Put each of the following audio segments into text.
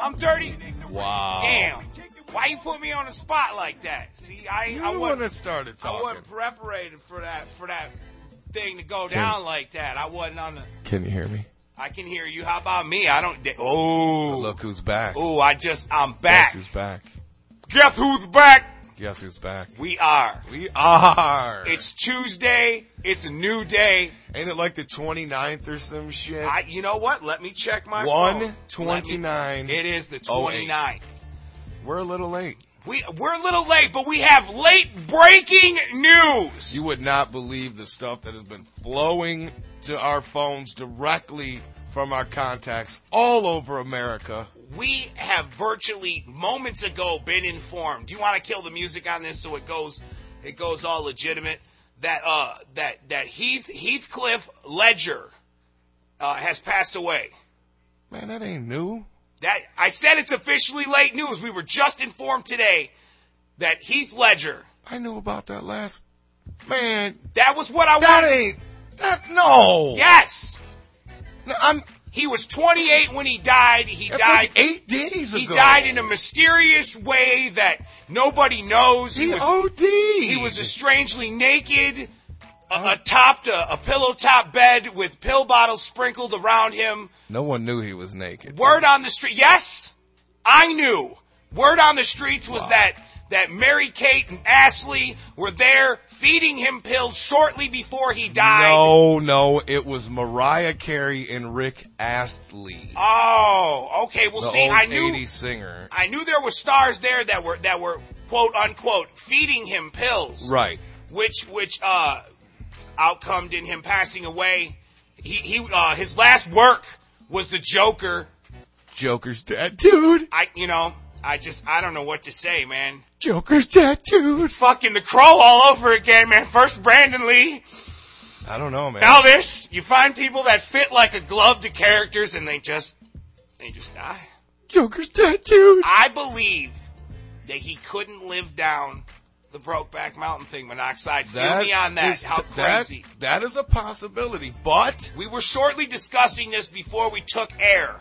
I'm dirty. Wow. Damn. Why you put me on the spot like that? See, I You're I the one wasn't that started talking. I wasn't prepared for that for that thing to go down like that. I wasn't on the. Can you hear me? I can hear you. How about me? I don't. They, oh, Look who's back. oh! I just I'm Guess back. who's back? Guess who's back? Guess who's back? We are. We are. It's Tuesday. It's a new day. Ain't it like the 29th or some shit? I, you know what? Let me check my One phone. Let twenty-nine me- It is the oh eight. 29th. We're a little late. We we're a little late, but we have late breaking news. You would not believe the stuff that has been flowing to our phones directly from our contacts all over America. we have virtually moments ago been informed. Do you want to kill the music on this so it goes it goes all legitimate? That uh that that Heath Heathcliff Ledger uh, has passed away. Man, that ain't new. That I said it's officially late news. We were just informed today that Heath Ledger. I knew about that last. Man, That was what I that wanted. ain't. That no. Yes, No, I'm. he was 28 when he died. He That's died. like eight days ago. he died in a mysterious way that nobody knows. He was OD. He was a strangely naked, a atop a, a pillow top bed with pill bottles sprinkled around him. No one knew he was naked. Word on the street, yes, I knew. Word on the streets was that that Mary Kate and Ashley were there feeding him pills shortly before he died. No, no, it was Mariah Carey and Rick Astley, Oh, okay. Well, the see, old I knew. 80s singer. I knew there were stars there that were that were quote unquote feeding him pills. Right. which which uh outcomed in him passing away. He he uh his last work was the Joker. Joker's tattooed. I you know, I just I don't know what to say, man. Joker's tattooed. Fucking the crow all over again, man. First Brandon Lee, I don't know, man. now this. You find people that fit like a glove to characters and they just they just die. Joker's tattooed. I believe that he couldn't live down the Brokeback Mountain thing, Monoxide. Feel me on that. is- How crazy. that is a possibility, but We were shortly discussing this before we took air,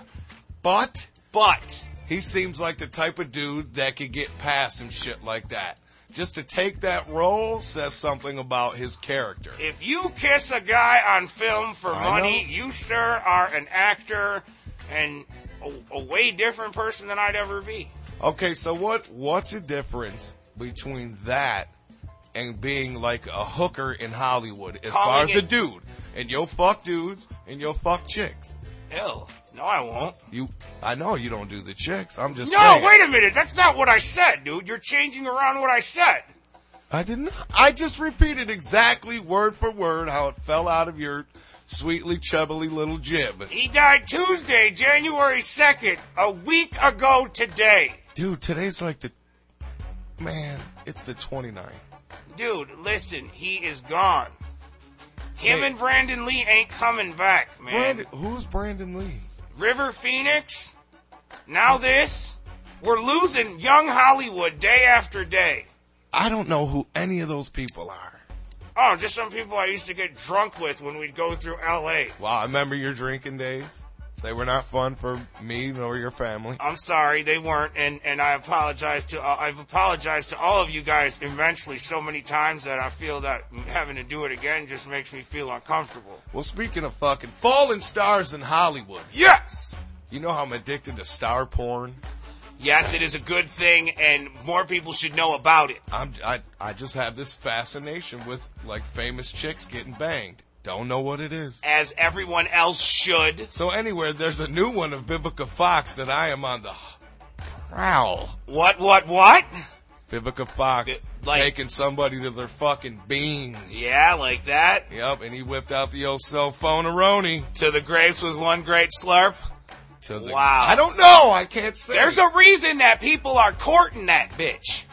but but he seems like the type of dude that could get past some shit like that. Just to take that role says something about his character. if you kiss a guy on film for I money, know. you, sir, are an actor and a, a way different person than I'd ever be. Okay, so what what's the difference between that and being like a hooker in Hollywood as Calling far as a it- dude? And you'll fuck dudes and you'll fuck chicks. Hell, no, I won't. You I know you don't do the chicks. I'm just No, saying. wait a minute. That's not what I said, dude. You're changing around what I said. I did not. I just repeated exactly word for word how it fell out of your sweetly chubbly little jib. He died Tuesday, January 2nd, a week ago today. Dude, today's like the man. It's the 29th. Dude, listen, he is gone. Him Hey. and Brandon Lee ain't coming back, man. Brandon, who's Brandon Lee? River Phoenix, now this. We're losing young Hollywood day after day. I don't know who any of those people are. Oh, just some people I used to get drunk with when we'd go through LA. Wow, I remember your drinking days. They were not fun for me nor your family. I'm sorry, they weren't, and, and I apologize to uh, I've apologized to all of you guys immensely so many times that I feel that having to do it again just makes me feel uncomfortable. Well, speaking of fucking fallen stars in Hollywood, Yes, you know how I'm addicted to star porn. yes, it is a good thing, and more people should know about it. I'm, I, I just have this fascination with like famous chicks getting banged. Don't know what it is. as everyone else should. So anywhere, there's a new one of Vivica Fox that I am on the prowl. What, what, what? Vivica Fox Vi- like- taking somebody to their fucking beans. Yeah, like that. Yep, and he whipped out the old cell phone aroni To the grapes with one great slurp. to the. Wow. I don't know. I can't say. There's a reason that people are courting that bitch.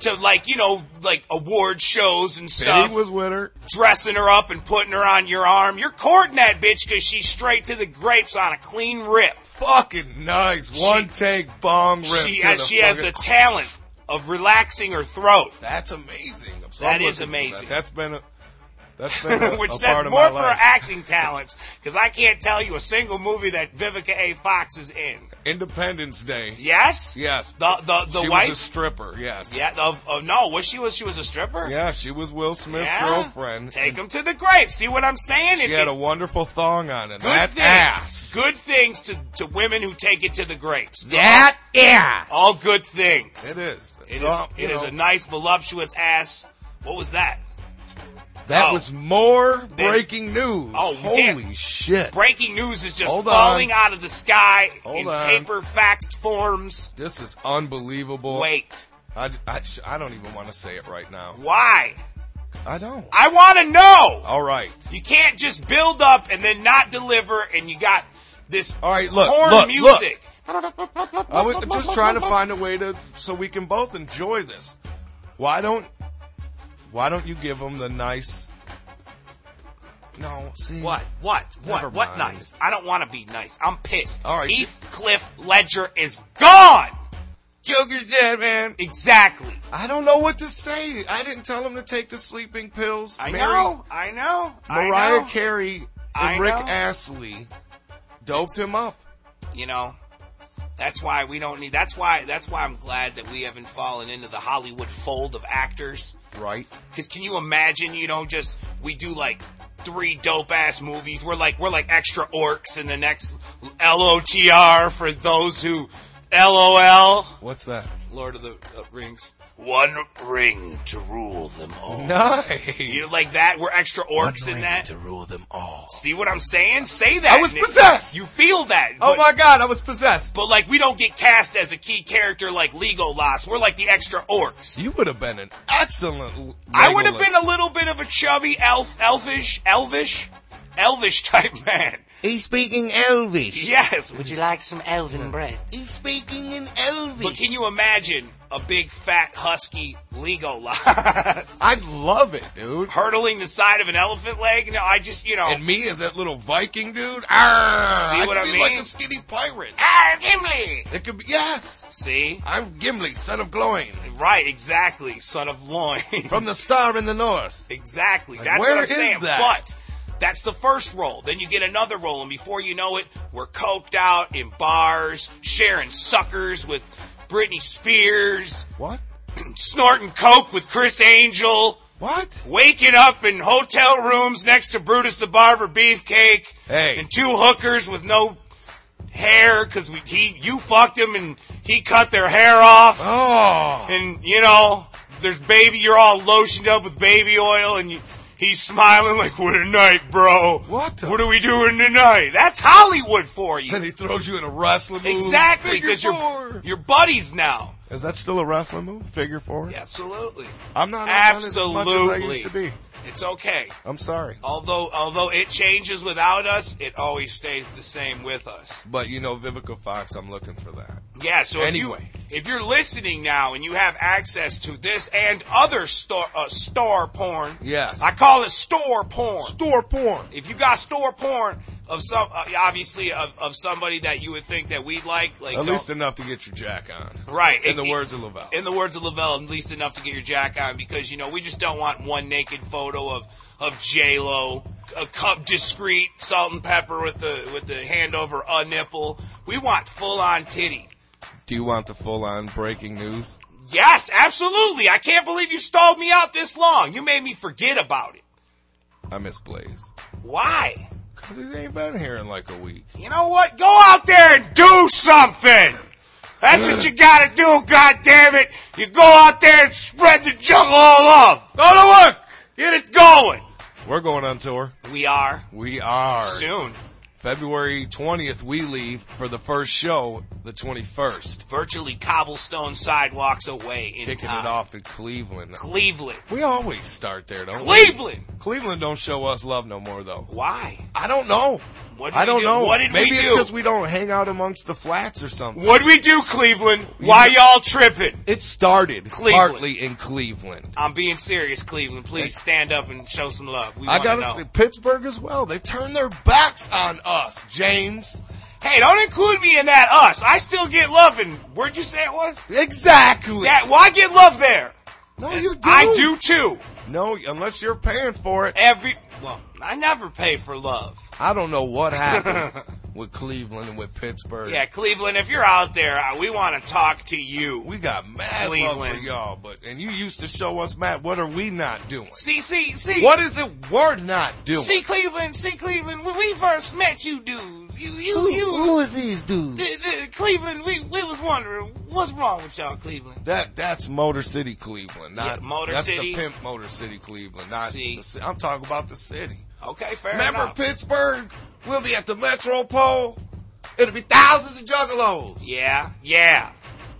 To like, you know, like award shows and stuff. He was with her. dressing her up and putting her on your arm. You're courting that bitch because she's straight to the grapes on a clean rip. Fucking nice. One take bong rip. She, to has, the she has the fucking- talent of relaxing her throat. That's amazing. I'm so That I'm is looking for amazing. That. has been a. That's been a, which a says part of more my for her life. acting talents, because I can't tell you a single movie that Vivica A. Fox is in. Independence Day. Yes. Yes. The the the she wife. was a stripper. Yes. yeah. Of, of no. Was she was she was a stripper? Yeah, she was Will Smith's Yeah? girlfriend. Take him to the grave. See what I'm saying? If She had it- a wonderful thong on good it. that things. ass. Good things to, to women who take it to the grapes. That ass. All good things. It is. It is, So, you it is know, a nice, voluptuous ass. What was that? that oh. was more breaking news. Oh, holy damn. shit! Breaking news is just Hold on. falling out of the sky in Hold on. paper faxed forms. this is unbelievable. Wait, I, I, sh- I don't even want to say it right now. why? I don't. I want to know. All right. You can't just build up and then not deliver, and you got this All right. Look. porn look. music. Look. I was just trying to find a way to so we can both enjoy this. Why don't Why don't you give them the nice? No. See What? What? What? Never What? mind. Nice? I don't want to be nice. I'm pissed. All right. Heathcliff Ledger is gone. Joker's dead, man. Exactly. I don't know what to say. I didn't tell him to take the sleeping pills. I Mary- know. I know. I Mariah know. Carey and I Rick know. Astley doped It's- him up. you know that's why we don't need that's why that's why i'm glad that we haven't fallen into the hollywood fold of actors Right. because can you imagine you know just we do like three dope ass movies we're like we're like extra orcs in the next lotr for those who lol What's that? lord of the uh, rings one ring to rule them all Nice. you know, like that we're extra orcs in that to rule them all. see what i'm saying say that was Nick. possessed. you feel that Oh but- my God! I was possessed. But like we don't get cast as a key character like Legolas. We're like the extra orcs. You would have been an excellent. L- I would have Legolas. been a little bit of a chubby elf, elfish, elvish, elvish type man. He's speaking Elvish. Yes. Would you like some elven bread? He's speaking in Elvish. But can you imagine a big fat husky Legolas I'd love it, dude. hurtling the side of an elephant leg? No, I just you know. And me as that little Viking dude. Arr, See what I could be mean? Like a skinny pirate. ah, Gimli. It could be yes. See. I'm Gimli, son of Gloin, Right, exactly, son of loin. from the Star in the North. Exactly. That's where what I'm is saying. that? But that's the first roll. Then you get another roll, and before you know it, we're coked out in bars, sharing suckers with Britney Spears, What? snorting coke with Chris Angel, What? waking up in hotel rooms next to Brutus the Barber Beefcake, Hey. and two hookers with no hair because we he you fucked him and he cut their hair off Oh. and you know, there's baby. You're all lotioned up with baby oil, and you, he's smiling like, "What a night, bro! What the- what are we doing tonight?" That's Hollywood for Then you, he throws you in a wrestling move. exactly, Figure because you're four. you're buddies now. Is that still a wrestling move? Figure four? Absolutely, I'm not as much as I absolutely. used to be. It's okay. I'm sorry. Although although it changes without us, it always stays the same with us. But you know, Vivica Fox, I'm looking for that. Yeah, so Anyway. if you if you're listening now and you have access to this and other star uh, star porn, Yes. I call it store porn. Store porn. If you got store porn of some, uh, obviously of, of somebody that you would think that we'd like, like At no- least enough to get your jack on. right In the It- words of Lavelle. in the words of Lavelle, at least enough to get your jack on because you know we just don't want one naked photo of of J Lo, a cup discreet salt and pepper with the with the hand over a nipple. We want full on titty. Do you want the full on breaking news? Yes, absolutely. I can't believe you stalled me out this long. You made me forget about it. I miss Blaze. Why? Because he ain't been here in like a week. You know what? Go out there and do something. That's what you gotta do, God damn it! You go out there and spread the jungle all love. Go to work! Get it going. We're going on tour. We are We are. soon, February 20th, we leave for the first show, the 21st. virtually cobblestone sidewalks away in Kicking time. it off in Cleveland. Cleveland, We always start there, don't we? Cleveland. Cleveland don't show us love no more, though. Why? I don't know. What did I we don't do? know. What did we Maybe it's do? because we don't hang out amongst the flats or something. What'd we do, Cleveland? Why y'all tripping? It started Cleveland. partly in Cleveland. I'm being serious, Cleveland. Please stand up and show some love. We I want to gotta know. say, Pittsburgh as well. They've turned their backs on us, James. Hey, don't include me in that us. I still get love and where'd you say it was? Exactly. Yeah, well I get love there. Eh, No, you do. I do too. No, unless you're paying for it. Every well, I never pay for love. I don't know what happened with Cleveland and with Pittsburgh. Yeah, Cleveland, if you're out there, uh, we want to talk to you. We got mad love Cleveland. for y'all, but and you used to show us mad. What are we not doing? See, see, see. What is it we're not doing? See, Cleveland, see, Cleveland, when we first met you dudes, you, you, you, Who is these dudes? the- the- Cleveland, we, we was wondering, what's wrong with y'all, Cleveland? That that's Motor City, Cleveland. Not Yeah, Motor that's City. the pimp Motor City, Cleveland. Not See. the ci- I'm talking about the city. Okay, fair Remember enough. Pittsburgh? We'll be at the Metropole. It'll be thousands of juggalos. yeah, yeah.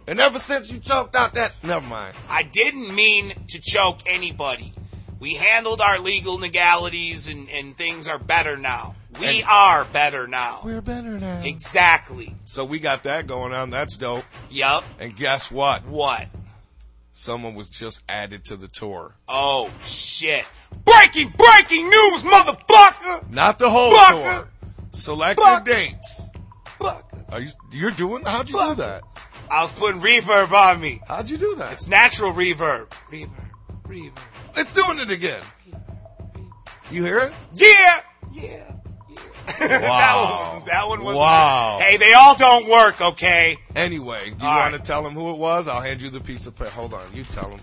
And ever since you choked out that, never mind. I didn't mean to choke anybody. We handled our legal legalities and, and things are better now. We And- are better now. We're better now. Exactly. So we got that going on. That's dope. Yup. And guess what? What? Someone was just added to the tour. Oh, shit. Breaking, breaking news, motherfucker! Not the whole Fucker. tour. Select Fucker. your dates. Fucker. Are you? You're doing? How'd you do that? I was putting reverb on me. How'd you do that? It's natural reverb. Reverb, reverb. It's doing it again. You hear it? Yeah! Yeah. that Wow. was that one was Wow. Hey, they all don't work, okay? Anyway, do you All want to right. tell him who it was? I'll hand you the piece of paper. Hold on, you tell him.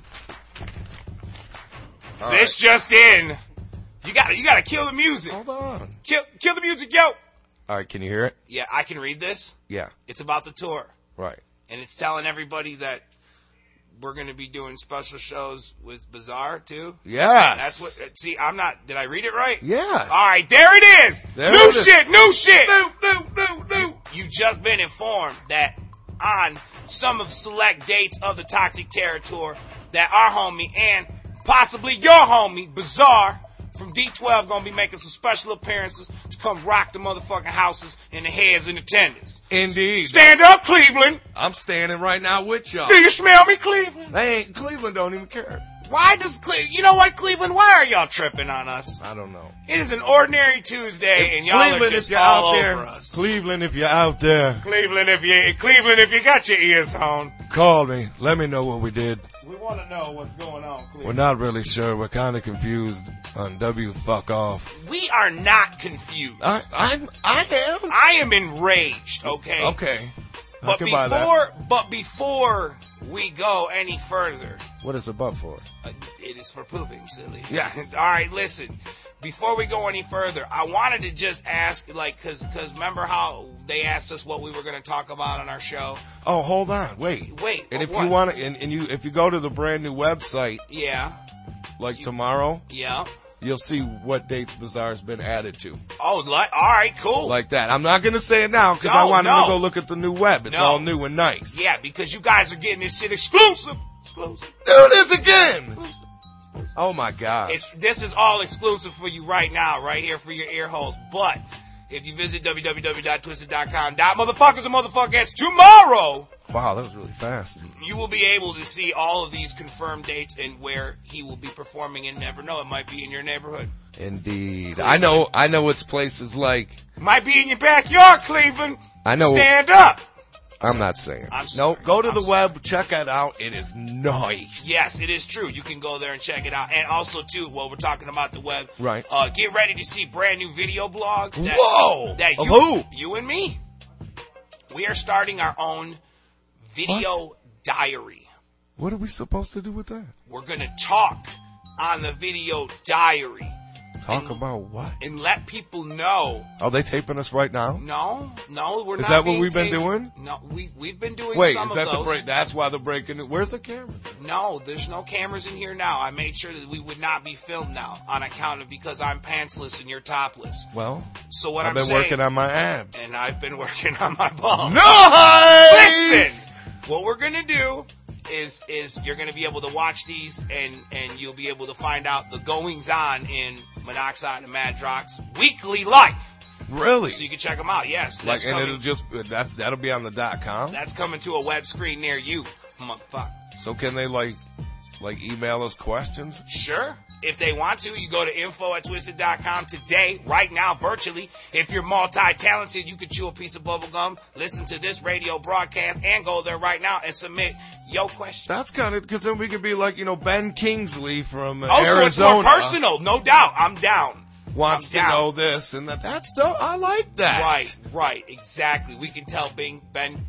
All this just in. You gotta you gotta kill the music. right, Hold on. Kill kill the music, yo! All right, can you hear it? Yeah, I can read this. Yeah. It's about the tour. Right. And it's telling everybody that we're gonna be doing special shows with Bizarre too. Yes. That's what uh, see, I'm not did I read it right? Yes. Alright, there it is! There new it is. shit, new shit! No, no, no, no. You've just been informed that on some of select dates of the Toxic Terror Tour that our homie and possibly your homie, Bizarre, from D12 gonna be making some special appearances to come rock the motherfucking houses and the heads in attendance. Indeed. Stand up, Cleveland! I'm standing right now with y'all. Do you smell me, Cleveland? They ain't Cleveland don't even care. Why does Cleveland, you know what, Cleveland, why are y'all tripping on us? I don't know. It is an ordinary Tuesday and y'all are Cleveland, if just you're all out over there, us. Cleveland, if you're out there, Cleveland, if you Cleveland, if you got your ears on, call me. Let me know what we did. we want to know what's going on. Cleveland. We're not really sure. We're kind of confused on W fuck off. We are not confused. I, I'm, I am. I am enraged, okay? Okay. I But can before buy that. but before we go any further, What is a butt for? uh, it is for pooping, silly. Yes. All right, listen. Before we go any further, I wanted to just ask like cuz cuz remember how they asked us what we were going to talk about on our show? Oh, hold on. Wait. Wait, And but if what? you want to, and, and you, if you go to the brand new website, Yeah. like tomorrow, Yeah. you'll see what dates Bazaar's been added to. Oh, like all right, cool. Like that. I'm not going to say it now because I No, want no. them to go look at the new web. It's No. all new and nice. yeah, because you guys are getting this shit exclusive. Exclusive. Do this again. Oh my God. It's this is all exclusive for you right now, right here for your ear holes. But if you visit www.twisted.com, dot motherfuckers and motherfuckers tomorrow, wow, that was really fast. you will be able to see all of these confirmed dates and where he will be performing. And never know, it might be in your neighborhood, Indeed. I know. I know. It's places like. might be in your backyard, Cleveland. I know. Stand up. I'm not saying. I'm no, sorry. go to I'm the sorry. web. Check it out. It is nice. Yes, it is true. You can go there and check it out. And also, too, while we're talking about the web, Right. Uh, get ready to see brand new video blogs. That, Whoa! That you, Of who? You and me. We are starting our own video diary. What are we supposed to do with that? We're gonna talk on the video diary Talk about what? and let people know. Are they taping us right now? No, no, we're Is not. that what being we've been taped. doing? No, we we've been doing. Wait, some of is that the those. break? That's why the breaking. Where's the camera? No, there's no cameras in here now. I made sure that we would not be filmed now on account of because I'm pantsless and you're topless. Well, So what I've am been saying, working on my abs. and I've been working on my balls. Nice. Listen, what we're gonna do is is you're gonna be able to watch these, and and you'll be able to find out the goings on in Monoxide and Mad Drock's weekly life. Really? So you can check them out. Yes, like, that's and it'll coming. just uh, that's that'll be on the dot com. That's coming to a web screen near you, motherfucker. So can they like, like email us questions? Sure. If they want to, you go to info at twisted.com today, right now, virtually. If you're multi talented, you could chew a piece of bubble gum, listen to this radio broadcast, and go there right now and submit your question. That's kind of because then we could be like you know Ben Kingsley from uh, Also, Oh, it's more Arizona. personal, no doubt. I'm down. wants I'm to down. know this and that. That's dope. I like that. Right, right, exactly. We can tell Bing Ben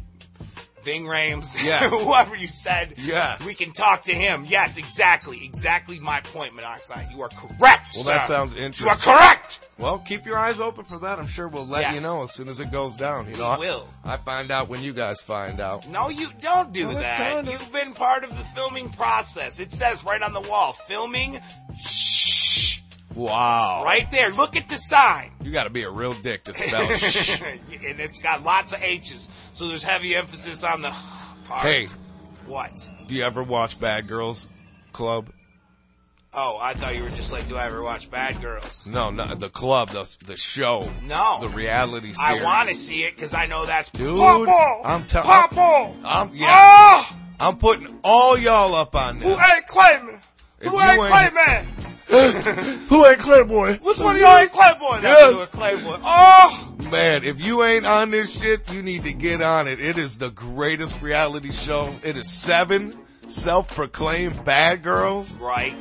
Bing Rames, Yes. whoever you said. Yes. We can talk to him. Yes, exactly. Exactly my point, Monoxide. You are correct. Well, sir. that sounds You are interesting. correct. Well, keep your eyes open for that. I'm sure we'll let Yes. you know as soon as it goes down. You We know, I- will. I find out when you guys find out. No, you don't do Well, that's that. kind of- You've been part of the filming process. It says right on the wall, filming. Shh. Wow. Right there. Look at the sign. You got to be a real dick to spell shh. and it's got lots of H's, so there's heavy emphasis on the part. Hey, What? do you ever watch Bad Girls Club? Oh, I thought you were just like, do I ever watch Bad Girls? No, no, the club, the the show, No. the reality series. I want to see it because I know that's Dude, Papa. I'm tell- Papa. I'm yeah. Ah, I'm putting all y'all up on who this. ain't claiming? If Who you ain't ain't- claiming? Who ain't Clairboy? Which one of y'all ain't Clayboy? That's Yes. who a Clayboy. Oh, Man, if you ain't on this shit, you need to get on it. It is the greatest reality show. It is seven self-proclaimed bad girls right.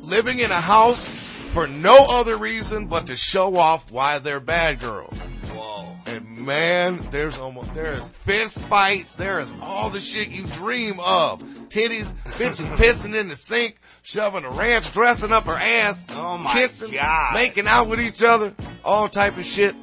living in a house for no other reason but to show off why they're bad girls. Whoa. And man, there's almost there is fist fights, there is all the shit you dream of. Titties, bitches pissing in the sink, shoving a ranch dressing up her ass, Oh my kissing, God. making out with each other, all type of shit.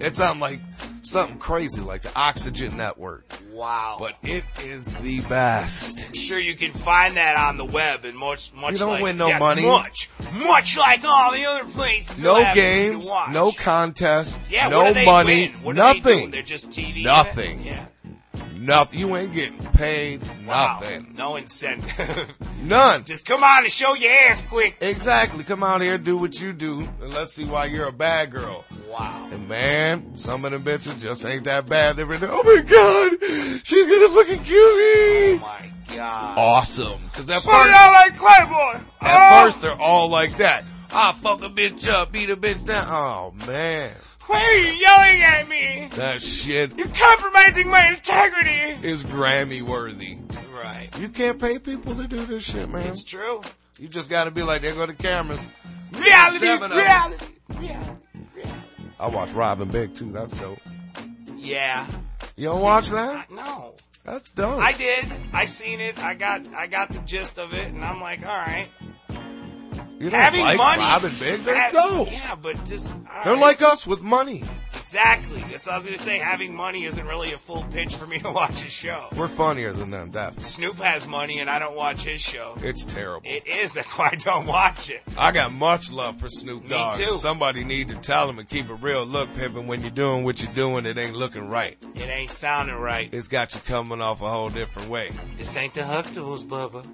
It's on like something crazy like the Oxygen Network, Wow. but it is the best. I'm sure you can find that on the web and much much You don't like win no yes, money. much much like all the other places. you'll No have games, to watch. no contest, yeah, no what do they money, win? What do they do? nothing, They're just TV. Nothing. event? Yeah. nothing. You ain't getting paid, Wow. nothing, No incentive. none. just come on and show your ass quick. Exactly. Come out here, do what you do, and let's see why you're a bad girl. Wow. And man, some of them bitches just ain't that bad. They're really, oh my god, she's gonna fucking kill me. Oh My God. Awesome. Cause at What do first, y'all like Clayboy? at Oh, first they're all like that. I fuck a bitch up, beat a bitch down. Oh man, why are you yelling at me? that shit You're compromising my integrity. is Grammy worthy. Right. You can't pay people to do this shit, man. It's true. You just gotta be like, there go the cameras. Reality. Seven of 'em. Reality. Reality. Reality. I watch Robin Big too. That's dope. Yeah. You don't watch that? No. That's dope. I did. I seen it. I got I got the gist of it, and I'm like, all right. You Having money- Robin Big, they're That- dope. Yeah, but just all They're right. like us with money. exactly. That's what I was gonna say. Having money isn't really a full pitch for me to watch a show. We're funnier than them, definitely. Snoop has money, and I don't watch his show. It's terrible. It is. That's why I don't watch it. I got much love for Snoop Me Dogg. too. Somebody need to tell him and keep it real. Look, pimpin', when you're doing what you're doing, it ain't looking right. It ain't sounding right. It's got you coming off a whole different way. This ain't the Huxtables, Bubba.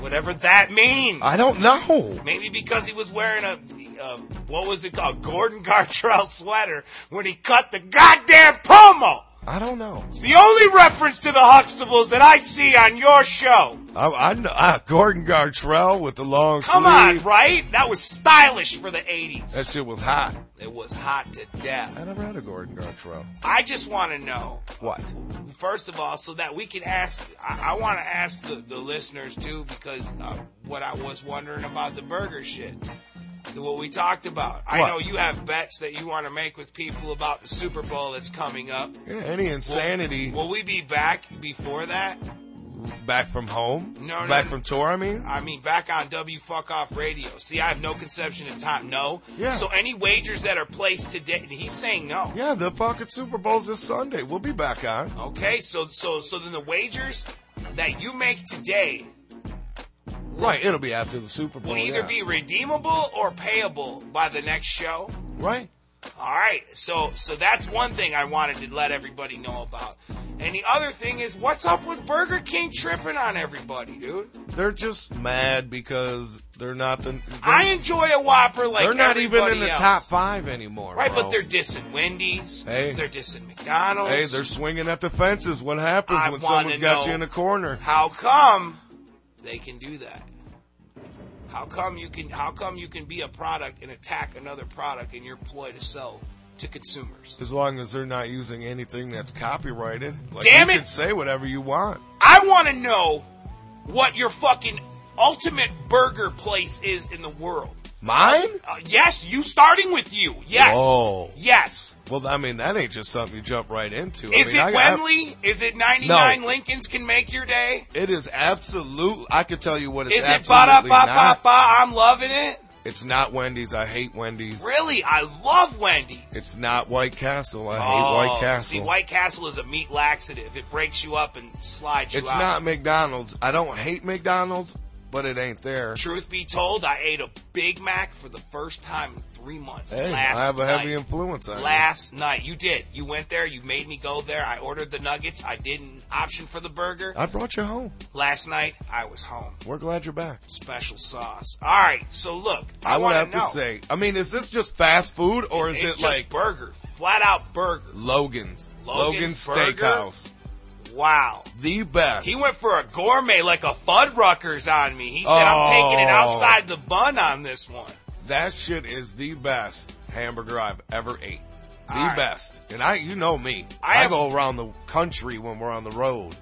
Whatever that means. I don't know. Maybe because he was wearing a, a what was it called, Gordon Gartrell sweater when he cut the goddamn promo. I don't know. It's the only reference to the Huxtables that I see on your show. I, I know. I, Gordon Gartrell with the long Come on, sleeve. right? That was stylish for the 80s. That shit was hot. it was hot to I death. never had a Gordon Gartrell. I just want to know, What? first of all, so that we can ask, I, I want to ask the, the listeners too, because uh, what I was wondering about the burger shit. What we talked about. I What? know you have bets that you want to make with people about the Super Bowl that's coming up. Yeah, any Will- insanity Will, we be back before that? back from home? No, no, Back no. from tour, I mean? I mean, back on W Fuck Off Radio. See, I have no conception of time. No. Yeah. So any wagers that are placed today, and he's saying no. Yeah, the fucking Super Bowl's this Sunday. We'll be back on. Okay. So so so then the wagers that you make today Right, it'll be after the Super Bowl. will either Oh, be yeah. redeemable or payable by the next show. right. All right. So so that's one thing I wanted to let everybody know about. And the other thing is, what's up with Burger King tripping on everybody, dude? They're just mad because they're not the. They're, I enjoy a Whopper like they're not even in everybody the else. top five anymore. Right, bro. but they're dissing Wendy's. Hey. They're dissing McDonald's. Hey, they're swinging at the fences. What happens I when wanna someone's got know. you in a corner? How come they can do that? How come you can how come you can be a product and attack another product in your ploy to sell to consumers? As long as they're not using anything that's copyrighted. Like, Damn you it. can say whatever you want. I want to know what your fucking ultimate burger place is in the world. Mine? Uh, yes, you starting with you. Yes. Whoa. Yes. Well, I mean, that ain't just something you jump right into. I Is mean, it I- I- Wembley? Is it 99 Lincolns can make your day? it is absolute. I could tell you what it's Is it ba da absolutely ba ba not. ba? I'm loving it. It's not Wendy's. I hate Wendy's. Really, I love Wendy's. It's not White Castle. I Oh, hate White Castle. See, White Castle is a meat laxative. It breaks you up and slides you it's out. not McDonald's. I don't hate McDonald's, but it ain't there. Truth be told, I ate a Big Mac for the first time in three months. Hey, last I have a heavy night. influence on you. Last night, you did. You went there. You made me go there. I ordered the nuggets. I did an option for the burger. I brought you home. Last night, I was home. We're glad you're back. Special sauce. All right, so look, I, I, would want have know. to say. I mean, is this just fast food or is it's it just like burger, flat out burger? Logan's? Logan's Burger? Steakhouse, Wow. the best. He went for a gourmet like a Fuddruckers on me. He said, "I'm taking it Oh. outside the bun on this one." That shit is the best hamburger I've ever ate. The All right. best. And I, you know me. I I, have- go around the country when we're on the road,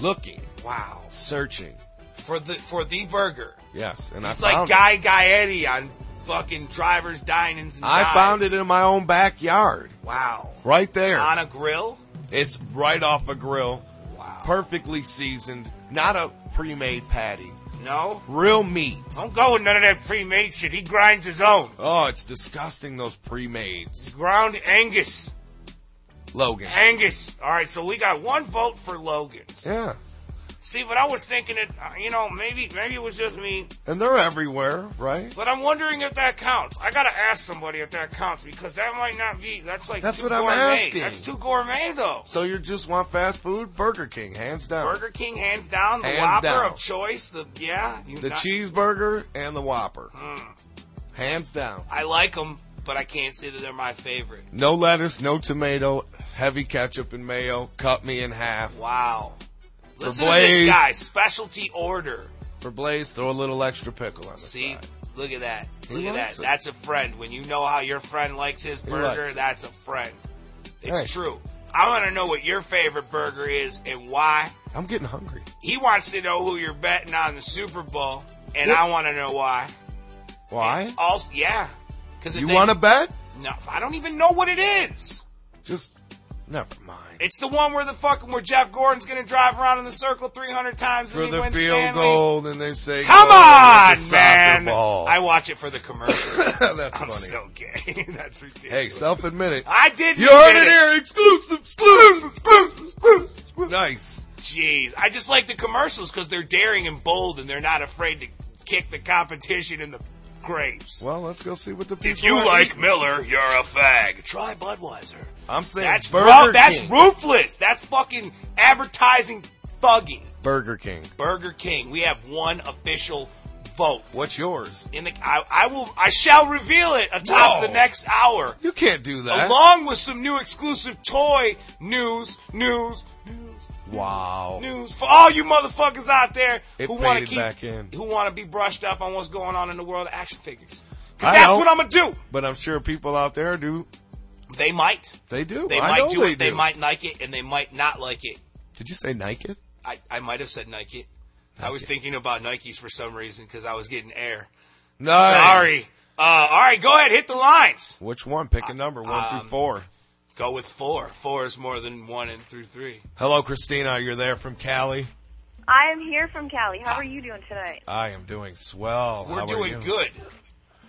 looking, Wow, searching. for the for the burger. Yes, and It's I like found it. Guy Guy Guyetti on fucking drivers, dinings, and I dives. found it in my own backyard, wow right there. on a grill. It's right off a grill, Wow. perfectly seasoned, not a pre-made patty, no, real meat. don't go with none of that pre-made shit. He grinds his own. Oh, it's disgusting. Those pre-mades, Ground Angus, Logan. Angus. All right, so we got one vote for Logan's. Yeah, See, but I was thinking it. uh, You know, maybe maybe it was just me. and they're everywhere, right? But I'm wondering if that counts. I gotta ask somebody if that counts because that might not be. That's like That's too what I'm gourmet. asking. That's too gourmet though. So you just want fast food? Burger King, hands down. Burger King, hands down, the Hands Whopper down. of choice. The yeah, you The not- cheeseburger and the Whopper. Hands down. I like them, but I can't say that they're my favorite. No lettuce, no tomato, heavy ketchup and mayo. Cut me in half. Wow. Listen to Blaze. this guy, specialty order. For Blaze, throw a little extra pickle on it. See, look at that. He Look at that. likes it. That's a friend. When you know how your friend likes his burger, likes it. that's a friend. It's Hey. true. I want to know what your favorite burger is and why. I'm getting hungry. He wants to know who you're betting on the Super Bowl, and What? I want to know why. Why? Also, yeah, because You want to bet? No, I don't even know what it is. Just never mind. It's the one where the fucking where Jeff Gordon's gonna drive around in the circle 300 times and For he the wins field Stanley. goal, and they say, Come goal on, with the soccer man! Ball. I watch it for the commercials. That's I'm funny. so gay. That's ridiculous. hey, self-admit it. I did. You admit heard it here. Exclusive, exclusive, exclusive, exclusive. exclusive. Nice. Jeez, I just like the commercials because they're daring and bold, and they're not afraid to kick the competition in the grapes. Well, let's go see what the people If you are like eating. Miller, you're a fag. Try Budweiser. I'm saying That's Burger ru- King. that's ruthless. That's fucking advertising thugging. Burger King. Burger King. We have one official vote. What's yours? In the, I, I will, I shall reveal it atop Whoa. the next hour, You can't do that. along with some new exclusive toy news, news, news, wow. news for all you motherfuckers out there It who want to faded keep, back in. who want to be brushed up on what's going on in the world of action figures. I Because that's know. what I'm gonna do. But I'm sure people out there do. They might, They do. they I might know do they it. They might like it, and they might not like it. Did you say Nike? I, I might have said Nike. I was thinking about Nikes for some reason because I was getting air. No. Sorry. Uh, all right, go ahead, hit the lines. Which one? Uh, Pick a number. One um, through four. Go with four. Four is more than one and through three. Hello, Christina. You're there from Cali. I am here from Cali. How are you doing tonight? I am doing swell. We're How are doing you? good.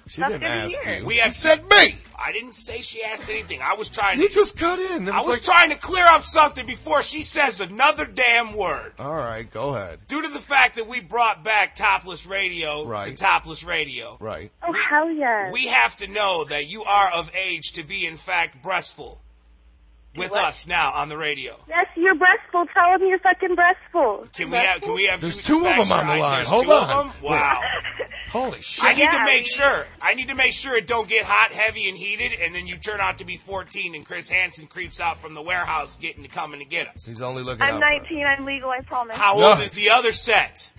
She That's didn't good to ask hear. you. We She have- said me. I didn't say she asked anything. I was trying. You To, just cut in. It I was like- trying to clear up something before she says another damn word. All right, go ahead. Due to the fact that we brought back topless radio to Right. topless radio, Right. Oh, hell yeah. we have to know that you are of age to be, in fact, breastful with What? us now on the radio. Yes, you're breastful. Tell him you're fucking breastful. Can we have? Can we have? There's can we- two of 'em on the Right, line. There's Hold two of on. 'em? Wow. I Holy shit. need to Yeah, make I- sure. I need to make sure it don't get hot, heavy, and heated, and then you turn out to be 14, and Chris Hansen creeps out from the warehouse getting to coming to get us. He's only looking I'm out for her. 19. I'm legal. I promise. How Nice. old is the other set?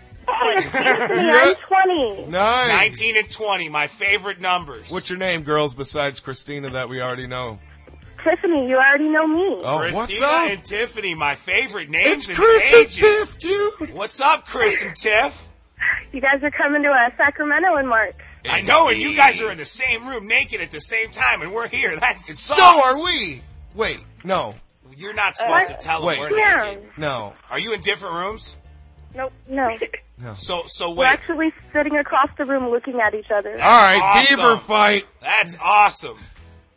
I'm 20. Nice. 19 and 20, my favorite numbers. What's your name, girls, besides Christina that we already know? Tiffany, you already know me. Oh, Christina what's up? and Tiffany, my favorite names It's and Chris and ages. Tiff, dude. What's up, Chris and Tiff? You guys are coming to uh, Sacramento in March. I know, and you guys are in the same room naked at the same time, and we're here. That's So are we. Wait, no, You're not supposed to Uh, tell them Wait. we're No. naked. no, Are you in different rooms? Nope. No. no. So so We're Oh, wait. actually sitting across the room looking at each other. All right, Awesome. beaver fight. That's awesome.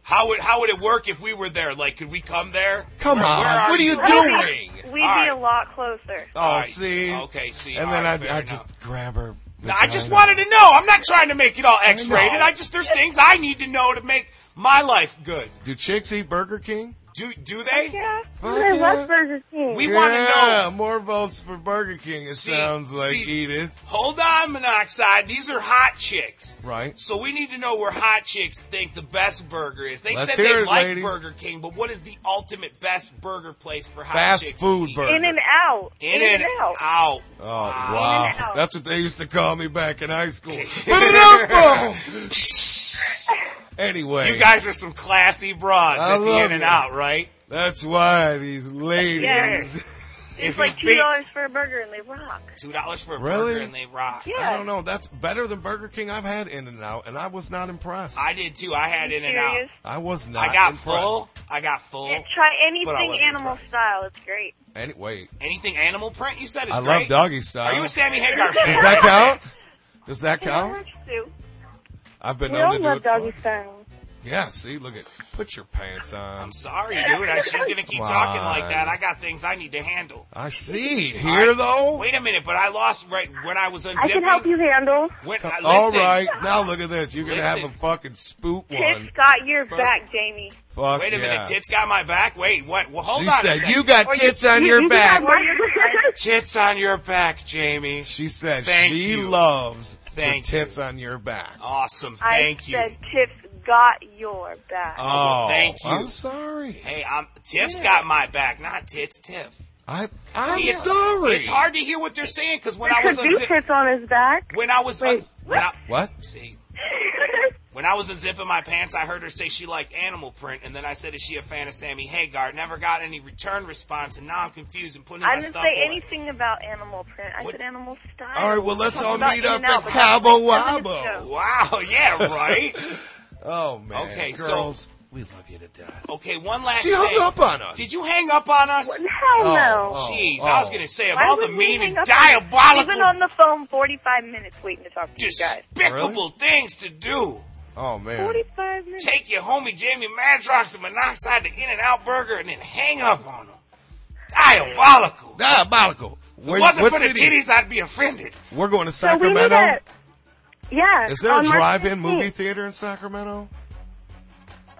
How would how would it work if we were there? Like, could we come there? Come Where- on, where are what are you doing? We'd All right. be a lot closer. Oh, All right. see. Okay, see. And All then right, I, fair I enough. just grab her. Now, I just wanted to know. I'm not trying to make it all X-rated. know. I just there's things I need to know to make my life good. Do chicks eat Burger King? Do do they? Yeah. Fuck I yeah. love Burger King. We want to yeah, know. more votes for Burger King. It See, sounds like see- Edith. Hold on, monoxide. These are hot chicks. Right. So we need to know where hot chicks think the best burger is. They Let's said they hear it, like ladies. Burger King, but what is the ultimate best burger place for hot Fast chicks? food to eat? burger. in and out. In, and, out. Oh uh, Wow. wow, and out. that's what they used to call me back in high school. Ba-da-dum-bum. anyway, You guys are some classy broads I at the love In and it. Out, right? that's why these ladies. Yeah. If It's like it two beats- dollars for a burger, and they rock. Two dollars for a Really? burger, and they rock. Yeah. I don't know. That's better than Burger King. I've had In and Out, and I was not impressed. I, I did too. I had In and Out. Serious? was not. I got impressed. full. I got full. Yeah, try But I anything wasn't animal impressed. style. It's great. Anyway, Anything animal print you said is I great. love doggy style. Are you a Sammy Hagar fan? Does that count? Does that count? Too. I've been We known all to do love it. for- doggy style. Yeah, see, look at put your pants on. I'm sorry, dude. I, she's gonna keep Why? talking like that. I got things I need to handle. I see. Here though. Wait a minute, but I lost right when I was unzipping. I can help you handle. When, I, listen, All right, now look at this. You're gonna have Listen. a fucking spook Tits one. got your Bur- back, Jamie. Fuck Wait a minute, yeah. tits got my back. Wait, what? Well, hold She on. a said, second. "You got Or you- tits on you- your you can back." have one of your- tits on your back, Jamie. She said Thank she you. loves Thank the tits on your back. Awesome, I thank you. said tips got your back. Oh, thank you. I'm sorry. hey, I'm Tiff's got my back, not tits. Tiff. I I'm See, it's- sorry. It's hard to hear what they're saying because when I was Because do unzipping, tips on his back. when I was un- when I, What? see. When I was unzipping my pants, I heard her say she liked animal print, and then I said, "Is she a fan of Sammy Hagar?" Never got any return response, and now I'm confused and putting I my didn't stuff say away. anything about animal print. I What? said animal style. All right, well let's Talk all about meet In up and Out, at but Cabo that's a different Wabo. show. Wow, yeah, right. Oh man. Okay, so- girls, we love you to death. okay, one last. She hung thing. up on us. Did you hang up on us? Hell no. Oh, Jeez, oh. I was gonna say of Why all the would we mean hang and up on- We've diabolical, been on the phone 45 minutes waiting to talk to you guys. despicable things to do. Oh man. 45 minutes. Take your homie Jamie Madrox and Monoxide to In and Out Burger, and then hang up on him. Diabolical. Diabolical. If Where, it wasn't what for the city? titties, I'd be offended. We're going to So we Sacramento. need to. Yeah. Is there a on March drive-in 15th. movie theater in Sacramento?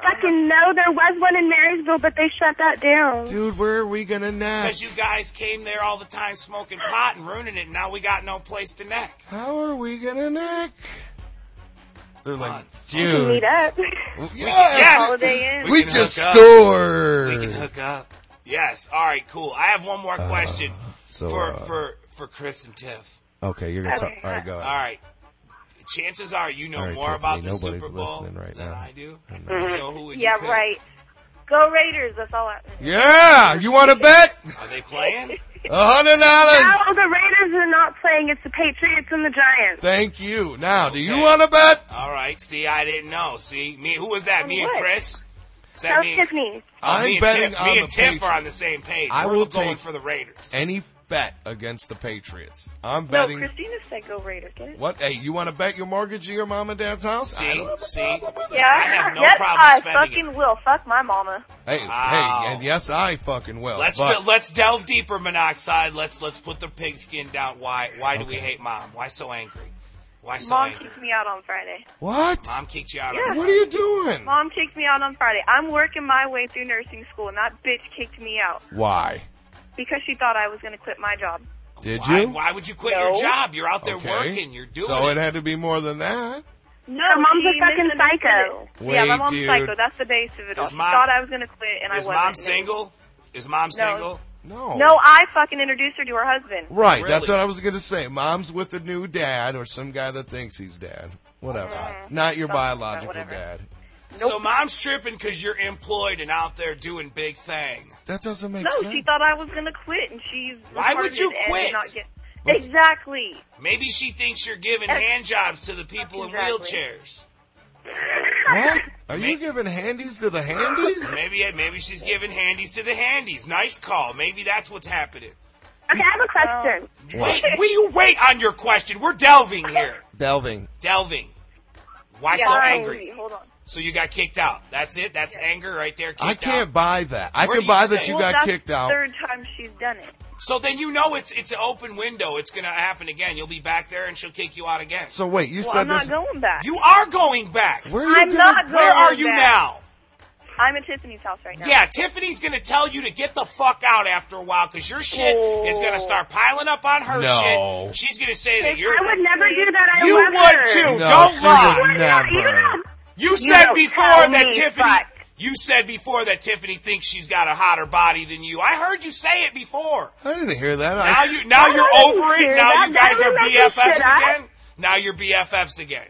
Fucking no, there was one in Marysville, but they shut that down. Dude, where are we gonna Because neck? you guys came there all the time smoking pot and ruining it, and now we got no place to neck. How are we gonna neck? They're like, Fun. We dude, meet up. yes, Holiday Inn. we can just hook up. scored. hook up. Yes. All right. Cool. I have one more question so, for uh, for for Chris and Tiff. okay, you're gonna Okay. talk. All right, go. All Ahead. right. Chances are you know All right, more Tiffany, about the nobody's Super Bowl listening right than now. I do. Mhm. So who would you yeah, pick? right. Go Raiders. That's all I. Yeah, you want to bet? Are they playing? A hundred dollars. No, the Raiders are not playing. It's the Patriots and the Giants. Thank you. Now, do you Okay. Uh, want to bet? All right. See, I didn't know. See, me. Who was that? On Me what? and Chris. Is That that was me? and- Tiffany. Oh, I'm me and betting Tiff, on me the and Tiff are Patriots. on the same page. I We're will going take- for the Raiders. Any bet against the Patriots? I'm No, betting. Christina said go Raiders. Get it? What? Hey, you want to bet your mortgage at your mom and dad's house? I don't See, have a see. problem with it. Yeah. I have no yes, problem I spending it. fucking will. Fuck my mama. Hey, Wow. hey, and yes, I fucking will. Let's but go- let's delve deeper, monoxide. Let's let's put the pigskin down. Why why do we hate mom? Why so angry? Why so Mom angry? kicked me out on Friday. what? Mom kicked you out. Yeah. Of What are you doing? Mom kicked me out on Friday. I'm working my way through nursing school, and that bitch kicked me out Why? because she thought I was going to quit my job. Did why, you? Why would you quit No. your job? You're out there Okay. working. You're doing So it. it had to be more than that. No, mom's a fucking psycho. yeah, my Wait, mom's dude. psycho. That's the base of it all. Is She mom- thought I was going to quit, and I Is wasn't. mom single? Is mom single? No. No, I fucking introduced her to her husband. Oh. Right. That's Really? what I was gonna say. Mom's with a new dad or some guy that thinks he's dad. Whatever. Not your Mm-hmm. Something like that, biological whatever. dad. So mom's tripping because you're employed and out there doing big thing. That doesn't make No, sense. she thought I was going to quit, and she's Why would retarded you and did quit? Not get, Exactly. Maybe she thinks you're giving hand jobs to the people in Exactly. wheelchairs. What? Are you giving handies to the handies? Maybe maybe she's giving handies to the handies. Nice call. Maybe that's what's happening. Okay, I have a question. Wait, will you wait on your question? We're delving here. Delving. Delving. Why so Fine. angry? Hold on. So you got kicked out. That's it. That's anger right there. Kicked I can't Out. buy that. I Where do can you buy that stay? you Well, got kicked out. Third time she's done it. So then you know it's it's an open window. It's gonna happen again. You'll be back there, and she'll kick you out again. So wait, you Well, said I'm not this. going back. you are going back. where are you I'm gonna- not going Where are you back. now? I'm at Tiffany's house right now. Yeah, Tiffany's gonna tell you to get the fuck out after a while because your shit is Oh. gonna start piling up on her No. shit. She's gonna say that you're. I would never do that. I You love would her. too. No, Don't she lie. would Why not? You never. don't- You said don't before tell that me Tiffany. fuck. You said before that Tiffany thinks she's got a hotter body than you. I heard you say it before. I didn't hear that. Now I, you now you're over it. hear Now that. you guys That are was nothing, BFFs should I? again. Now you're BFFs again.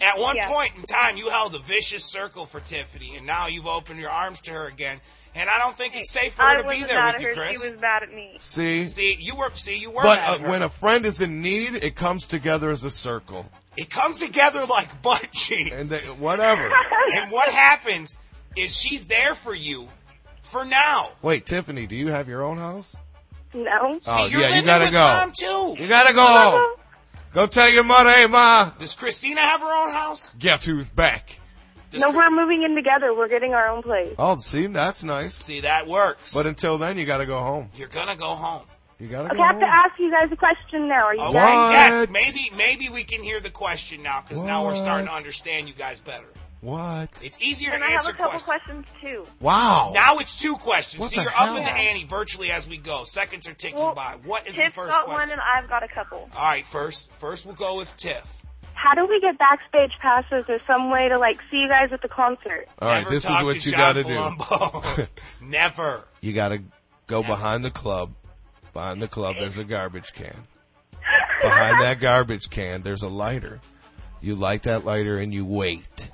At one Yeah. point in time, you held a vicious circle for Tiffany, and now you've opened your arms to her again. And I don't think it's safe for I her to wasn't be there mad with at you, her. Chris. She was mad at me. see, See, you were see you were. but mad at uh, her. when a friend is in need, it comes together as a circle, it comes together like butt cheeks. and they, whatever. And what happens is she's there for you for now. wait, Tiffany, do you have your own house? No. Oh See, you're yeah, you living gotta with go. mom too. You gotta go home. Go tell your mother, hey ma, Does Christina have her own house? guess who's back? Does No, Chri- we're moving in together. We're getting our own place. Oh, see, that's nice. See, that works. But until then, you gotta go home. you're gonna go home. You gotta Okay, go I have home. to ask you guys a question now. Are you Okay. guys? What? Oh, Yes. Maybe maybe we can hear the question now because now we're What? starting to understand you guys better. what? It's easier And to I have answer a couple questions questions. too. Wow. Now it's two questions. What See, the you're hell? up in the Yeah. ante virtually as we go. Seconds are ticking Well, by. What is Tiff's the 1st got question? one and I've got a couple. All right, first first we'll go with Tiff. How do we get backstage passes or some way to like see you guys at the concert? All right, Never this is talk what to you John gotta do. Palumbo. Never. You gotta go behind the club. Behind the club, there's a garbage can. behind that garbage can, there's a lighter. You light that lighter and you wait.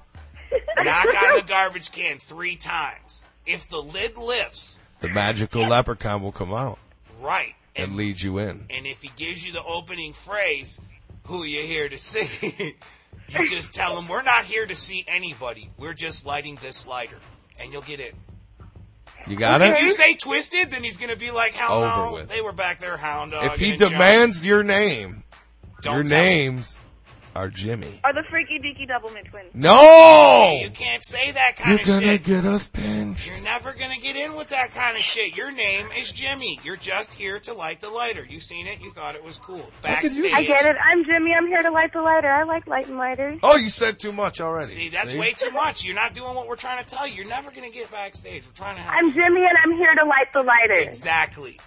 Knock on the garbage can three times. If the lid lifts, The magical leprechaun will come out right, and and, lead you in. and if he gives you the opening phrase, who you here to see, you just tell him we're not here to see anybody. We're just lighting this lighter, and you'll get in. You got it? If you say twisted, then he's gonna be like, "Hell Over no, with. they were back there, hound dog." If he and John." demands your name, Don't your tell him. names are Jimmy. Are the freaky deaky Doubleman twins? No! you can't say that kind You're of gonna shit. get us pinched. You're never gonna get in with that kind of shit. Your name is Jimmy. You're just here to light the lighter. You seen it? You thought it was cool. could you- Backstage, I get it. I'm Jimmy. I'm here to light the lighter. I like lighting lighters. Oh, you said too much already. See, that's See? way too much. You're not doing what we're trying to tell you. You're never going to get backstage. We're trying to help. I'm Jimmy, and I'm here to light the lighter. Exactly.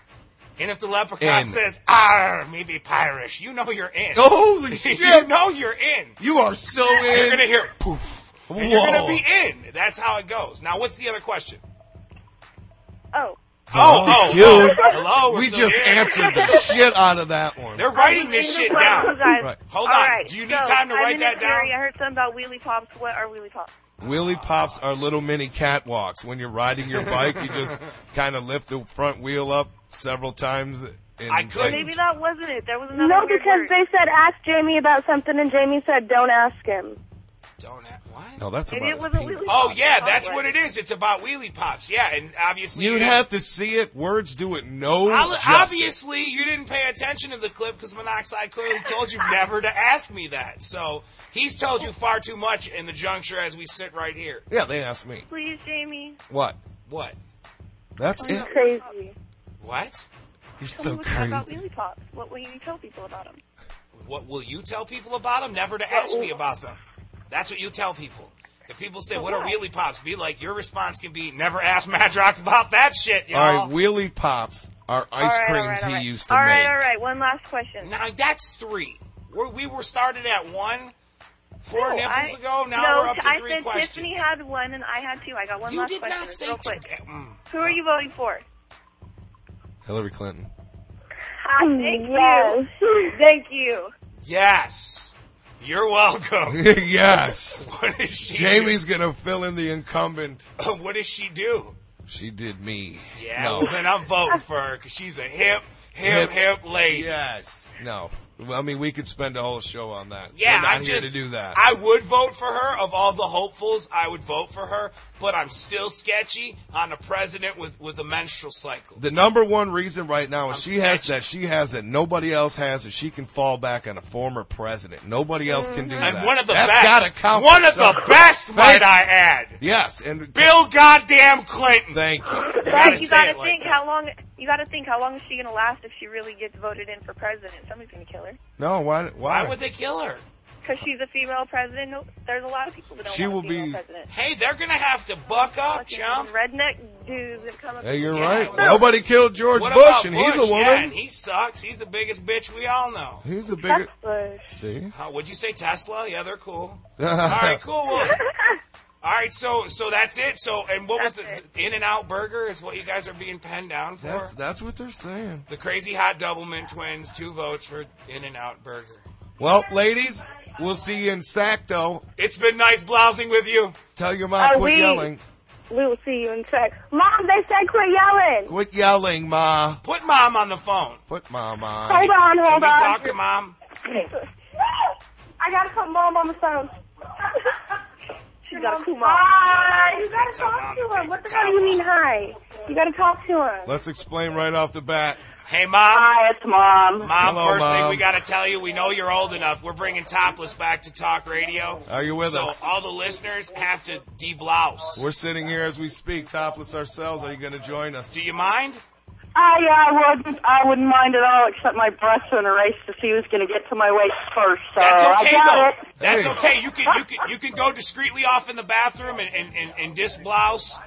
And if the leprechaun In. says, "Arr, me be Pirish," you know you're in. Holy shit! you know you're in. You are so You're in. going to hear poof. And you're going to Whoa. be in. That's how it goes. Now, what's the other question? Oh, Oh, oh, dude. oh. hello. we're we still just here. answered the shit out of that one. They're writing this shit down. Right. Hold All on. right, Do you need so, time to I'm write in that a hurry. down? I heard something about wheelie pops. What are wheelie pops? Wheelie pops are little mini catwalks. When you're riding your bike, you just kind of lift the front wheel up several times. And, I couldn't. Maybe that wasn't it. There was another No, weird because word. they said ask Jamie about something, and Jamie said don't ask him. Don't a- what? No, that's Maybe about it his wasn't penis. wheelie Oh pops. yeah, Oh, that's right. what it is. It's about wheelie pops. Yeah, and obviously You'd didn't- have to see it. Words do it no Ob- justice. Obviously, you didn't pay attention to the clip because Monoxide clearly told you never to ask me that. So he's told you far too much in the juncture as we sit right here. Yeah, they asked me. Please, Jamie. What? What? That's it. Crazy. What? You're Tell me so what you know about crazy. wheelie pops. What will you tell people about them? What will you tell people about them? Never to ask me about them. That's what you tell people. If people say, "What are wheelie pops?" Be like, your response can be, "Never ask Madrox about that shit, All y'all." right, wheelie pops are ice all right, all creams right, all right. he used to All make. right, all right. One last question. now that's three. We're, we were started at one four No, nipples I- ago. Now no, we're up to I three said questions. Tiffany had one and I had two. I got one you last did question. not say real two- quick. Mm. Who are you voting for? Hillary Clinton. Thank Yes. you. Thank you. Yes. You're welcome. yes. What is she? Jamie's gonna fill in the incumbent. Do? What does she do? She did me. Yeah. No. Well, then I'm voting for her because she's a hip, hip, Hip. hip lady. Yes. No. Well, I mean, we could spend a whole show on that. Yeah, We're not I'm here just to do that. I would vote for her of all the hopefuls. I would vote for her, but I'm still sketchy on the president with with a menstrual cycle. the number one reason right now is I'm she has sketched. that she has that nobody else has is she can fall back on a former president. Nobody else can do that. Mm-hmm. And one of the That's best, gotta count. one for of the something. best, might Thank I add, Yes, and Bill goddamn Clinton. Thank you. gotta But you say gotta it like think that. how long you gotta think how long is she gonna last if she really gets voted in for president? Somebody's gonna kill her No, why? Why, Why would they kill her? because she's a female president. No, there's a lot of people that don't She want will a female be- president. Hey, they're gonna have to buck up, Fucking chump. redneck dudes that come up. Hey, you're Yeah, right. well- Nobody killed George What Bush, about and he's a Bush? woman. Yeah, and he sucks. He's the biggest bitch we all know. He's the biggest. Bush. See, Huh, would you say Tesla? Yeah, they're cool. All right, cool. Well, all right, so so that's it. So and what was That's the, the In and Out Burger is what you guys are being penned down for? that's that's what they're saying. the crazy hot Doubleman twins, two votes for In and Out Burger. Well, ladies, we'll see you in Sacto. It's been nice blousing with you. Tell your mom Are quit we- yelling. We will see you in track. Mom, they said quit yelling. Quit yelling, ma. Put mom on the phone. Put mom on. Hold on, Can hold we talk on. to mom? I gotta put mom on the phone. She's got a cool mom. Hi. You gotta Tell talk Mom to to her. take What her the hell do towel you mean off. hi? You gotta talk to her. Let's explain right off the bat. Hey, mom. Hi, it's mom. Mom, Hello, first thing Mom. we got to tell you, we know you're old enough. We're bringing Topless back to talk radio. Are you with so us? all the listeners have to deblouse. We're sitting here as we speak, topless ourselves. Are you going to join us? Do you mind? I uh, wouldn't, I wouldn't mind at all, except my breasts are in a race to see who's going to get to my waist first. So That's okay I though. got it. That's Hey. okay. You can you can you can go discreetly off in the bathroom and and and, and disblouse.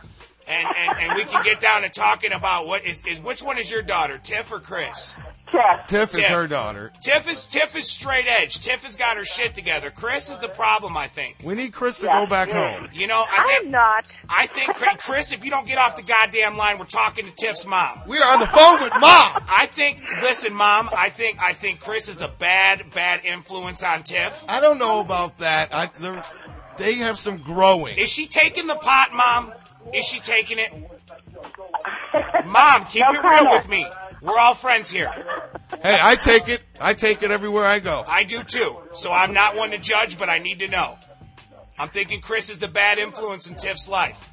And, and, and we can get down to talking about what is, is which one is your daughter, Tiff or Chris? Yes. Tiff is Tiff. her daughter. Tiff is Tiff is straight edge. Tiff has got her shit together. Chris is the problem, I think. We need Chris to Yeah. go back Yeah. home. You know, I I'm think not. I think Chri- Chris, if you don't get off the goddamn line, we're talking to Tiff's mom. We are on the phone with mom. I think listen, mom, I think I think Chris is a bad, bad influence on Tiff. I don't know about that. I, they're- they have some growing. Is she taking the pot, Mom? Is she taking it? Mom, keep No it real comment. with me. We're all friends here. Hey, I take it. I take it everywhere I go. I do too. So I'm not one to judge, but I need to know. I'm thinking Chris is the bad influence in Tiff's life.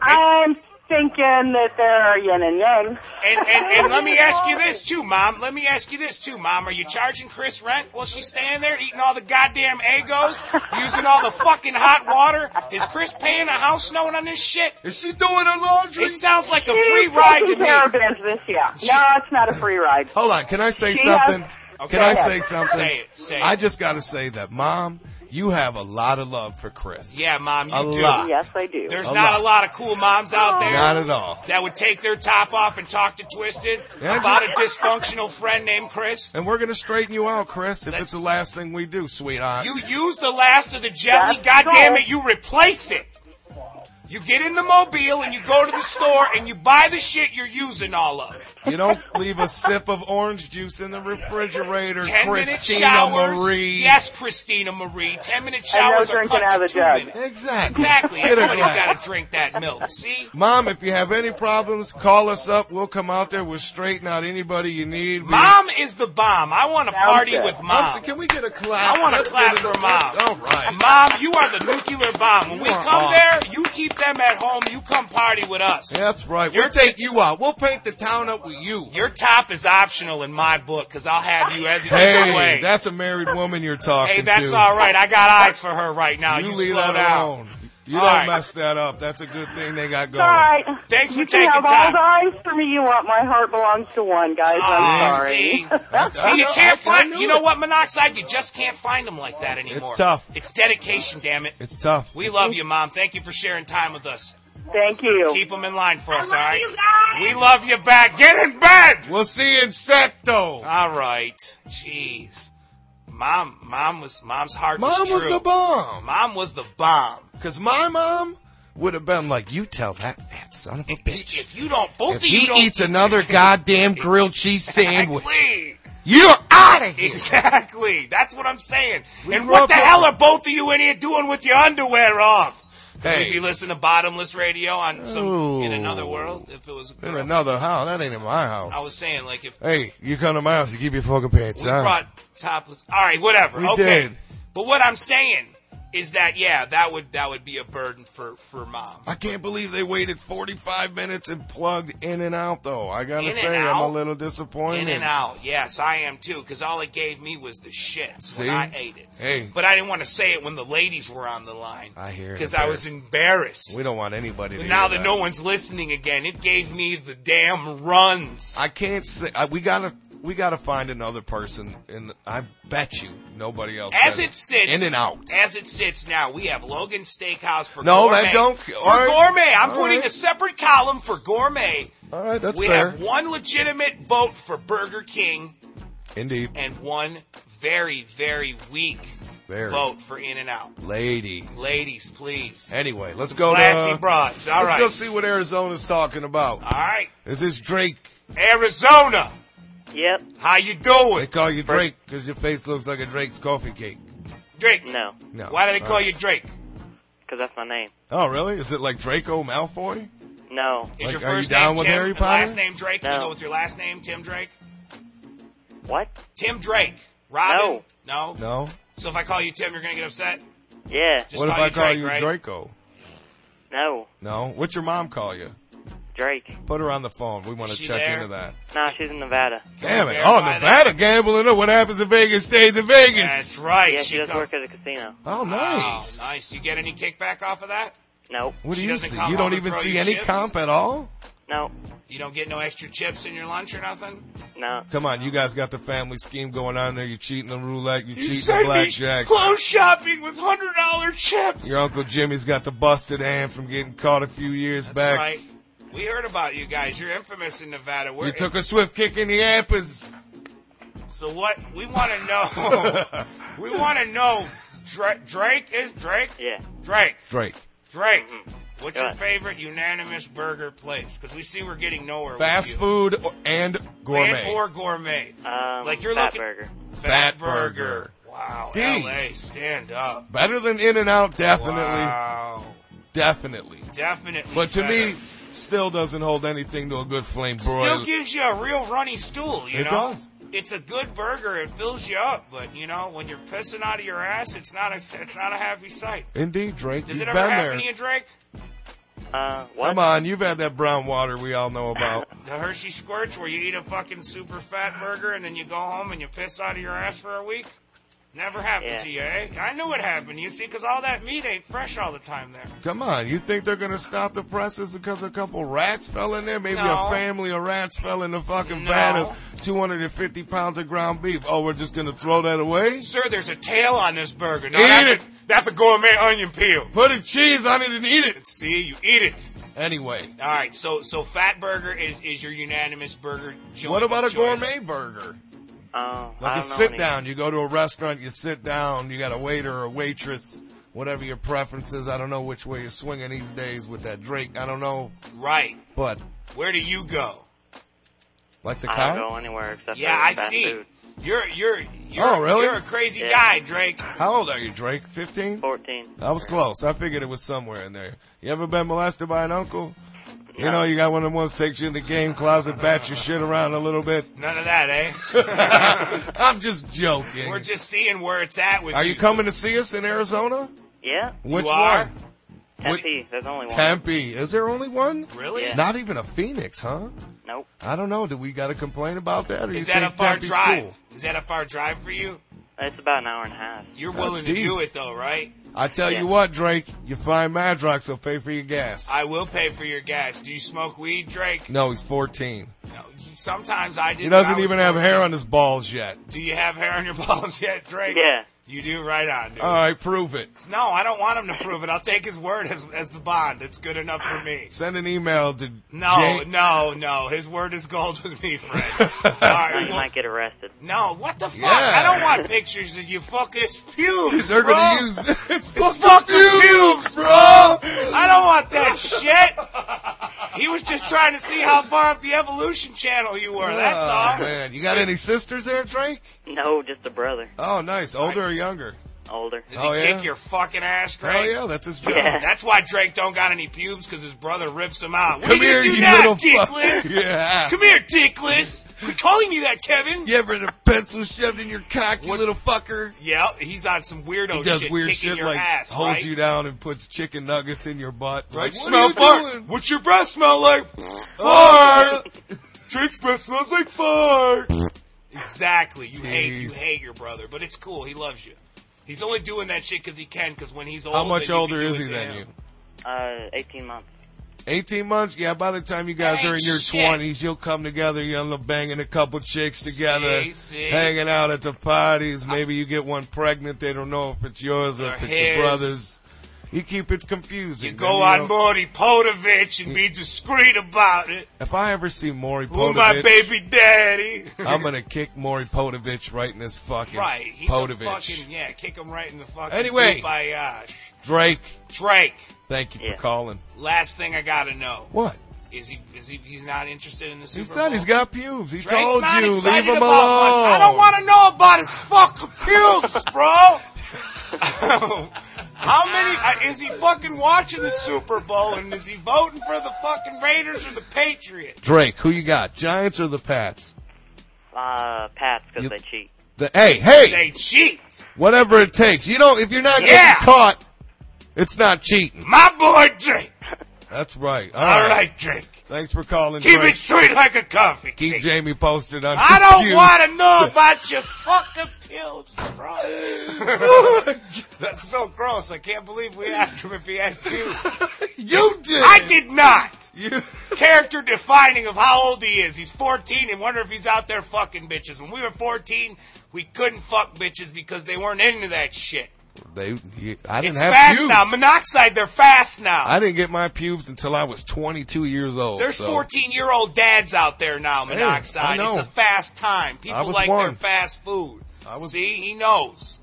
I'm thinking that there are yin and yang. And, and and let me ask you this too, Mom. Let me ask you this too, Mom. Are you charging Chris rent while she's staying there, eating all the goddamn egos, using all the fucking hot water? Is Chris paying a house note on this shit? Is she doing her laundry? It sounds like a free She's ride to taking me. care of business, yeah. No, it's not a free ride. Hold on. Can I say She something? has- Okay. Can I say something? Say it, say it. I just got to say that, Mom, you have a lot of love for Chris. Yeah, Mom, you A do. lot. Yes, I do. There's A not lot. a lot of cool moms out there. Not at all. that would take their top off and talk to Twisted Yeah, about a dysfunctional friend named Chris. And we're going to straighten you out, Chris, if That's- it's the last thing we do, sweetheart. You use the last of the jelly, That's God damn right. it, you replace it. You get in the mobile and you go to the store and you buy the shit you're using all of. You don't leave a sip of orange juice in the refrigerator, Ten minute Christina showers. Marie. Yes, Christina Marie. Ten minute And no showers are drinking cut out to of two the jug. minutes. Exactly. Exactly. Get a Everybody's got glass. to drink that milk. See? Mom, if you have any problems, call us up. We'll come out there. We'll straighten out anybody you need. We- Mom is the bomb. I want to Sounds party good. with Let's- mom. Can we get a clap? I want to Let's clap get for it- mom. All right. Mom, you are the nuclear bomb. When You we are come awesome. there, you keep them at home. You come party with us. That's right. You're we'll take you out. We'll paint the town up with you. Your top is optional in my book because I'll have you either, either Hey, way. that's a married woman you're talking hey, that's to. all right. I got eyes for her right now. You, You, leave slow that down. alone. You All don't right. mess that up. That's a good thing they got It's going. all right. Thanks you for taking can have time. all the eyes for me you want. My heart belongs to one, guys. Aw, I'm sorry. Ah, see, I- I See, you know- can't I- I find. knew You know it. what, monoxide? You just can't find them like that anymore. tough. It's dedication, damn it. It's tough. We love you, mom. Thank you for sharing time with us. Thank you. Keep them in line for us, all love right? you guys. We love you back. Get in bed. We'll see you in Secto. All right. Jeez. Mom, mom was mom's heart Mom was true. was the bomb. Mom was the bomb. Because my mom would have been like, you tell that fat son of a bitch. If you don't, both If of you he don't eats another goddamn grilled cheese sandwich, Exactly. you're out of here. Exactly. That's what I'm saying. We and grew what up the on- hell are both of you in here doing with your underwear off? Hey. We'd be listening to bottomless radio on some in Oh. another world if it was a In girl. another house. That ain't in my house. I was saying like if hey, you come to my house, you keep your fucking pants we on. brought topless. All right, whatever. We okay. did. But what I'm saying is that yeah, that would that would be a burden for for mom. I can't believe they waited 45 minutes and plugged in and out, though. I gotta In and say, I'm a out? little disappointed. In and out. Yes, I am too, because all it gave me was the shits See? when I ate it. Hey. But I didn't want to say it when the ladies were on the line. I hear it, Because I was embarrassed. We don't want anybody But to now hear that that no one's listening again, it gave me the damn runs. I can't say. I, we gotta. We gotta find another person, and I bet you nobody else. as says it sits, in and out. As it sits now, we have Logan Steakhouse for No, gourmet. that don't- for all right. gourmet. I'm All putting right. a separate column for gourmet. All right, that's we fair. have one legitimate vote for Burger King Indeed, and one very, very weak Very. vote for In and Out. lady. Ladies, please. Anyway, let's Some go classy to. uh, broads. All let's right. go see what Arizona's talking about. All right. Is this Drake? Arizona, Yep. how you They doing? call you Drake because your face looks like a Drake's coffee cake. Drake. No. No. Why do they call Uh, you Drake? Because that's my name. Oh, really? Is it like Draco Malfoy? No. Is Like, your are you first down name with Tim Harry and Potter? last name Drake? Can No. we go with your last name, Tim Drake? What? Tim Drake. Robin? No. No. So if I call you Tim, you're going to get upset? Yeah. Just what if call I you call Drake, you right? Draco? No. No. What's your mom call you? Drake. Put her on the phone. We want Is to she check there? into that. Nah, she's in Nevada. Damn we it. Oh, verify that? Nevada gambling. Look what happens in Vegas stays in Vegas. That's right. Yeah, she does come- work at a casino. Oh, nice. Wow, nice. You get any kickback off of that? Nope. What do She you doesn't see? come You home don't and even throw see you any chips? comp at all? Nope. You don't get no extra chips in your lunch or nothing? No. Come on, you guys got the family scheme going on there. You're cheating the roulette. You're You cheating the send me blackjack. clothes shopping with $100 chips. Your Uncle Jimmy's got the busted hand from getting caught a few years That's back. right. We heard about you guys. You're infamous in Nevada. We're You took a swift kick in the apples. So what we want to know, we want to know, Dra- Drake is Drake. Yeah. Mm-hmm. Drake, Drake. Drake. What's Go your on. favorite unanimous burger place? Because we see we're getting nowhere. Fast with food or- and you. gourmet. and or gourmet. Um, Like you're Fat looking- Burger. Fat burger. Wow, Jeez. L.A. Stand up. Better than In and Out, definitely. Wow, Definitely. definitely. But to better. me, still doesn't hold anything to a good flame broiler. still gives you a real runny stool. You It know, does. it's a good burger. It fills you up. But you know, when you're pissing out of your ass, it's not a it's not a happy sight. Indeed, Drake. Does it you've ever been happen there. to you, Drake? Uh, what? Come on, you've had that brown water we all know about. The Hershey Squirts, where you eat a fucking super fat burger and then you go home and you piss out of your ass for a week? Never happened Yeah. to you, eh? I knew it happened, you see, because all that meat ain't fresh all the time there. Come on, you think they're gonna stop the presses because a couple rats fell in there? Maybe No. a family of rats fell in the fucking No. vat of 250 pounds of ground beef. Oh, we're just gonna throw that away? Sir, there's a tail on this burger. No, Eat that's it. A, that's a gourmet onion peel. Put a cheese on it and eat it. See, you eat it. Anyway, All right, so so fat burger is, is your unanimous burger joint. what about a of choice. gourmet burger? Uh, I Like a don't know sit any- down. You go to a restaurant, you sit down, you got a waiter or a waitress, whatever your preference is. I don't know which way you're swinging these days with that Drake. I don't know, Right. but Where do you go? like the I don't cow. go anywhere except Yeah, for I fast see. food. You're you're you're, Oh, really? you're a crazy Yeah. guy, Drake. How old are you, Drake? 15? 14. I was close. I figured it was somewhere in there. You ever been molested by an uncle? You know, you got one of them ones takes you in the game closet, bats your shit around a little bit. None of that, eh? I'm just joking. We're just seeing where it's at with are you. you coming to see us in Arizona? Yeah. Which you are? one? Tempe. There's only one. Tempe. Is there only one? Really? Yeah. Not even a Phoenix, huh? Nope. I don't know. Do we got to complain about that? Or you Is that a think far Tempe's drive? cool? Is that a far drive for you? It's about an hour and a half. You're That's willing to deep. do it though, right? I tell Yeah. you what, Drake, you find Madrox, he'll pay for your gas. I will pay for your gas. Do you smoke weed, Drake? no, he's 14. No. he- Sometimes I do. He doesn't even have hair on his balls yet. Do you have hair on your balls yet, Drake? Yeah. You do right on, dude. All right, prove it. no, I don't want him to prove it. I'll take his word as, as the bond. That's good enough for me. Send an email to No, Jane- no, no. His word is gold with me, friend. All Now right. you well- might get arrested. no, what the fuck? Yeah. I don't want pictures of you fucking pubes. They're bro. gonna use it's It's fucking fucking cubes, pubes, bro. I don't want that shit. He was just trying to see how far up the evolution channel you were. That's Oh, all. Man, you got See, any sisters there, Drake? No, just a brother. Oh, nice. Older or younger? Older. Does he Oh, yeah? kick your fucking ass, Drake? Hell yeah, that's his job. Yeah. That's why Drake don't got any pubes because his brother rips him out. What Come do here, you do you now, little fuck. dickless? Yeah. Come here, dickless. Quit calling me that, Kevin. You ever had a pencil shoved in your cock, you What- little fucker? Yeah, he's on some weirdo He does shit, weird kicking shit your like ass, holds right? you down and puts chicken nuggets in your butt. Right? Like, smell what are you fart. doing? What's your breath smell like? Oh. Fart. Drake's breath smells like fart. exactly. You hate you Jeez. hate your brother, but it's cool. He loves you. He's only doing that shit because he can. Because when he's old, How much then you older can do it is he to than him. you? Uh, 18 months. 18 months? Yeah, by the time you guys Hey, are in your shit. 20s, you'll come together. You'll end up banging a couple chicks together, See, see? hanging out at the parties. Maybe you get one pregnant. They don't know if it's yours or, Or if it's his. your brother's. You keep it confusing. You Then go you on know- Morty Podovich and be discreet about it. If I ever see Maury Who my Podovich, baby daddy? I'm going to kick Maury Podovich right in his fucking right, he's Podovich. a fucking yeah. Kick him right in the fucking Anyway. Kubayaj. Drake, Drake. thank you Yeah. for calling. Last thing I gotta know What? is he is he he's not interested in the Super He said Bowl? he's got pubes. He Drake's told not you, leave excited him alone. about much. I don't want to know about his fucking pubes, bro. How many uh, is he fucking watching the Super Bowl and is he voting for the fucking Raiders or the Patriots? Drake, who you got? Giants or the Pats? Uh, Pats, because You- they cheat. The hey, hey, They cheat. whatever it takes. You don't. If you're not Yeah. getting caught, it's not cheating. My boy Drake. That's right. All All right. right, Drake. Thanks for calling. Keep Drake. it sweet like a coffee Keep cake. Jamie posted on. I don't you. want to know about your fucking pubes, bro. That's so gross. I can't believe we asked him if he had pubes. You did. I did not. You. It's character defining of how old he is. He's 14 and wonder if he's out there fucking bitches. When we were 14, we couldn't fuck bitches because they weren't into that shit. They. you- I didn't It's have fast pubes. now. Monoxide, they're fast now. I didn't get my pubes until I was 22 years old. There's so 14 year old dads out there now, Hey, Monoxide. I know. It's a fast time. I People was like their one. fast food. I was- See, he knows.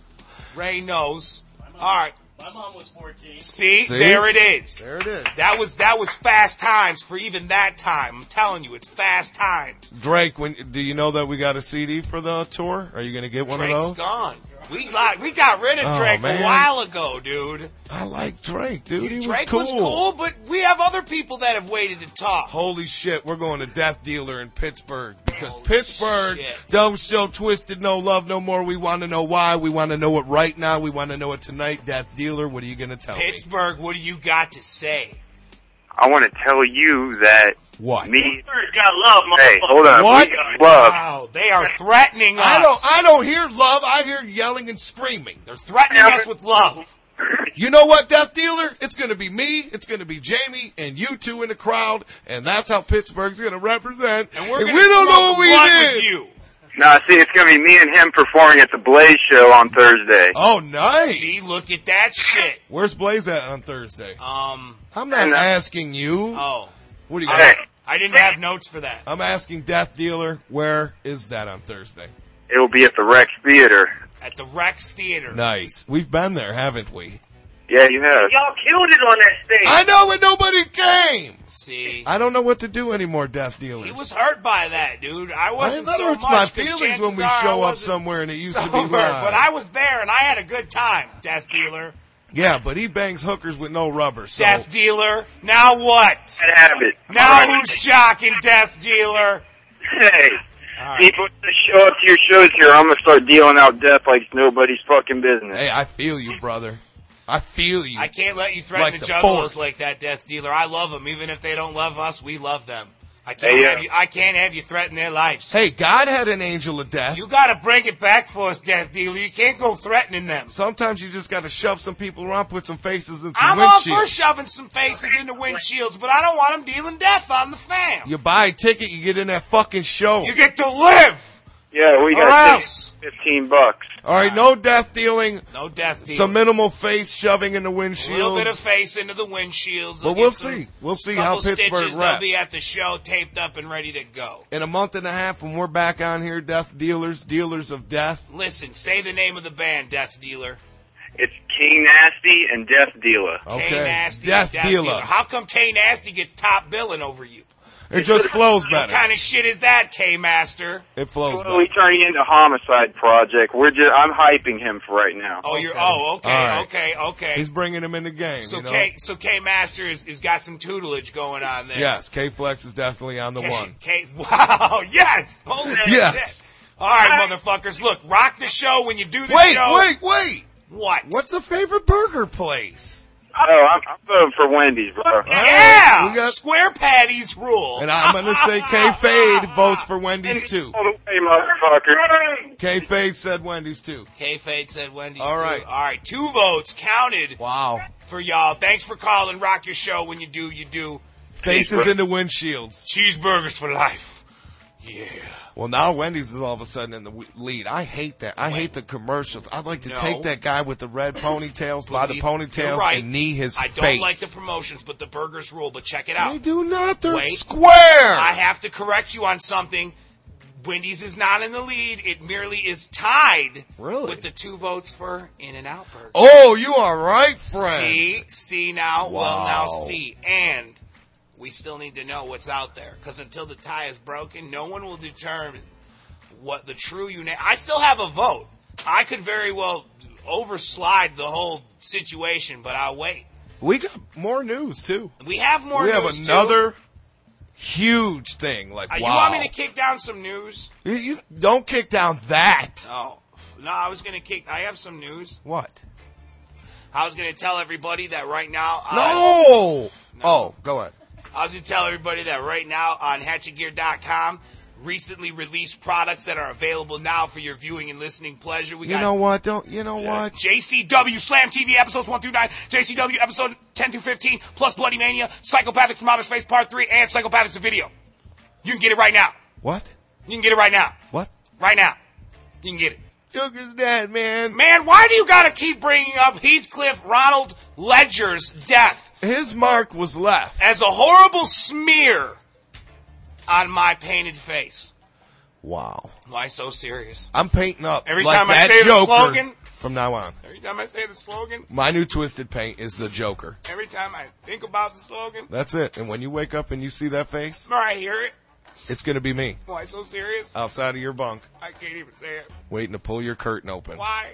Ray knows. All right. My mom was 14. See, See? there it is. There it is. That was that was fast times for even that time. I'm telling you, it's fast times. Drake, when do you know that we got a CD for the tour? Are you going to get one of Drake's those? gone. We like we got rid of Oh, Drake a man. while ago, dude. I like Drake, dude. he Drake was cool. was cool, but we have other people that have waited to talk. Holy shit, we're going to Death Dealer in Pittsburgh because Holy Pittsburgh shit. don't show twisted no love no more. We want to know why. We want to know it right now. We want to know it tonight. Death Dealer, what are you going to Oh. tell me? Pittsburgh, what do you got to say? I want to tell you that What? me. got love, Hey, hold on. What? We got love. Oh, Wow, they are threatening us. I don't I don't hear love. I hear yelling and screaming. They're threatening us with love. You know what, Death Dealer? It's going to be me, it's going to be Jamie and you two in the crowd and that's how Pittsburgh's going to represent. And we're And gonna we don't know smoke what we blunt did. with you. Now, see, it's going to be me and him performing at the Blaze show on Thursday. Oh, nice. See, look at that shit. Where's Blaze at on Thursday? Um, I'm not and, uh, asking you. oh. what do you Hey, got? I didn't have notes for that. I'm asking Death Dealer, where is that on Thursday? it will be at the Rex Theater. At the Rex Theater. Nice. We've been there, haven't we? Yeah, you have. Y'all killed it on that stage. I know, but nobody came. See, I don't know what to do anymore, Death Dealer. he was hurt by that, dude. I I wasn't that so hurts much, my 'cause feelings when chances we are I show up wasn't somewhere and it used to be sober, live. But I was there and I had a good time. Death dealer, yeah, but he bangs hookers with no rubber. So death dealer. Now what? Bad habit. Now All right. who's jocking death dealer? Hey, All right. people that show up to your shows here, I'm going to start dealing out death like it's nobody's fucking business. hey, I feel you, brother. I feel you. I can't let you threaten Like the the juggalos force. like that, Death Dealer. I love them, even if they don't love us. We love them. I can't Hey, yeah. have you. I can't have you threaten their lives. hey, God had an angel of death. You got to bring it back for us, Death Dealer. You can't go threatening them. Sometimes you just got to shove some people around, put some faces in some I'm all windshield. for shoving some faces into windshields, but I don't want them dealing death on the fam. you buy a ticket, you get in that fucking show. You get to live, Yeah, we or got else. 15 bucks. All right, no death dealing. No death dealer. Some minimal face shoving in a the little bit of windshield. face into the windshields. They'll But we'll get some see. We'll see how couple Pittsburgh stitches. They'll reps. be at the show, taped up and ready to go. In a month and a half, when we're back on here, death dealers, dealers of death. Listen, say the name of the band, Death Dealer. It's King Nasty and Death Dealer. K Okay, Nasty, death, dealer. How come K Nasty gets top billing over you? It just flows better. What kind of shit is that, K Master? It flows better. Totally turning into homicide project. We're just I'm hyping him for right now. Oh, you're. Oh, okay, All right. okay, okay. He's bringing him in the game. so you know? K, so K Master is, is got some tutelage going on there. Yes, K Flex is definitely on the one. K, wow, yes, holy Yes. shit. All right, motherfuckers, look, rock the show when you do the Wait, show. wait, wait! What? What's a favorite burger place? Oh, I'm, I'm voting for Wendy's, bro. All right, Yeah, we got- square patties rule. and I'm gonna say K Fade votes for Wendy's too. All the way, motherfucker. K Fade said Wendy's too. K Fade said Wendy's. All too. right. all right, two votes counted Wow. for y'all. Thanks for calling. Rock your show when you do. You do Faces into windshields. cheeseburgers for life. Yeah. Well, now Wendy's is all of a sudden in the w- lead. I hate that. I hate the commercials. I'd like to No. take that guy with the red ponytails by the Believe- ponytails you're right. and knee his I face. don't like the promotions, but the burgers rule. But check it out. They do not. They're Wait. square. I have to correct you on something. Wendy's is not in the lead. It merely is tied Really? with the two votes for In and Out Burger. oh, you are right, friend. See, see now, well now Wow. see, and we still need to know what's out there because until the tie is broken, no one will determine what the true unit. I still have a vote. I could very well overslide the whole situation, but I'll wait. We got more news too. We have more. we have news, too. another huge thing. Like Uh, wow. You want me to kick down some news? You, you- don't kick down that. Oh no, I was gonna kick. I have some news. What? I was gonna tell everybody that right now. uh, No. Oh, go ahead. I was going to tell everybody that right now on hatchetgear.com, recently released products that are available now for your viewing and listening pleasure. We You got know what? Don't. You know what? JCW Slam TV episodes 1 through 9, JCW episode 10 through 15, plus Bloody Mania, Psychopathics from Outer Space Part 3, and Psychopathics the Video. You can get it right now. What? You can get it right now. What? Right now. You can get it. Look at that man. Man, why do you got to keep bringing up Heathcliff Ronald Ledger's death? His mark was left. as a horrible smear on my painted face. Wow. Why so serious? I'm painting up. Every like time I that say the Joker slogan- From now on, Every time I say the slogan, my new twisted paint is the Joker. every time I think about the slogan, That's it. And when you wake up and you see that face, or I hear it, it's gonna be me why so serious? outside of your bunk, I can't even say it. waiting to pull your curtain open. Why?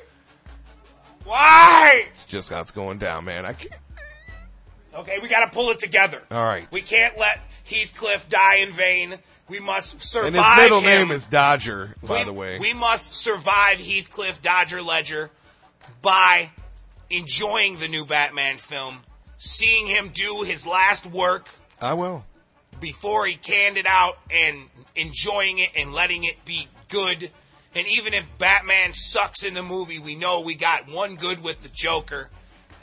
Why? It's just how it's going down, man. I can't. Okay, we got to pull it together. All right. We can't let Heathcliff die in vain. We must survive and his middle him. name is Dodger, by we, the way. We must survive Heathcliff Dodger Ledger by enjoying the new Batman film, seeing him do his last work I will. before he canned it out and enjoying it and letting it be good. And even if Batman sucks in the movie, we know we got one good with the Joker.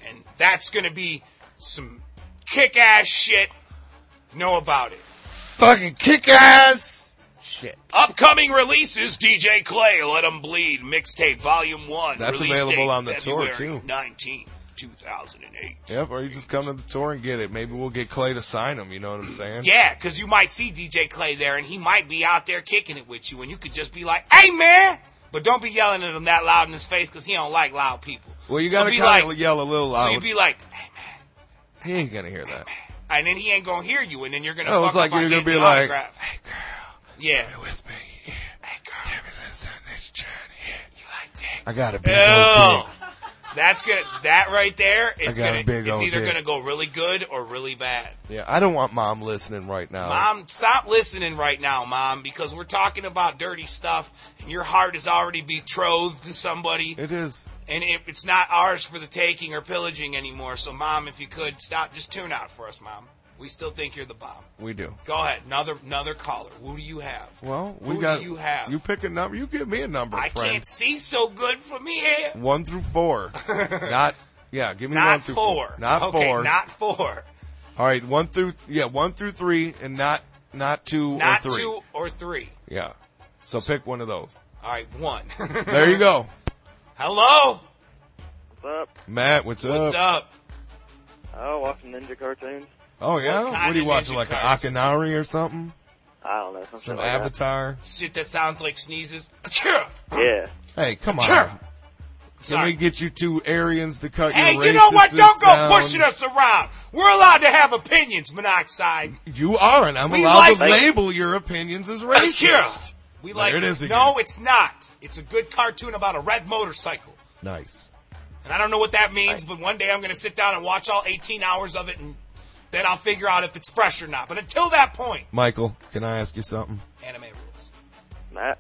And that's going to be some kick ass shit. Know about it. Fucking kick ass. Shit. Upcoming releases: DJ Clay, Let 'Em Bleed, mixtape Volume One. That's release available date, on the tour, February too. Nineteenth, two thousand and eight. Yep, or you just come to the tour and get it. Maybe we'll get Clay to sign him. You know what I'm saying? Yeah, because you might see DJ Clay there, and he might be out there kicking it with you, and you could just be like, "Hey, man!" But don't be yelling at him that loud in his face, because he don't like loud people. Well, you So gotta be kind of like- yell a little So loud. you'd be like, "Hey, man," he ain't gonna hear that. and then he ain't gonna hear you, and then you're gonna. No, fuck it's like up on you're gonna getting be the like, autograph. "Hey girl, "Yeah, with me. hey girl, Listen, it's Johnny. you like that?" I got a big old Ew. dick. That's good. That right there is I got gonna. a big It's old either dick. gonna go really good or really bad. Yeah, I don't want mom listening right now. Mom, stop listening right now, mom, because we're talking about dirty stuff, and your heart is already betrothed to somebody, It is. and it, it's not ours for the taking or pillaging anymore. So, mom, if you could stop, just tune out for us, mom. We still think you're the bomb. We do. Go ahead, another another caller. Who do you have? Well, we Who got. do you have? You pick a number. You give me a number, I friend. can't see so good from here. One through four. not. Yeah, give me one Not through four. Not okay, four. Not four. All right, one through. Yeah, one through three, and not not two Not or three. two or three. Yeah. So pick one of those. All right, one. There you go. Hello. What's up? Matt, what's, What's up? Oh, watching ninja cartoons. Oh yeah, What what, kind do you of watch? ninja Like an cartoon? Akinari or something? I don't know. Something Some like Avatar? Shit that sounds like sneezes. Achoo! That. Yeah. Hey, come on. Sure. Can we get you two Aryans to cut Hey, your you know what? racists Don't go down? pushing us around. We're allowed to have opinions, Monoxide. You aren't. I'm We allowed to like- label your opinions as racist. Here. We There like it is again. No, it's not. It's a good cartoon about a red motorcycle. Nice. And I don't know what that means, but one day I'm going to sit down and watch all 18 hours of it, and then I'll figure out if it's fresh or not. But until that point, Michael, can I ask you something? anime rules. Matt.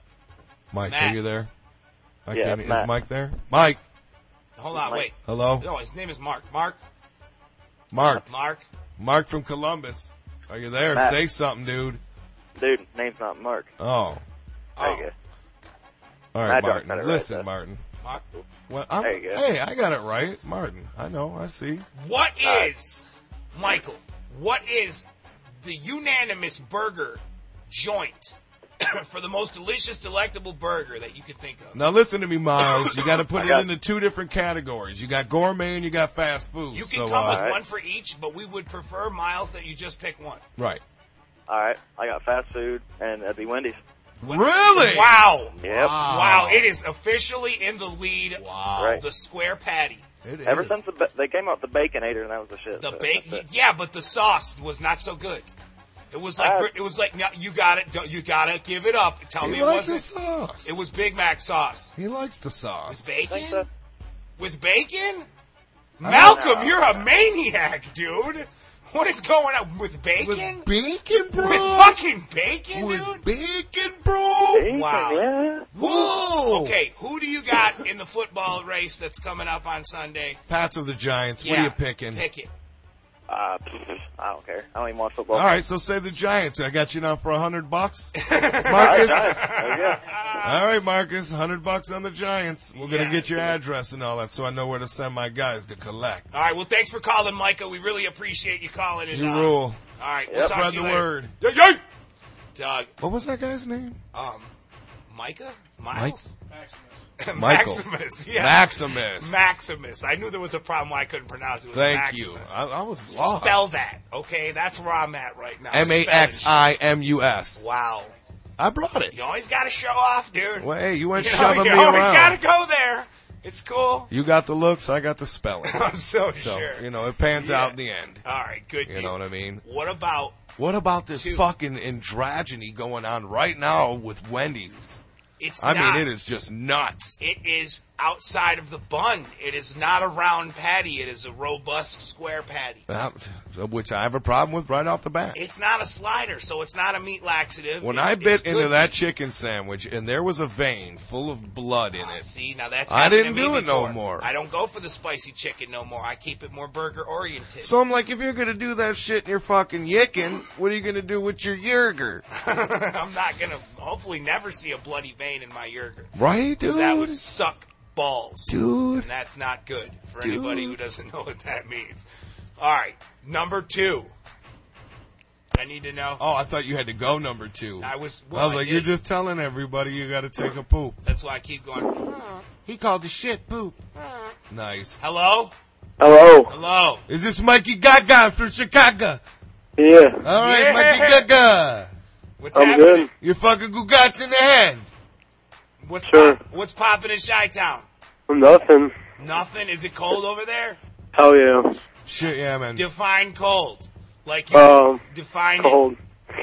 Mike, Matt. are you there? I Yeah, can't- Matt. Is Mike there? Mike, Hold on, wait. Oh, hello? No, his name is Mark. Mark? Mark. Mark? Mark from Columbus. Are you there? Matt. Say something, dude. Dude, name's not Mark. Oh. There you go. All I right, don't Martin. cut it right, Listen, though. Martin. Mark? Well, I'm, There you go. Hey, I got it right. Martin. I know. I see. What is, Michael, what is the unanimous burger joint for the most delicious, delectable burger that you can think of? Now listen to me, Miles. You got to put I it got- into two different categories. You got gourmet and you got fast food. You can so, come uh, with right. one for each, but we would prefer, Miles, that you just pick one. right. All right, I got fast food, and that'd be Wendy's. Really? Wow. Yep. Wow. Wow, it is officially in the lead. Wow. Right. The square patty. It is. Ever since the ba- they came out with the Baconator, and that was the shit. The so bacon, that's it. yeah, but the sauce was not so good. It was like Uh, it was like no, you got it. don't- You gotta give it up. Tell me he it likes the wasn't. sauce. It was Big Mac sauce He likes the with sauce. bacon. Think so? With bacon? Malcolm, know. you're a maniac, dude. What is going on with bacon? With bacon, bro. With fucking bacon, With dude. bacon, bro. Bacon, Wow. Yeah. Whoa. Okay, who do you got in the football race that's coming up on Sunday? Pats of the Giants. Yeah, What are you picking? Pick it. Uh, pff, I don't care. I don't even watch football. All right, so say the Giants. I got you now for a hundred bucks, All right, Marcus. guys, there you go. All right, Marcus, hundred bucks on the Giants. We're gonna Yes. get your address and all that, so I know where to send my guys to collect. All right. Well, thanks for calling, Micah. We really appreciate you calling in. You uh, rule. All right. We'll talk Spread to you the later. word. Yeah, yeah. Doug, What was that guy's name? um, Micah, Miles, Michael. Maximus, yeah, Maximus. Maximus. I knew there was a problem why I couldn't pronounce it. it was Thank Maximus. you. I, I was lost. Spell that, okay? That's where I'm at right now. M a x Spelling i m u s. shit. Wow, I brought it. you always got to show off, dude. Well, hey, you you went know, shoving you me always around. got to go there. It's cool. You got the looks. I got the spelling. I'm so, so sure. you know it pans Yeah. out in the end. All right, good. You deal. know what I mean? What about What about this Two. fucking androgyny going on right now with Wendy's? it's? I not- mean, it is just nuts. It is outside of the bun. It is not a round patty. It is a robust square patty. Uh, which I have a problem with right off the bat. It's not a slider, so it's not a meat laxative. when It's- I bit it's into good that meat. chicken sandwich and there was a vein full of blood in Ah, it, See, now that's I happened to didn't me do it no before. more. I don't go for the spicy chicken no more. I keep it more burger oriented. so I'm like, if you're gonna do that shit in your fucking yicken, what are you gonna do with your yurger? I'm not gonna hopefully never see a bloody vein in my yogurt. Right, 'Cause dude? That would suck balls. Dude. And that's not good for anybody who doesn't know what that means. All right, number two. I need to know. Oh, I thought you had to go number two. I was- I well, was I like, you're did. just telling everybody you gotta take a poop. That's why I keep going. He called the shit poop. Nice. Hello? Hello. Hello? Is this Mikey Gaga from Chicago? Yeah. All Yeah. right, Mikey Gaga. What's I'm happening? good. You're fucking Gugats in the head. What's, Sure. pop- what's popping in Chi Town? Nothing. Nothing. Is it cold over there? Hell yeah. Shit, yeah, man. Define cold. Like you Um, define it. Cold.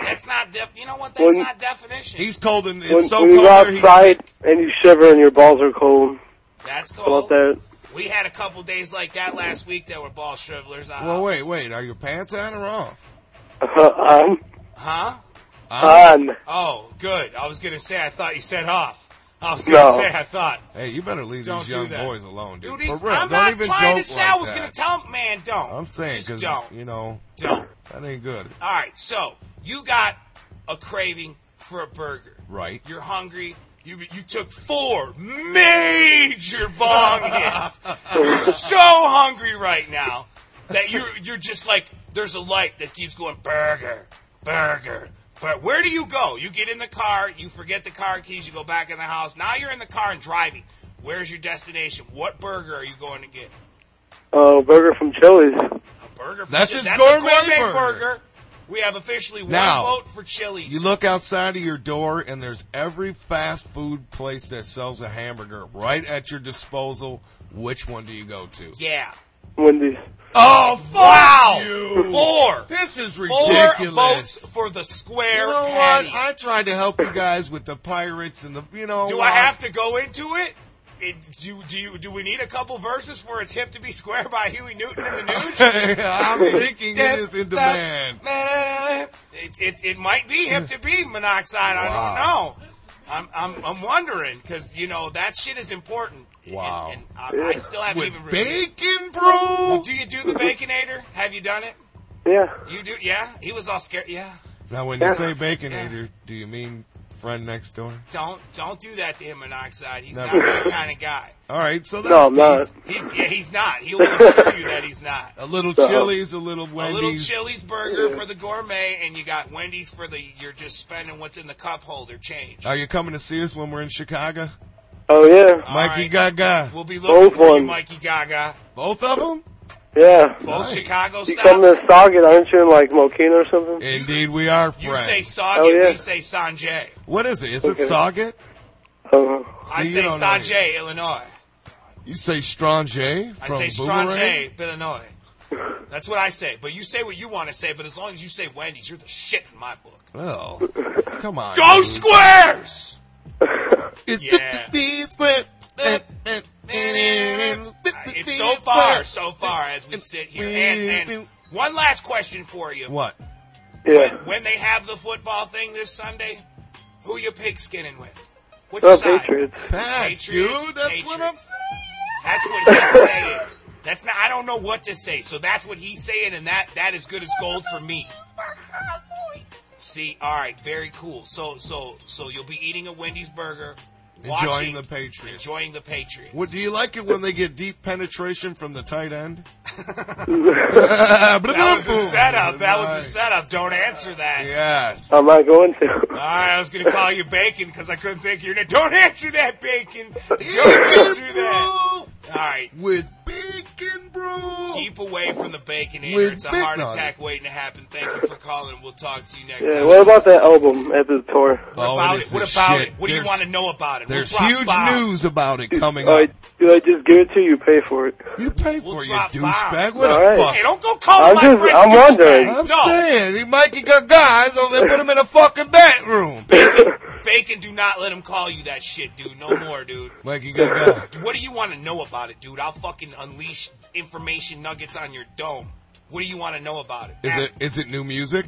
That's not def- you know what? That's When- not definition. He's cold and it's When, so when you cold go there, he's outside and you shiver and your balls are cold. That's How cold. about that? We had a couple days like that last week that were ball shrivelers. Uh, Well, wait, wait. Are your pants on or off? on. Huh? On. Oh, good. I was gonna say I thought you said off. I was gonna No. say I thought. Hey, you better leave Don't these do young that. boys alone, dude. Dude, he's- For real, I'm don't not even trying to joke say like I was that. gonna tell man, don't. I'm saying Just because don't. you know Don't. that ain't good. All right, so you got a craving for a burger. Right. You're hungry. You you took four major bong hits. You're so hungry right now that you're you're just like there's a light that keeps going burger, burger. But where do you go? You get in the car, you forget the car keys, you go back in the house. Now you're in the car and driving. Where's your destination? What burger are you going to get? Uh, burger from Chili's. A burger. From That's Chi- his that's gourmet a gourmet burger. burger. We have officially one Now, vote for Chili. You look outside of your door, and there's every fast food place that sells a hamburger right at your disposal. Which one do you go to? Yeah. Wendy's. Oh, wow! Four. This is Four ridiculous. votes for the square You know what? patty. I tried to help you guys with the pirates and the you know. uh, Do I have to go into it? it do, do you do we need a couple verses for "It's Hip to Be Square" by Huey Newton in the Nuge? I'm thinking it is in demand. It, it, it might be hip to be monoxide. I don't know. I'm I'm, I'm wondering because you know that shit is important. Wow. And, and I, I still haven't With even bacon, bro. Do you do the baconator? Have you done it? Yeah. You do? Yeah. He was all scared. Yeah. Now, when you say bacon eater, do you mean friend next door? Don't don't do that to him, monoxide. He's Never. not that kind of guy. All right, so No, that's I'm not. decent. He's yeah, he's not. He'll assure you that he's not. A little So- Chili's, a little A little Wendy's. Chili's burger for the gourmet, and you got Wendy's for the. You're just spending what's in the cup holder change. Are you coming to see us when we're in Chicago? Oh yeah. All Mikey right. Gaga. We'll be looking Both for you, ones. Mikey Gaga. Both of them? Yeah. Both Chicago You come stops. to Saugat, aren't you in like Mokina or something? Indeed, we are You friends. say Oh, Sanjay, yeah. we say Sanjay. what is it? Is Okay. it Saugat? Uh, I See, say you don't know Sanjay, Illinois. You say Strange I from say Boomerang? Strange, Illinois. That's what I say. But you say what you want to say. But as long as you say Wendy's, you're the shit in my book. Well, Oh, come on. Go dude. Squares! Yeah. It's so far, so far as we sit here. And, and one last question for you. What? yeah. When they have the football thing this Sunday, who you pigskinning with? Which Oh, side? Patriots. Pats, dude. Patriots, That's what I'm Patriots. saying. That's what he's saying. That's not. I don't know what to say. So that's what he's saying, and that that is good as gold for me. See, all right, very cool. So so so you'll be eating a Wendy's burger, Enjoying watching- the Patriots. enjoying the Patriots. What, do you like it when they get deep penetration from the tight end? That was a setup. That was a setup. Don't answer that. Yes. I'm not going to. All right, I was gonna call you Bacon because I couldn't think of your name. Don't answer that, Bacon. Don't answer that. All right, With bacon, bro. keep away from the Bacon With It's a heart bacon. attack waiting to happen. Thank you for calling. We'll talk to you next Yeah. time. What about that album after the tour? What Oh, about it it? is What the about shit. it? What do you There's- want to know about it? We'll There's drop huge bombs. news about it coming I, up. do I just give it to you? Pay for it. You pay We'll for your drop douchebag. bombs. What All right. the fuck? Hey, don't go calling I'm my just- friends I'm wondering. douchebags. I'm no, saying, he Mikey got guys over there, put him in a fucking bathroom. Bacon, do not let him call you that shit, dude. No more, dude. Mikey got guys. What do you want to know about it, dude? I'll fucking unleash information nuggets on your dome. What do you want to know about it? Is Ask- it is it new music?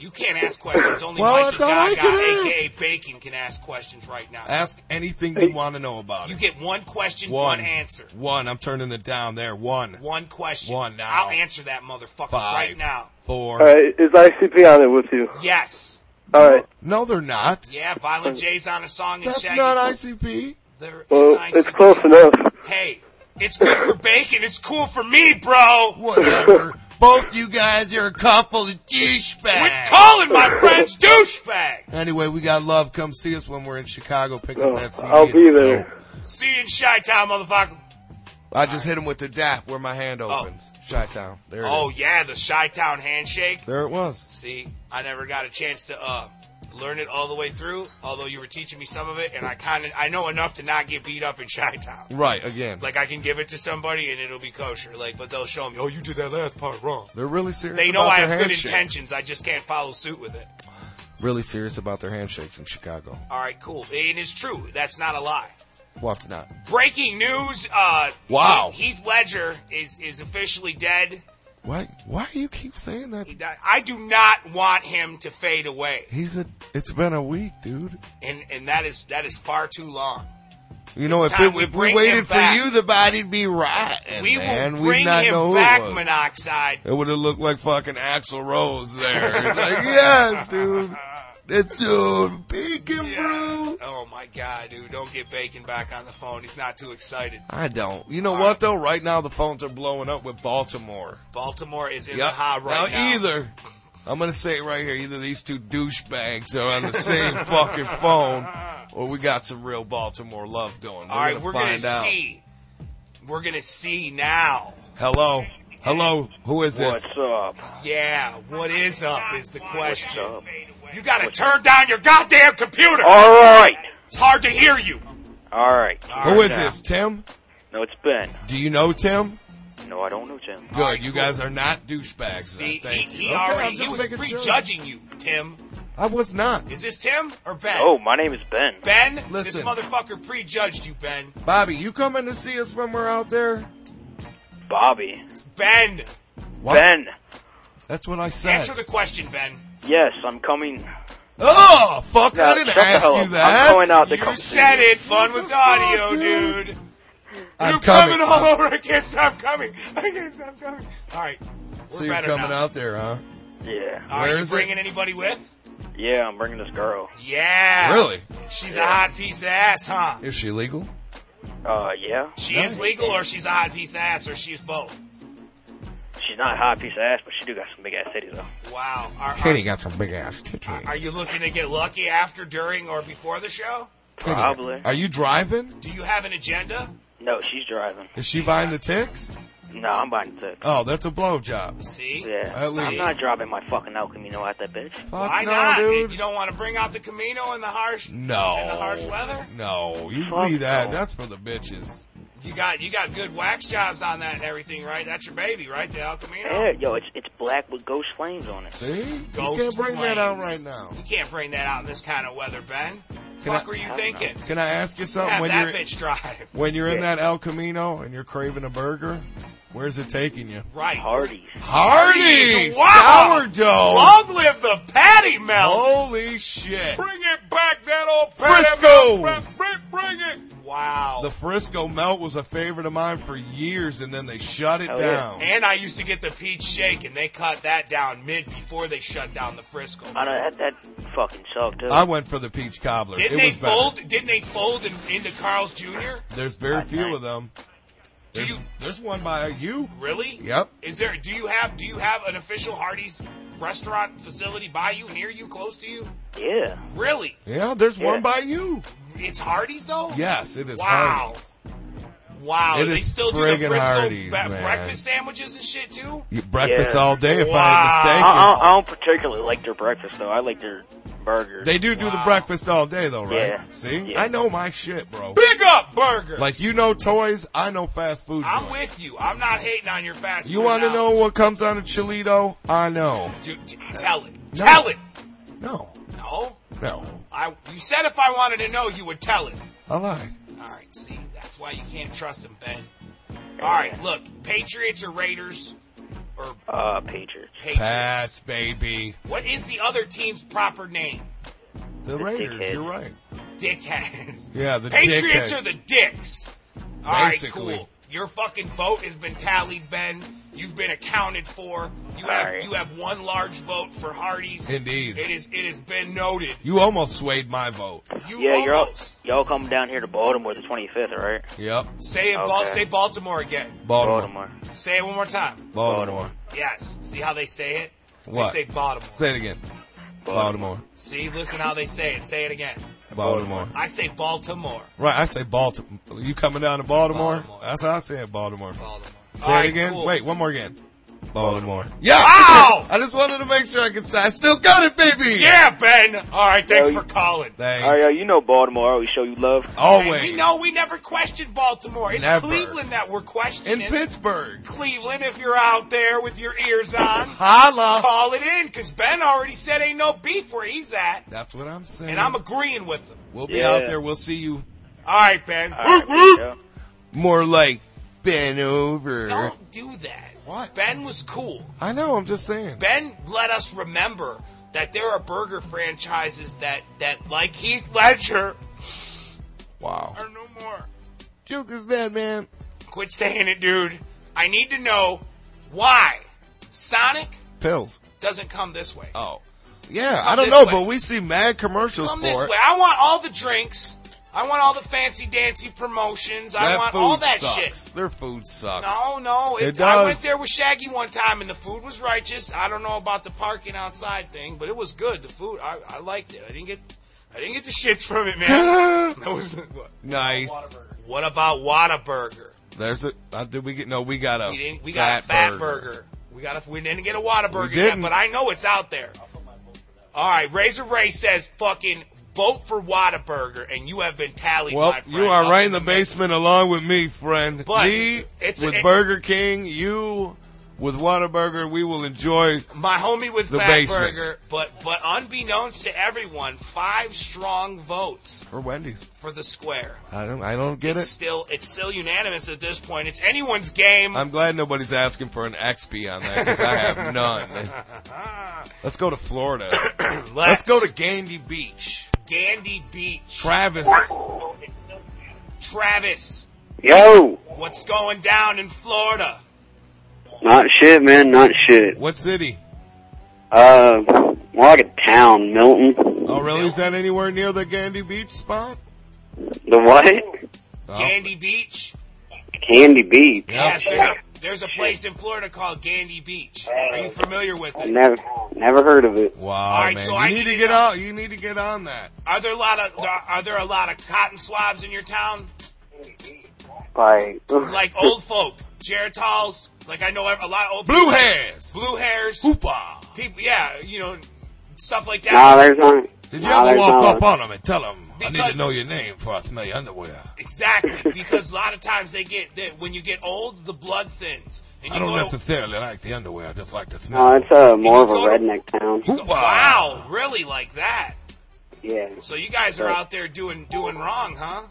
You can't ask questions. Only Well, Mikey I thought I Gaga, could aka Bacon, can ask questions right now. Ask anything you want to know about you it. get one question, One one, answer. One. I'm turning it down there. One, One question. One now. I'll answer that motherfucker five, right now. four. All right. Is ICP on it with you? Yes. All right. No, they're not. Yeah, Violent J's on a song and That's Shaggy. not ICP. They're Well, nice. it's close enough. Hey, it's good for Bacon. It's cool for me, bro. Whatever. Both you guys are a couple of Quit douchebags. calling my friends douchebags. anyway, we got love. Come see us when we're in Chicago. Pick up Oh, that CD. I'll It's be there. dope. See you in Chi Town, motherfucker. I just hit him with the dap where my hand opens. Chi Town. There it is. Oh yeah, the Chi Town handshake. There it was. See, I never got a chance to uh, learn it all the way through, although you were teaching me some of it, and I kind of I know enough to not get beat up in Chi Town. Right, again. Like I can give it to somebody and it'll be kosher. Like, but they'll show me, oh, you did that last part wrong. they're really serious They know about I their have good handshakes. intentions. I just can't follow suit with it. Really serious about their handshakes in Chicago. All right, cool. And it's true. That's not a lie. Well, it's not. Breaking news. Uh, Wow. Heath Ledger is is officially dead. Why? Why do you keep saying that? He died. I do not want him to fade away, He's a. It's been a week, dude. and and that is that is far too long. You know, It's if, time it, we if we bring him waited for back. you, the body'd be rotten. We man. will We'd bring not know him who back, it was. monoxide. It would have looked like fucking Axl Rose there. It's like, yes, dude. It's dude, bacon, Yeah. bro. Oh my god, dude! Don't get Bacon back on the phone. He's not too excited. I don't. You know what though? Right now, the phones are blowing up with Baltimore. Baltimore is in Yep. the high right now. either I'm gonna say it right here, either these two douchebags are on the same fucking phone, or we got some real Baltimore love going. All right, we're gonna find out. see. We're gonna see now. Hello, Hello, who is this? What's up? Yeah, what is up is the question. You gotta turn down your goddamn computer. All right. It's hard to hear you. All right. Who is this? Tim? No, it's Ben. Do you know Tim? No, I don't know Jim. Good. you guys are not douchebags. See, thank He you. Okay, I'm already just he was making sure. prejudging you, Tim. I was not. Is this Tim or Ben? Oh, my name is Ben. Ben, this Listen. motherfucker prejudged you, Ben. Bobby, you coming to see us when we're out there? Bobby. Ben, What? Ben. That's what I said. answer the question, Ben. Yes, I'm coming. Oh, fuck! No, I didn't shut the ask hell you up. that. I'm going out to You come see said it. Fun with audio, dude. I'm You're coming. coming all over. I can't stop coming. I can't stop coming. All right, we're So you're better coming now. out there, huh? Yeah. Are Where you is it? bringing anybody with? Yeah, I'm bringing this girl. Yeah. Really? She's a hot piece of ass, huh? Is she legal? Uh, yeah. She is legal, or she's a hot piece of ass, or she's both. She's not a hot piece of ass, but she do got some big ass titties though. Wow. Are, Katie are, got some big ass titties. are you looking to get lucky after, during, or before the show? Probably. Are you driving? Do you have an agenda? No, she's driving. Is she buying the ticks? No, I'm buying tits. Oh, that's a blowjob. See? Yeah. At least- I'm not driving my fucking El Camino out that bitch. Fuck Why no, not? dude. You don't want to bring out the Camino in the harsh No. in the harsh weather? No, you Fuck leave that. no. That's for the bitches. You got you got good wax jobs on that and everything, right? That's your baby, right? The El Camino. Yeah, yo, it's it's black with ghost flames on it. See? Ghost you can't bring that out right flames. now. You can't bring that out in this kind of weather, Ben. I- Fuck were you thinking? Can I ask you something? Have when that you're bitch drive. when you're in Yeah. that El Camino and you're craving a burger, where's it taking you? Right. Hardy. Hardee's Wow. sourdough. Long live the patty melt. Holy shit! Bring it back, that old patty Frisco. melt. Bring, bring, bring it. Wow. The Frisco melt was a favorite of mine for years, and then they shut it Hell Oh, yeah. down. and I used to get the peach shake, and they cut that down mid before they shut down the Frisco. I know that that fucking sucked too. I went for the peach cobbler. Didn't it they was better. fold? Didn't they fold in, into Carl's Jr.? There's very I few think. of them. Do There's, you- there's one by you. Really? Yep. Is there? Do you have? Do you have an official Hardee's restaurant facility by you, near you, close to you? yeah. Really? Yeah, there's Yeah. one by you. It's Hardee's though. Yes, it is. Wow. Hardee's. Wow. It they is still do the friggin' Frisco Hardee's, ba- man. breakfast sandwiches and shit too. You- breakfast Yeah. all day if Wow. I, I ain't mistaken. I, I don't particularly like their breakfast though. I like their burgers. They do do the Wow. breakfast all day though, right? Yeah. See, Yeah. I know my shit, bro. Big up burger. Like you know toys, I know fast food. I'm joints. with you. I'm not hating on your fast. You food want to now. know what comes on a chilito? I know. Dude, t- tell it. No. Tell it. No, No. no, I. You said if I wanted to know, you would tell it. I lied. All right, see, that's why you can't trust him, Ben. All right, look, Patriots or Raiders or uh Patriots. Patriots. Pats, baby. What is the other team's proper name? The, The Raiders. dickhead. You're right. Dickheads. Yeah, the Patriots dickhead. are the dicks. All right, Basically. cool. Your fucking vote has been tallied, Ben. You've been accounted for. You All have right. you have one large vote for Hardy's. Indeed. It is it has been noted. You almost swayed my vote. You Yeah, you're all, almost y'all coming down here to Baltimore the 25th, right? Yep. say it Bal- Okay. say Baltimore again. Baltimore. Say it one more time. Baltimore. Yes. See how they say it? What? They say Baltimore. Say it again. Baltimore. See, listen how they say it. Say it again. Baltimore. I say Baltimore. Right, I say Baltimore. You coming down to Baltimore? Baltimore. That's how I say it, Baltimore. Baltimore. Say All it right, again. cool. Wait, one more again. Baltimore. Yeah. Wow! I just wanted to make sure I could say. I still got it, baby. Yeah, Ben. All right, thanks Yeah, for calling. Thanks. All right, yo, you know Baltimore. I always show you love. Hey, Always. we know we never questioned Baltimore. It's Never. Cleveland that we're In questioning. Pittsburgh. Cleveland, if you're out there with your ears on, Holla. call it in because Ben already said ain't no beef where he's at, That's what I'm saying. and I'm agreeing with him. we'll be Yeah. out there. We'll see you All right, Ben. All right, yo. more like Ben over. Don't do that. What? Ben was cool. I know. I'm just saying. Ben let us remember that there are burger franchises that that like Heath Ledger Wow. are no more. Joker's dead, man. Quit saying it, dude. I need to know why Sonic Pills. doesn't come this way. Oh. Yeah, Come I don't this know, way. but we see mad commercials come for this it. way. I want all the drinks. I want all the fancy dancy promotions. I That want food all that sucks. shit. Their food sucks. No, no. It, It I does. went there with Shaggy one time, and the food was righteous. I don't know about the parking outside thing, but it was good. The food, I, I liked it. I didn't get, I didn't get the shits from it, man. that was, Nice. What about Whataburger? There's a. Uh, did we get? No, we got a. We didn't. We got a fat burger. We got a, We didn't get a Whataburger We yet, didn't. but I know it's out there. All right, Razor Ray says, "Fucking vote for Whataburger," and you have been tallied. Well, my friend. you are Up right in the basement along with me, friend. But me it's- with it- Burger King, you with Whataburger. We will enjoy My homie with the Fatburger, basement but but unbeknownst to everyone, five strong votes or Wendy's. for the square. I don't. I don't get it's it. Still, it's still unanimous at this point. It's anyone's game. I'm glad nobody's asking for an XP on that because I have none. Let's go to Florida. Let's, go to Gandy Beach. Gandy Beach. Travis. Travis, Yo, what's going down in Florida? not shit, man, not shit. What city? Uh, more like a town, Milton. Oh, really? Is that anywhere near the Gandy Beach spot? The what? Oh. Gandy Beach. Candy Beach. Yes, there's a, there's a place in Florida called Gandy Beach. Are you familiar with it? Never, never heard of it. Wow, man. so You I need need to to get know. on. You need to get on that. Are there a lot of are there a lot of cotton swabs in your town? Like, Like old folk, Geritals. Like I know a lot of old Blue people- hairs. blue hairs, Hoopa. people. Yeah, you know stuff like that. Nah, there's not. Did you nah, ever there's walk not. up on them and tell them, "I need Because- to know your name before I smell your underwear"? Exactly, because a lot of times they get that when you get old, the blood thins, and I you don't go to necessarily like the underwear. I just like the smell. No, it's uh, more of a redneck town. wow, really like that. Yeah. So you guys are Right. out there doing doing wrong, huh?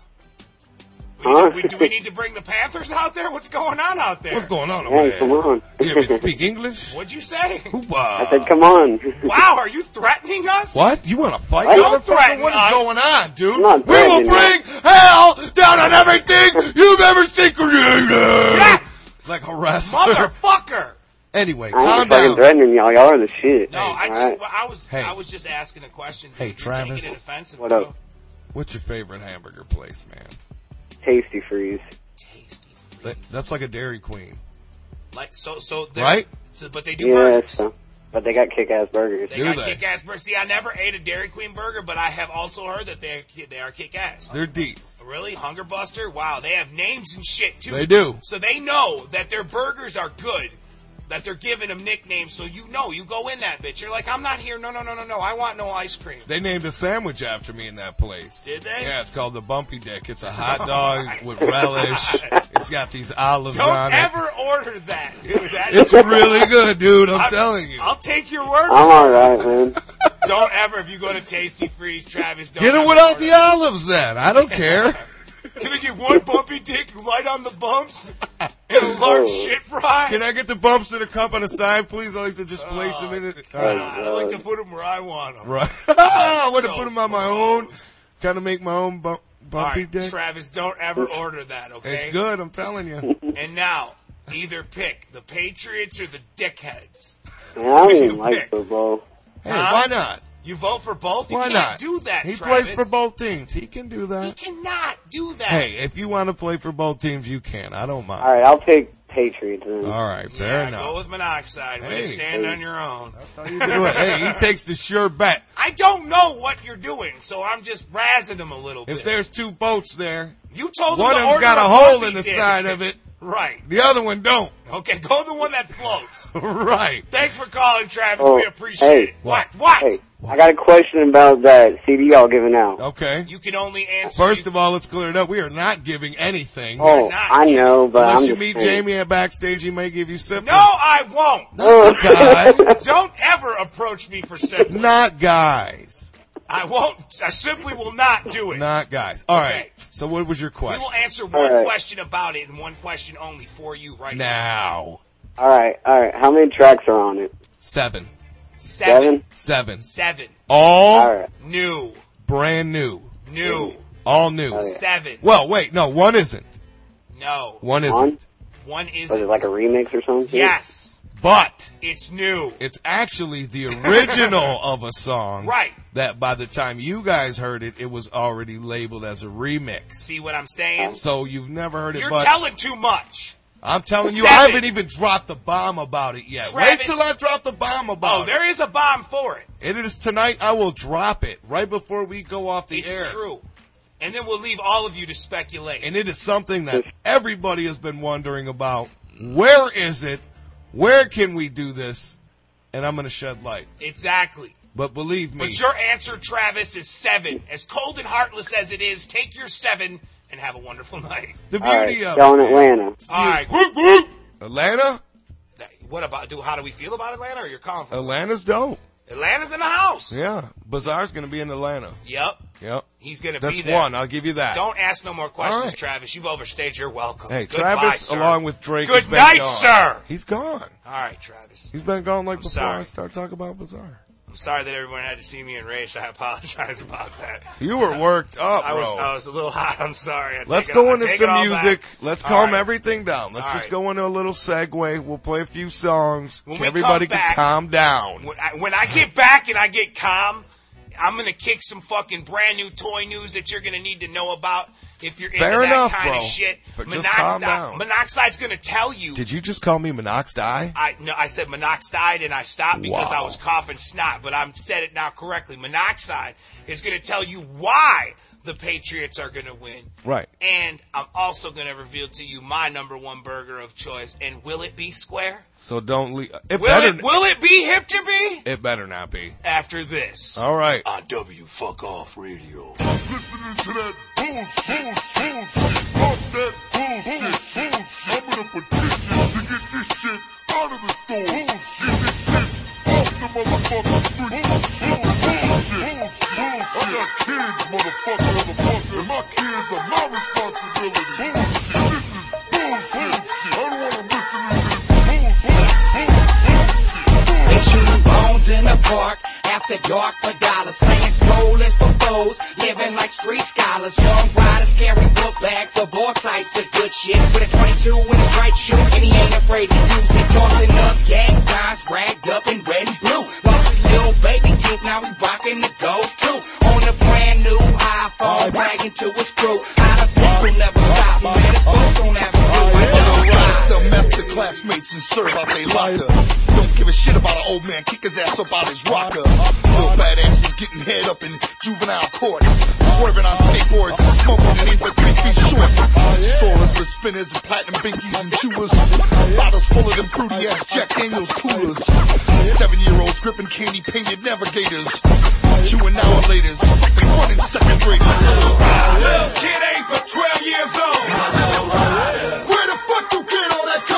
Huh? We, do we need to bring the Panthers out there? What's going on out there? What's going on over Hey, come there? on. You even speak English? What'd you say? I Hoopa. said, come on. Wow, are you threatening us? What? You want to fight? What? Don't motherfucker? threaten What is us. going on, dude? I'm not We threatening will you. bring hell down on everything you've ever seen created. Yes, Like a wrestler. motherfucker. Anyway, I ain't calm fucking down. threatening y'all. Y'all are the shit. No, I just Alright. well, I was Hey. I was just asking a question. Hey, You're Travis. taking it offensive, What bro. up? What's your favorite hamburger place, man? Tasty freeze. Tasty. That, that's like a Dairy Queen. Like so so they're- Right? So, but they do Yeah, burgers. so. But they got kick-ass burgers. They Do got they? kick ass burgers. See, I never ate a Dairy Queen burger, but I have also heard that they they are kick ass. They're deets. Really, Hunger Buster? Wow, they have names and shit too. They do. So they know that their burgers are good. That they're giving them nicknames, so you know you go in that bitch. You're like, I'm not here. No, no, no, no, no. I want no ice cream. They named a sandwich after me in that place. Did they? Yeah, it's called the Bumpy Dick. It's a hot dog with relish. It's got these olives Don't on it. ever order that, dude. That It's really good, dude. I'm I- telling you. I'll take your word. I'm alright, man. Don't ever, if you go to Tasty Freeze, Travis, don't Get it ever without order the olives then. I don't care. that. Can I get one bumpy dick, light on the bumps, and a large Oh. shit fry? Can I get the bumps in a cup on the side, please? I like to just place them in it. All right. Oh, God, I like to put them where I want them. Right. Oh, I want to so put them on my own. gross. Kind of make my own bump, All bumpy right, dick. Travis, don't ever order that, okay? It's good, I'm telling you. And now, either pick the Patriots or the dickheads. Man, I don't You even like pick. football. Hey, Huh? why not? You vote for both? You Why can't not? do that, He Travis. plays for both teams. He can do He that. cannot do that. Hey, if you want to play for both teams, you can. I don't mind. Alright, I'll pick Patriots, man. All right, fair yeah, enough. go with monoxide. Way Hey. to stand on your own. You do it. Hey, he takes the sure bet. I don't know what you're doing, so I'm just razzing him a little bit. If there's two boats there, You told one him of to them's order got a hole in the side of it, Right. the other one don't. Okay, go the one that floats. right. Thanks for calling, Travis. Oh, we appreciate hey. it. What? What? Hey, I got a question about that CD y'all giving out. Okay. You can only answer. First of all, let's clear it up. We are not giving anything. Oh, not I know, but I'm Unless you just meet saying. Jamie at backstage, he may give you syphilis. no, I won't. Oh. Not guys. Don't ever approach me for syphilis. Not guys. I won't. I simply will not do it. Not guys. All right. Okay. So what was your we question? will answer one right. question about it and one question only for you right now. Now. Alright, alright. How many tracks are on it? Seven. Seven. Seven? Seven. Seven. All Alright. New. brand new. New. All Oh, new. Seven. Well, wait. No, one isn't. No. One isn't. On? One Was it isn't. like a remix or something? Yes. But It's new. it's actually the original of a song. Right. That by the time you guys heard it, it was already labeled as a remix. See what I'm saying? Oh. So you've never heard it, You're but telling too much. I'm telling you, I Seven. haven't even dropped the bomb about it yet. Travis- Wait till I drop the bomb about Oh, there is a bomb for it. it. It is tonight. I will drop it right before we go off the It's air. true. and then we'll leave all of you to speculate. And it is something that everybody has been wondering about. Where is it? Where can we do this? And I'm going to shed light. Exactly. But believe me, But your answer, Travis, is seven. As cold and heartless as it is, take your seven and have a wonderful night. the All right, beauty of down in Atlanta. All right. Atlanta, What about do? How do we feel about Atlanta? Or you're calling from Atlanta's dope. Atlanta's in the house. Yeah, Bazaar's going to be in Atlanta. Yep. Yep, He's gonna that's be there. one. I'll give you that. Don't ask no more questions, All right. Travis. You've overstayed. You're welcome. hey, Goodbye, Travis, sir. along with Drake. Good has been night, gone. sir. He's gone. All right, Travis. He's been gone like I'm before sorry. I start talking about Bazaar. I'm sorry that everyone had to see me enraged. I apologize about that. You were worked up, I bro. was I was a little hot. I'm sorry. I Let's take it- go I into take it some all back. music. Let's All calm right. everything down. Let's All just right. go into a little segue. We'll play a few songs. When we Everybody come can back- calm down. When I, when I get back and I get calm, I'm gonna kick some fucking brand new toy news that you're gonna need to know about if you're into Fair that enough, kind of bro. shit. But just calm down. Monoxide's gonna tell you. Did you just call me Monoxide? I no, I said monoxide and I stopped because Wow. I was coughing snot, but I'm said it now correctly. Monoxide is gonna tell you why the Patriots are gonna win. Right. And I'm also going to reveal to you my number one burger of choice. And will it be square? So don't leave. It Will better. it will it be hip to be? it better not be. After this. All right. On W Fuck Off Radio. They shooting bones in the park after dark for dollars. Saying school is for fools, living like street scholars. Young riders carry book bags of all types of good shit. With a 22 in his right shoe, and he ain't afraid to use it. Tossing up gang signs, ragged up in red and blue. Lost his little baby tooth, now he rocking the ghost too. On a brand new iPhone, bragging to his crew. How the people never stop, man. It's folks on that Sell meth to classmates and serve out they locker. Don't give a shit about an old man, kick his ass up out his rocker. Little fat asses getting head up in juvenile court. Swerving on skateboards and smoking and ain't but three feet short. Strollers with spinners and platinum binkies and chewers. Bottles full of them fruity ass Jack Daniels coolers. Seven year olds gripping candy painted navigators. Chewing hour-laters, fucking one and second graders. Kid ain't but 12 years old. Where the fuck you get all that gold?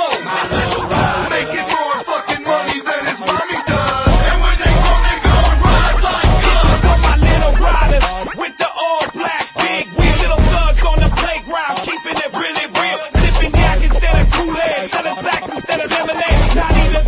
Making more fucking money than his mommy does. And when they go, they gon' ride like us. For my little riders with the all black big wheel. Little thugs on the playground, keeping it really real. Sipping yak instead of Kool Aid, selling sacks instead of lemonade. Not even 13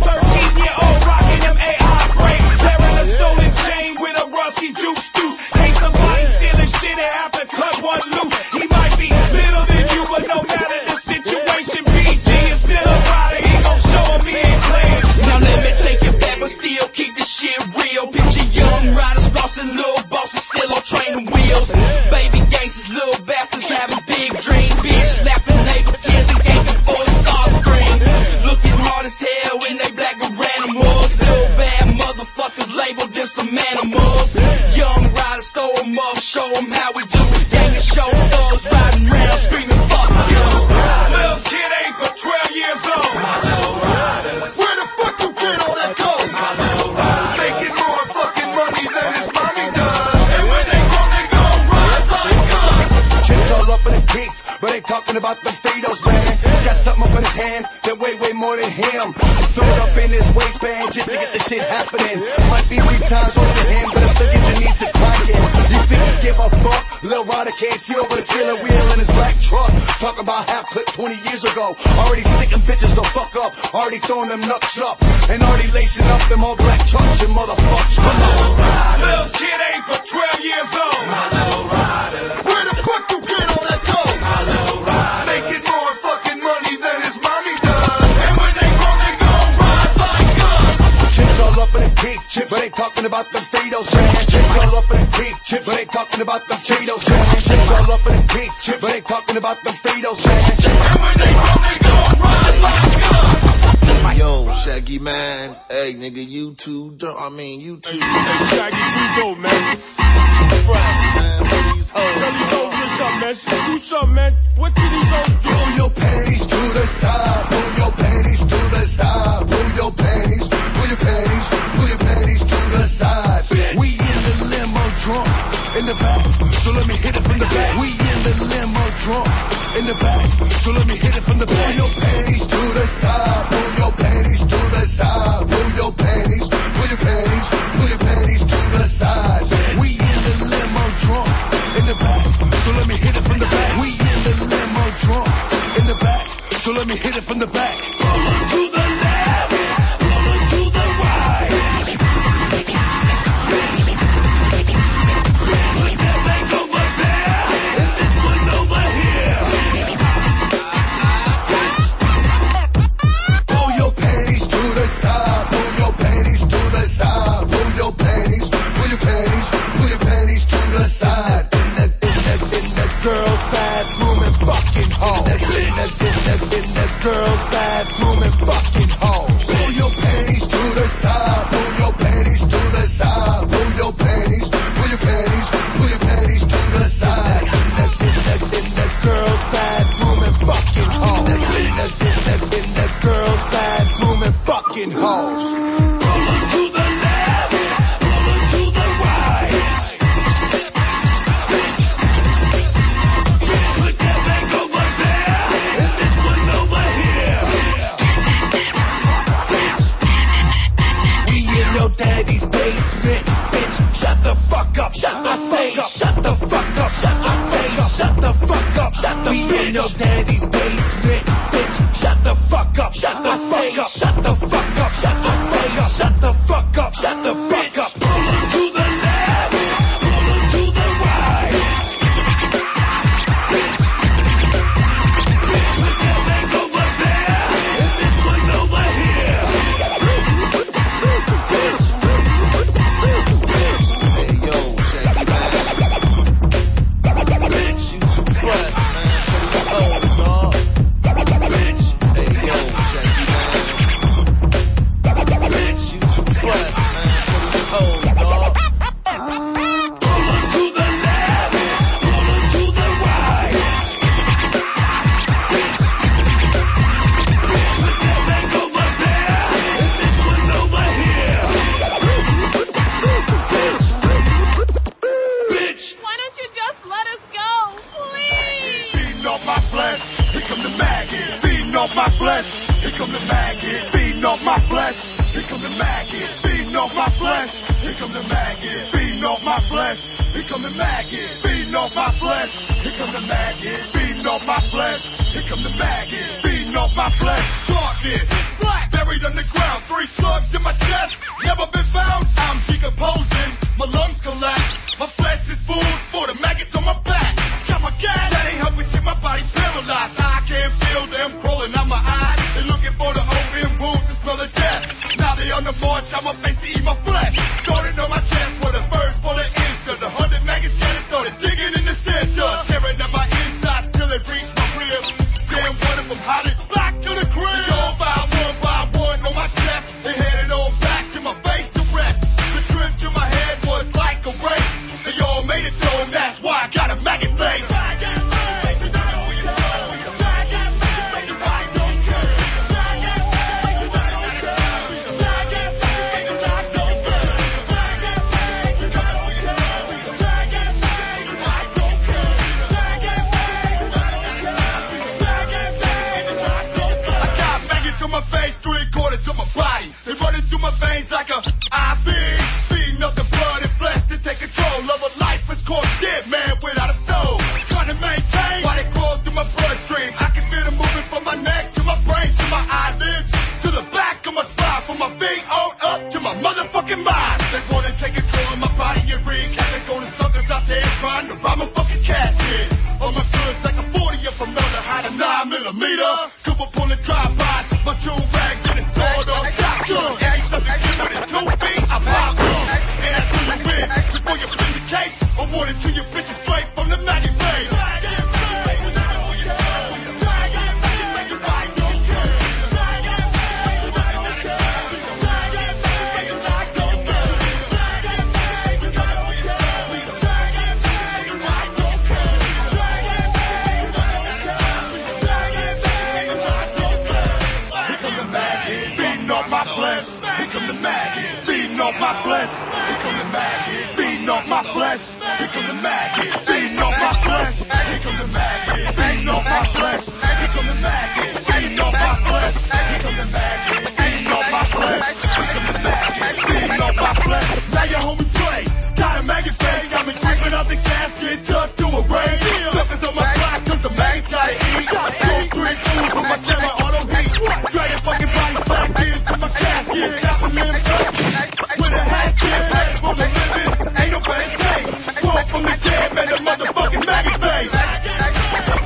year old rocking them AI brakes. Wearing a stolen chain with a rusty juice juice. Ain't somebody stealing shit and have to cut one loose. He might be little than you, but no matter the situation, PG is still a rider. He gon' show him he ain't playing. Now let me take it back, but still keep this shit real. Picture young riders, lost and little bosses, still on training wheels. Baby gangsters, little bastards, having big dreams. Bitch slapping neighbor kids and gaping for a star screen. Looking hard as hell when they black animals. Little bad motherfuckers labeled them some animals. Young riders, throw 'em off, show 'em how we do it. Gang of show thugs riding round, screaming fuck you. Little kid ain't but 12 years old. Where the fuck you get all that gold? Making more fucking money than his mommy does. And when they go, they gon' ride like us. Chips all up in the teeth, but ain't talking about the Fidos, man. Got something up in his hand that weigh way more than him. Throw it up in his waistband just to get this shit happening. Might be three times over the hand, but I still get your knees to cracking. You think you give a fuck? Lil Rodder can't see over the steering wheel in his black truck. Talk about half clip 20 years ago. Already sticking bitches the fuck up. Already throwing them nuts up. And already lacing up them all black trucks and motherfuckers. Come on. Little kid ain't but 12 years old. My little riders. Where the fuck you get all that gold? Making more fucking money than his mommy does. And when they go, they gon' ride like us. Chips all up in the teeth, chips, but ain't talking about the Fritos. man. Chips all up in the teeth, chips, but ain't talking about the Cheetos. man. Chips all up in the teeth, chips, but ain't talking about the Fritos. man. Yo, Shaggy man, hey nigga, you too, do- I mean you too. Hey, Shaggy too dope, man. Fresh man, baby, you these hoes. Tell these hoes what's up, man. Shit, do something, man. What do these hoes do? Pull your panties to the side. Pull your panties to the side. Pull your panties. Pull your panties. Pull your panties to the side. We in the limo trunk in the back. So let me hit it from the back. We in the limo trunk in the back. So let me hit it from the back. Pull your panties to the side. Pull your panties to the side. Pull your panties. Pull your panties. Pull your panties to the side. We in the limo trunk in the back. So let me hit it from the back. We in the limo trunk in the back. So let me hit it from the back. Rolling to the left, rolling to the right. Put that thing over there, and this one over here. Pull your panties to the side. Pull your panties to the side. Pull your panties. Pull your panties. Pull your panties to the side. In that, in that, in that girl's bathroom and fucking hoes. In that, in that, in that, in that girl's bathroom and fucking hoes. Pull your panties to the side. Pull your panties to the side. Pull your panties. Pull your panties. Pull your panties to the side. In that, in that, in that girl's bathroom and fucking hoes. In that, in that, in that, in that girl's bathroom and fucking hoes. Rolling to the left, rolling to the right. Put that back over there, and this one over here. We in your daddy's basement, bitch. Shut the fuck up. Shut the fuck up. Shut the fuck up. Shut the fuck up. Shut the fuck up. Shut the We in your daddy's basement, bitch. Shut the fuck up. Shut the fuck up. Shut the fuck up. Shut the fuck up. Shut the fuck up. Shut the fuck up. Rolling to the left, rolling to the right. Put that back over there, and this one over here. Hey yo, check it out. Bitch, you too fresh, man. Put it on, dawg. Bitch, hey yo, check it out. Bitch, you too fresh, man. Put it on, dawg. Rolling to the left, rolling to the right. Bitch, put that back over there, and this one over here. Bitch, Why don't you just let us go, please? feeding off my flesh. Here come the maggot, feeding off my flesh. Here come the maggot, feeding off my flesh. Here come the maggot, feeding off my flesh. Here come the maggot, feeding off my flesh. Here come the maggot, feeding off my flesh. Here come the maggot, feeding off my flesh. Here come the maggot, feeding off my flesh. Darkness, black, buried underground. Three slugs in my chest, never been found. I'm decomposing, my lungs collapse. My flesh is food for the maggots on my back. Got my gas, that ain't helping shit. My body's paralyzed. I can't feel them crawling out my eyes. They're looking for the open wounds and smell of death. Now they on the march. I'm a face to eat my flesh. Starting on my chest where the first bullet entered. The hundred maggots cannon started digging in the center, tearing at my insides till it reached my rib. Damn, one of them hollered back to the crib. They All by one by one on my chest. They headed on back to my face to rest. The trip to my head was like a race. They all made it though, and that's why I got a maggot face. I got maggots on my face, three quarters of my body. They running through my veins like a IV. Feeding up the blood and flesh to take control of a life that's called dead man without a soul. Trying to maintain while it crawls through my bloodstream. I can feel them moving from my neck to my brain to my eyelids to the back of my spine. From my being on up to my motherfucking mind. They want to take control of my body and recap it. Going to suckers out there trying to rob my fucking casket. On my goods like a 40 up from Miller, high to 9 millimeter. Cooper pulling drive-bys, my two rags and a sawed-off shotgun. Yeah, you suck a kid with a two-beat, I pop them. And I threw you in before you flip the case. I wanted to your bitches straight from the Maggie face. off my flesh. Here come the maggots, feeding off my flesh. Here come the maggots, feeding off my flesh. Here come the maggots, feeding off my flesh. Here come the maggots, feeding off my flesh. Here come the maggots, feeding off my flesh. Here come the maggots, feeding off my flesh. Now your homie play. Got a maggot face, got me creeping up the casket just to a rain. Something's on my block, cause the maggots gotta eat. Gotta smoke three fools with my semi-auto heat. Drag your fucking body back into my casket. Shot from in with a hat chin, haters from the living. Ain't nobody safe. Born from the dead, man, the motherfucking maggot face.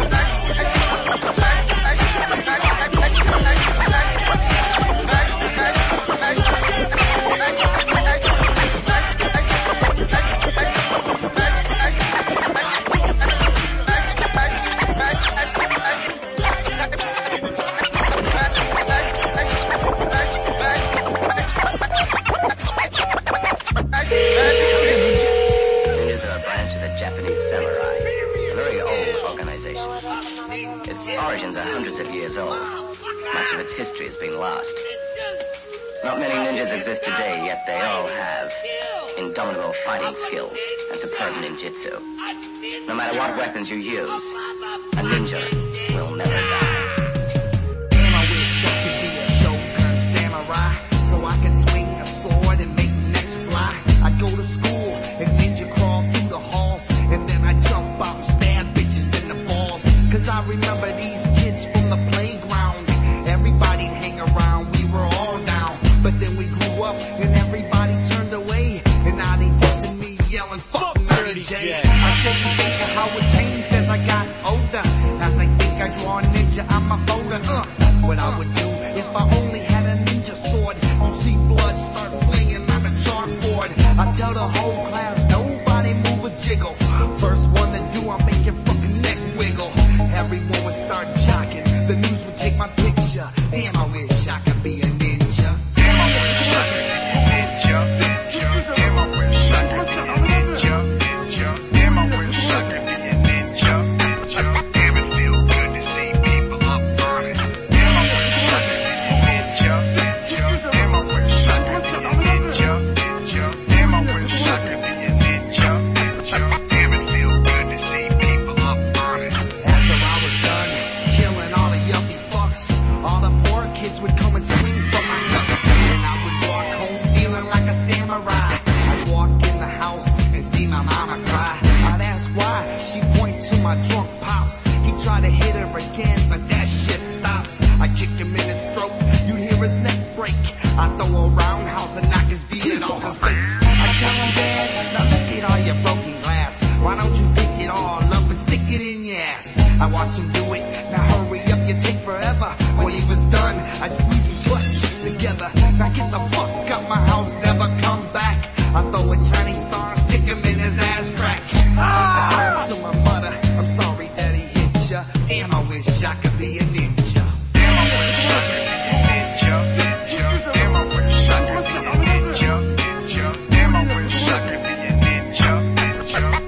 It is a branch of the Japanese samurai, a very old organization. Its origins are hundreds of years old. Much of its history has been lost. Not many ninjas exist today, yet they all have indomitable fighting skills and superb ninjutsu. No matter what weapons you use, a ninja will never die. Shogun samurai, so I can swing a sword and make necks fly. I go to school and ninja crawl through the halls, and then I jump out and stab bitches in the balls. Cause I remember these kids from the playground. Everybody'd hang around, we were all down. But then we grew up and everybody turned away, and now they dissing me, yelling, fuck Mary J. I said, you think of how it changed as I got older. As I think I draw a ninja, I'm a folder. Uh, what I would do if I only had a ninja sword. You see blood start flinging on the chalkboard. I tell the whole class, nobody move a jiggle. First one to do, I'll make your fucking neck wiggle. Everyone would start jocking. The news would take my picture. Damn, I wish I could be a ninja. Damn, I wish I could be a ninja. Damn, I wish I could be a ninja. Damn, I wish I could be a ninja. Damn, it feel good to see people up burning. Damn, I wish I could be a ninja. Damn, I wish I could be a ninja. Damn, I wish I could be a ninja. Damn, it feel good to see people up burning. After I was done killing all the yuppie fucks, all the poor kids would come and swing for my nuts, and I would walk home feeling like a samurai. I'd walk in the house and see my mama cry. I'd ask why. She point to my drunk pops. He tried to hit her again, but that shit stops. I kick him in his throat. You'd hear his neck break. I throw a roundhouse and knock his beard off his face. I tell him, Dad, now look at all your broken glass. Why don't you pick it all up and stick it in your ass? I watch him do it. Now hurry up, you take forever. When he was done, I'd squeeze his butt cheeks together. Now get the fuck out my house, never come back. I throw a Chinese star and stick him in his ass crack. I turn to my mother, I'm sorry that he hit ya. Damn, I wish I could be a ninja. Damn, I wish I could be a ninja. Damn, I wish I could be a ninja. Damn, I wish I could be a ninja.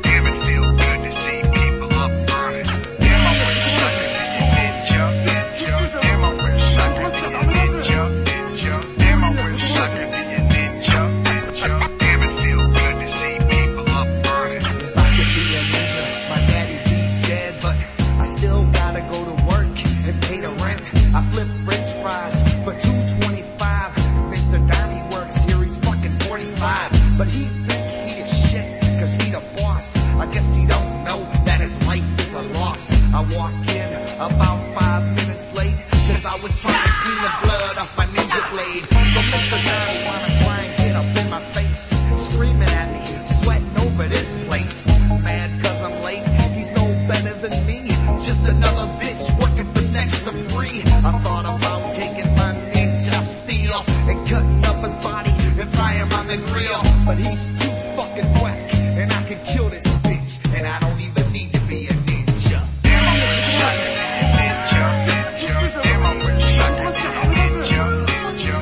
Damn, it feel good to see people up burning. Damn, I wish I could be a ninja. Damn, I wish I could be a ninja. Damn, I wish I could be a ninja. Damn, it feel good to see people up burning. If I could be a ninja, my daddy be dead, but I still gotta go to work and pay the rent. I flip French fries for two twenty-five. Mr. Donnie works here, he's fucking forty-five, but he think he is shit 'cause he the boss. I guess he don't know that his life is a loss. I walk in about five minutes late, 'cause I was trying to clean the blood off my ninja blade. So Mr. Donnie wanna try and get up in my face, screaming at me, sweating over this place. Mad 'cause I'm late, he's no better than me. Just another bitch working for next to free. I thought about taking my ninja steel and cutting up his body and frying him on the grill. But he's too fucking whack, and I could kill this bitch, and I don't even need to be a ninja. Damn, I wish I could be a ninja. Damn, I wish I could be a ninja.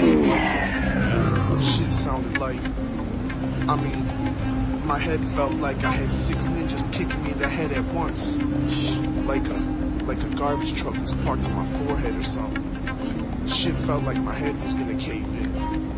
Mm-hmm. sounded like. I mean, my head felt like I had six ninjas kicking me in the head at once. Like a like a garbage truck was parked on my forehead or something. Shit felt like my head was gonna cave in.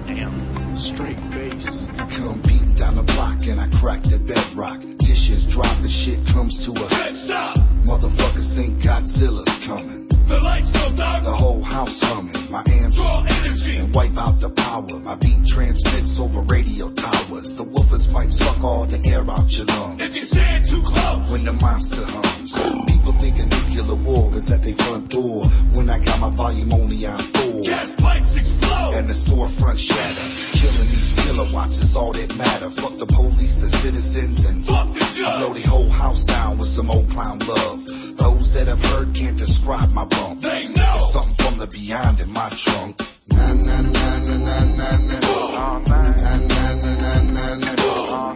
Damn. Straight bass. I come beating down the block and I crack the bedrock. Dishes drop and shit comes to a head stop. Motherfuckers think Godzilla's coming. The lights go dark. The whole house humming. My amps draw energy and wipe out the power. My beat transmits over radio towers. The woofers might suck all the air out your lungs. If you stand too close, when the monster hums, people think a nuclear war is at their front door. When I got my volume only on four, gas pipes explode and the storefront shatter. Killing these kilowatts is all that matter. Fuck the police, the citizens, and fuck the judge. I blow the whole house down with some old clown love. Those that have heard can't describe my bump. They know There's something from the beyond in my trunk. Na na na na na na na. Na na na na na na. Na na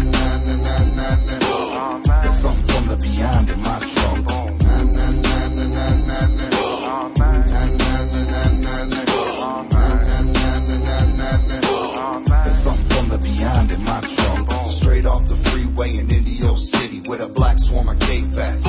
na na na na na. There's something from the beyond in my trunk. Na na na na na na na. Na na na na na na. Na na na na na na na. There's something from the beyond in my trunk. Straight off the freeway in Indio City with a black swarm of gay bats.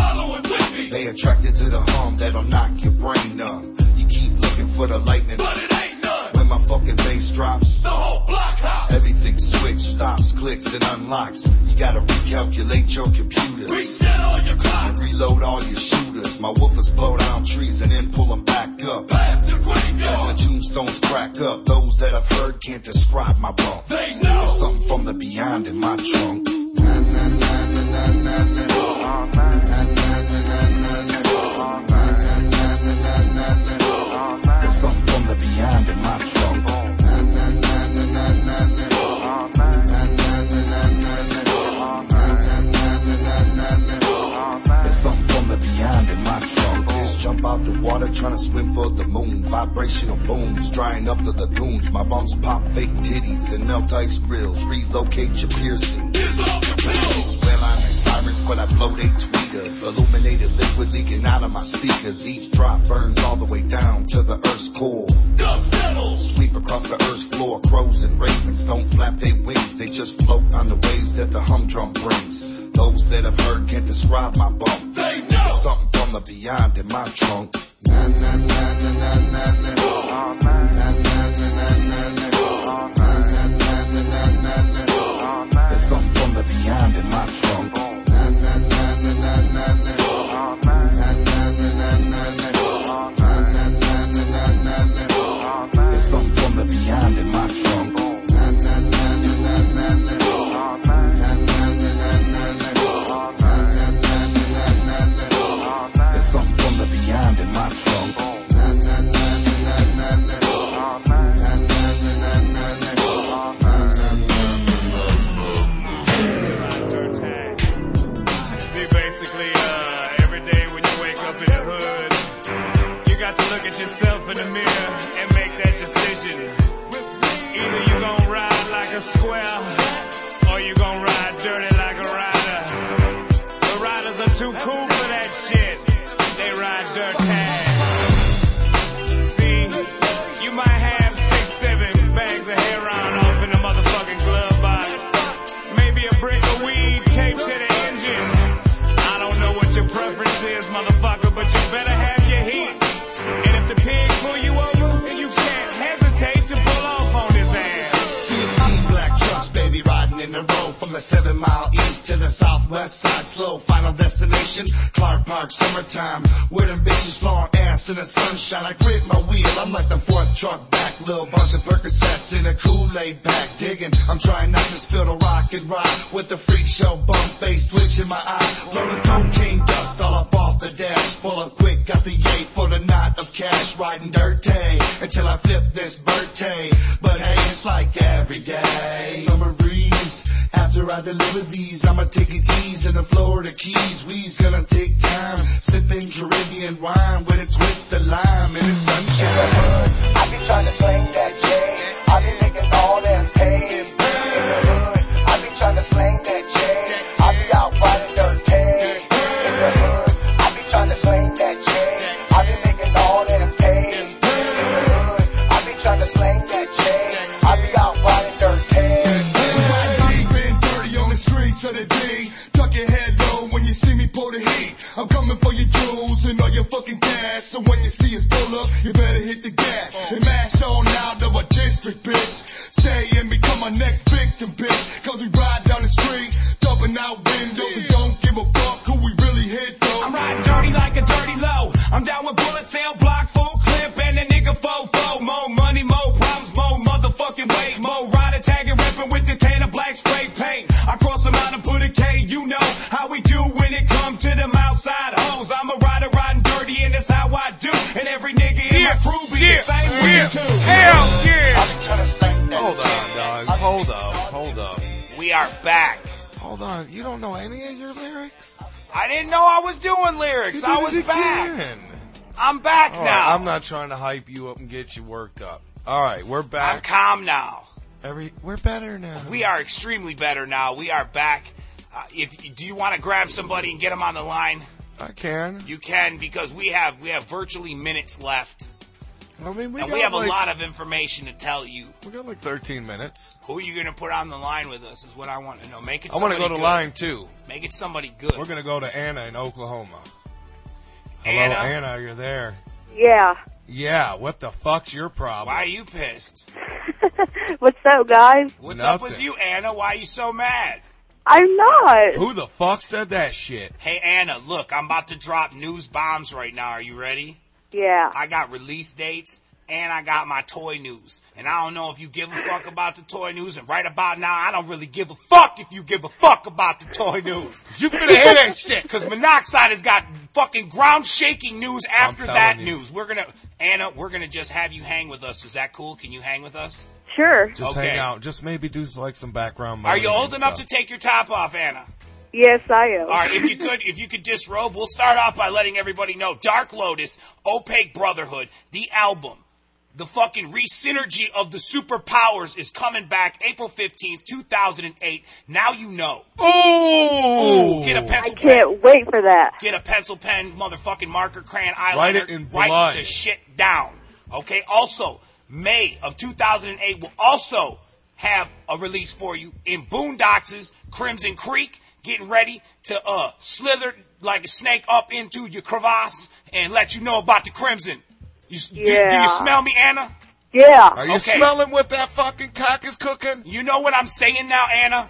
They attracted to the hum that'll knock your brain numb. You keep looking for the lightning, but it ain't none. When my fucking bass drops, the whole block hops. Everything switch, stops, clicks, and unlocks. You gotta recalculate your computers. Reset all your clocks. And reload all your shooters. My woofers blow down trees and then pull them back up. Past the graveyard. As the tombstones crack up, those that I've heard can't describe my bump. They know. There's something from the beyond in my trunk. Na na na na na na na. Na na na na na na. Na na na na na na na. There's something from the beyond in my trunk. Na na na na na na na. Na na na na na na na. Na na na na na na na. There's something from the beyond in my trunk. Just jump out the water trying to swim for the moon. Vibrational booms drying up the lagoons. My bumps pop fake titties and melt ice grills. Relocate your piercings. Well, I'm in sirens, but I blow they tweeters. Illuminated liquid leaking out of my speakers. Each drop burns all the way down to the earth's core. Dust settles. Sweep across the earth's floor. Crows and ravens don't flap their wings. They just float on the waves that the humdrum brings. Those that have heard can't describe my bump. They know something from the beyond in my trunk. Na na na na na na na. Na na na na na na. Na na na na na na na. There's something from the beyond in my trunk. Na na na na na na na. Na na na na na na. Na na na na na na na. There's something from the beyond in my trunk. Na na na na na na na. Na na na na na na. Na na na na na na na. There's something from the beyond in my trunk. Na na na na na na na. Na na na na na na. Na na na na na na. Dr. Tag. See, basically, uh, every day when you wake up in the hood, you got to look at yourself in the mirror and make that decision. Either you gonna ride like a square, or you gonna ride dirty like a rider. The riders are too cool for that shit. They ride dirt tag. See, you might have six, seven bags of heroin off in the motherfucking glove box. Maybe a brick of weed taped to the engine. I don't know what your preference is, motherfucker, but you better have your heat. And if the pig pull you over, you can't hesitate to pull off on his ass. Fifteen black trucks, baby, riding in a row from the seven mile east to the southwest side. Slow final destination, Clark Park, summertime. Where them bitches flaunt ass in the sunshine. I grit my wheel, I'm like the fourth truck back. Little bunch of Percocets in a Kool-Aid pack. Digging, I'm trying not to spill the rock and ride with the freak show bump face twitch in my eye. Blowing cocaine dust all up off the dash. Pull up quick, got the yay for the knot of cash. Riding dirty until I flip this birthday. But hey, it's like every day. Summer breeze. After I deliver these, I'ma take it ease in the Florida Keys. We's gonna take time, sipping Caribbean wine with a twist of lime in the sunshine. In the hood, I be trying to sling that J. I be licking all them pain. In the hood, I be trying to sling that J. I be out riding dirt pay. In the hood, I be trying to sling that J. I be licking all them pain. In the hood, I be trying to sling that J. I be out riding dirt bitch. Say and become my next victim, bitch. Cause we ride down the street, dumping out windows. We don't give a fuck who we really hit, though. I'm riding dirty like a dirty low. I'm down with bullet sale, block full clip, and a nigga fofo. More money, more problems, more motherfucking weight. More rider tagging, ripping with the can of black spray paint. I cross them out and put a K. You know how we do when it come to them outside hoes. I'm a rider riding dirty, and it's how I do. And every nigga in my crew be the same way too. Hell yeah! Hold on, dog. Hold up. Hold up. We are back. Hold on. You don't know any of your lyrics? I didn't know I was doing lyrics. I was back. I'm back All right, now. I'm not trying to hype you up and get you worked up. All right, we're back. I'm calm now. Every we're better now. We are extremely better now. We are back. Uh, if do you want to grab somebody and get them on the line? I can. You can because we have we have virtually minutes left, I mean, we and got we have like, a lot of information to tell you. We got like 13 minutes. Who are you going to put on the line with us is what I want to know. Make it. I want to go to somebody good. line two. Make it somebody good. We're gonna go to Anna in Oklahoma. Hello, Anna? Anna, you're there. Yeah. Yeah, what the fuck's your problem? Why are you pissed? What's up, guys? What's up with Nothing. you, Anna? Why are you so mad? I'm not. Who the fuck said that shit? Hey, Anna, look, I'm about to drop news bombs right now. Are you ready? Yeah. I got release dates and I got my toy news. And I don't know if you give a fuck about the toy news. And right about now, I don't really give a fuck if you give a fuck about the toy news. You better hear that shit. Because Monoxide has got fucking ground shaking news after telling that you. news. We're going to, Anna, we're going to just have you hang with us. Is that cool? Can you hang with us? Sure. Just Okay. hang out. Just maybe do like some background. Are you mowing old and enough stuff. to take your top off, Anna? Yes, I am. All right, if you could, if you could disrobe, we'll start off by letting everybody know: Dark Lotus, Opaque Brotherhood, the album, the fucking re-synergy of the superpowers is coming back April fifteenth, two thousand and eight. Now you know. Ooh, get a I pencil, can't wait for that. get a pencil pen, motherfucking marker, crayon, eyeliner. Write it in Write blood. the shit down. Okay. Also, May of two thousand and eight will also have a release for you in Boondocks' Crimson Creek, getting ready to uh slither like a snake up into your crevasse and let you know about the Crimson. You, s- do- do, Yeah. you smell me, Anna? Yeah. Are you smelling what that fucking cock is cooking? You know what I'm saying now, Anna?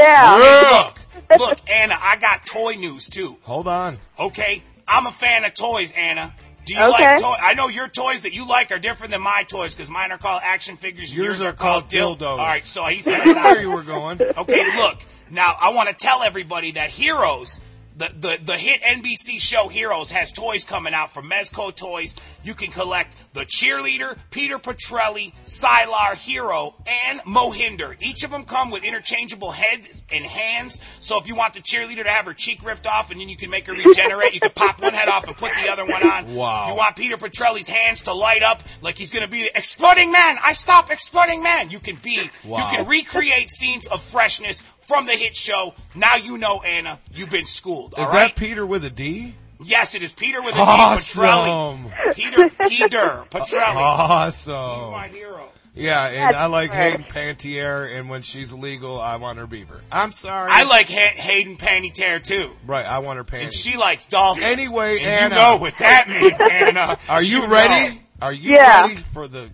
Yeah. Look, look, Anna, I got toy news too. Hold on. Okay, I'm a fan of toys, Anna. Do you Okay. like toys? I know your toys that you like are different than my toys because mine are called action figures. and Yours yours are called dild- dildos. All right, so he said it Where out. you were going? Okay, look. Now I want to tell everybody that Heroes, the, the the hit NBC show Heroes, has toys coming out from Mezco Toys. You can collect the cheerleader, Peter Petrelli, Sylar Hero, and Mohinder. Each of them come with interchangeable heads and hands. So if you want the cheerleader to have her cheek ripped off and then you can make her regenerate, you can pop one head off and put the other one on. Wow. You want Peter Petrelli's hands to light up like he's going to be the exploding man. I stop exploding man. You can be you Wow. can recreate scenes of freshness from the hit show. Now you know, Anna, you've been schooled. All Is right. that Peter with a D? yes, it is Peter with a D. Petrelli. Awesome. Peter, Peter Petrelli. Awesome. He's my hero. Yeah, and I like right. Hayden Pantier, and when she's legal, I want her beaver. I'm sorry. I like ha- Hayden Panettiere too. Right, I want her panties. And she likes dolphins. Anyway, and Anna. you know what that means, Anna. Are you know. ready? Are you Yeah. ready for the?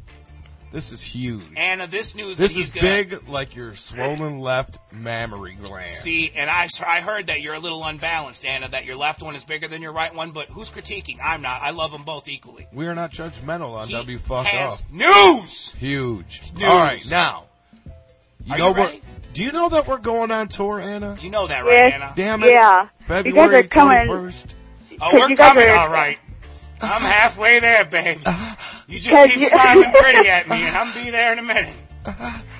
This is huge. Anna, this news This that he's is gonna- big, like your swollen left mammary gland. See, and I, I heard that you're a little unbalanced, Anna, that your left one is bigger than your right one, but who's critiquing? I'm not. I love them both equally. We are not judgmental on He W. Fuck has Off. news! Huge. News. All right, now. You Are know you what? ready? Do you know that we're going on tour, Anna? You know that, right, Yes. Anna? Damn it. Yeah. February You guys are coming. 21st. Oh, 'Cause we're you guys coming, are- all right. I'm halfway there, babe. You just 'Cause keep you- smiling pretty at me, and I'm be there in a minute.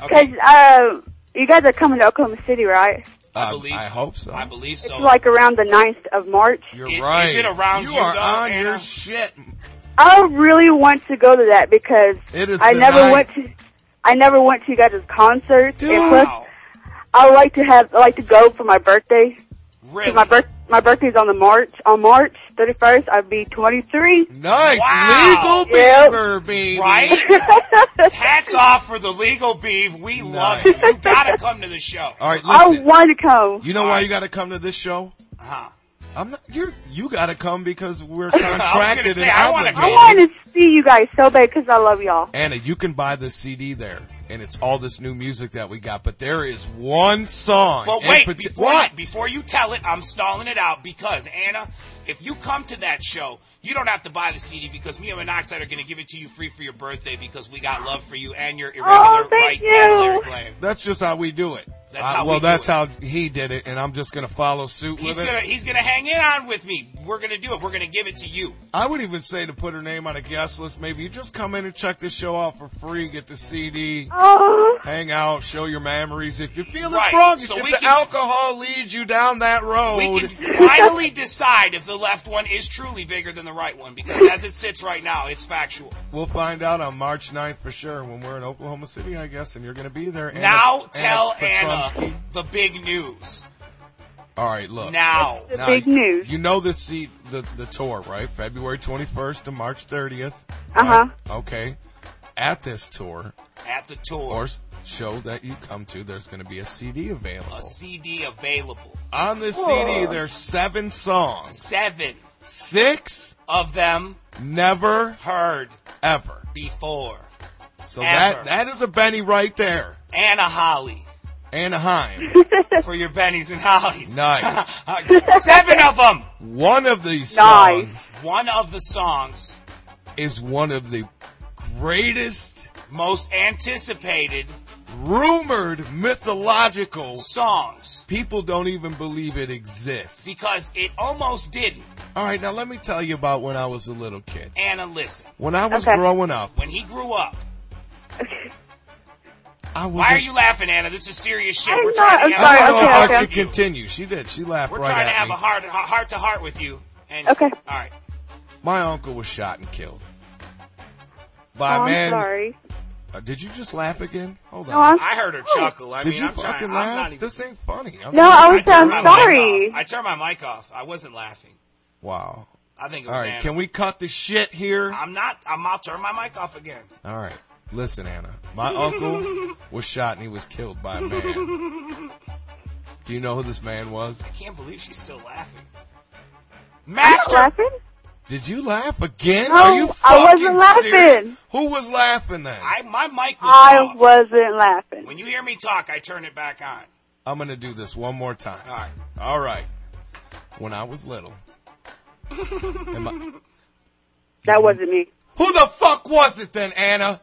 Because uh, you guys are coming to Oklahoma City, right? I, believe, Um, I hope so. I believe so. It's like around the 9th of March. You're Is- right. Is it around you you, are though, on Anna? your shit. I really want to go to that because It is I the never night. went to I never went to you guys' concerts. And plus, I like to have I like to go for my birthday. 'Cause Really? My birth my birthday's on the March on March thirty first. I'd be twenty three. Nice. Wow. Legal Yep. beaver, baby. Right? Hats off for the legal beef. We love you. You gotta come to the show. All right, I listen. want to come. You know why you got to come to this show? Huh. I'm not. You you got to come because we're Uh-huh. I was gonna contracted say, and I wanna obligated. go. I want to see you guys so bad because I love y'all. Anna, you can buy the CD there. and it's all this new music that we got. But there is one song. But in wait, parti- before, what? before you tell it, I'm stalling it out because Anna, if you come to that show, you don't have to buy the CD because me and Monoxide are going to give it to you free for your birthday because we got love for you and your irregular right capillary gland. That's just how we do it. That's Uh, how we well, do that's it. how he did it, and I'm just gonna follow suit He's with it. gonna he's gonna hang in on with me. We're gonna do it. We're gonna give it to you. I would even say to put her name on a guest list. Maybe you just come in and check this show out for free. Get the CD, hang out, show your memories. If you're feeling Right. froggy, So if we the can- alcohol leads you down that road, We can finally decide if the left one is truly bigger than the right one because as it sits right now, it's factual. We'll find out on March 9th for sure when we're in Oklahoma City, I guess, and you're going to be there. Anna- now tell Anna Petronsky. the big news. All right, look. Now. The Now, big news. You know the seat, the the tour, right? February 21st to March 30th. Uh-huh. right? Okay. At this tour, At the tour, or s- show that you come to, there's going to be a CD available. a CD available. On this CD, there's seven songs. Seven Six of them never heard ever. before. So Ever. that that is a Benny right there. Anna Holly. Anaheim. For your Bennies and Hollies. Nice. Uh, Seven of them. One of these songs One of the songs, is one of the greatest, most anticipated rumored, mythological songs. People don't even believe it exists. because it almost didn't. All right, now let me tell you about when I was a little kid. Anna, listen. When I was growing up, When he grew up. I was. Why a- are you laughing, Anna? This is serious shit. We're I trying to don't have, know how okay, to continue. She did. She laughed we're right trying to at have me. a heart, heart to heart with you. And, okay. All right. My uncle was shot and killed by Oh, a I'm man. sorry. Uh, did you just laugh again? Hold No, I'm- on. I heard her chuckle. I did mean, you I'm trying- fucking I'm laugh? not even- This ain't funny. I'm No, not- I was- I I'm turned my mic sorry. I turned my mic off. I wasn't laughing. Wow. I think it All was right, Anna. can we cut the shit here? I'm not. I'm, I'll turn my mic off again. All right. Listen, Anna. My uncle was shot and he was killed by a man. Do you know who this man was? I can't believe she's still laughing. Master. Did you laugh again? No, Are you I wasn't fucking laughing. serious? Who was laughing then? I, my mic was I off. wasn't laughing. When you hear me talk, I turn it back on. I'm going to do this one more time. All right. All right. When I was little, and my- That wasn't me. Who the fuck was it then, Anna?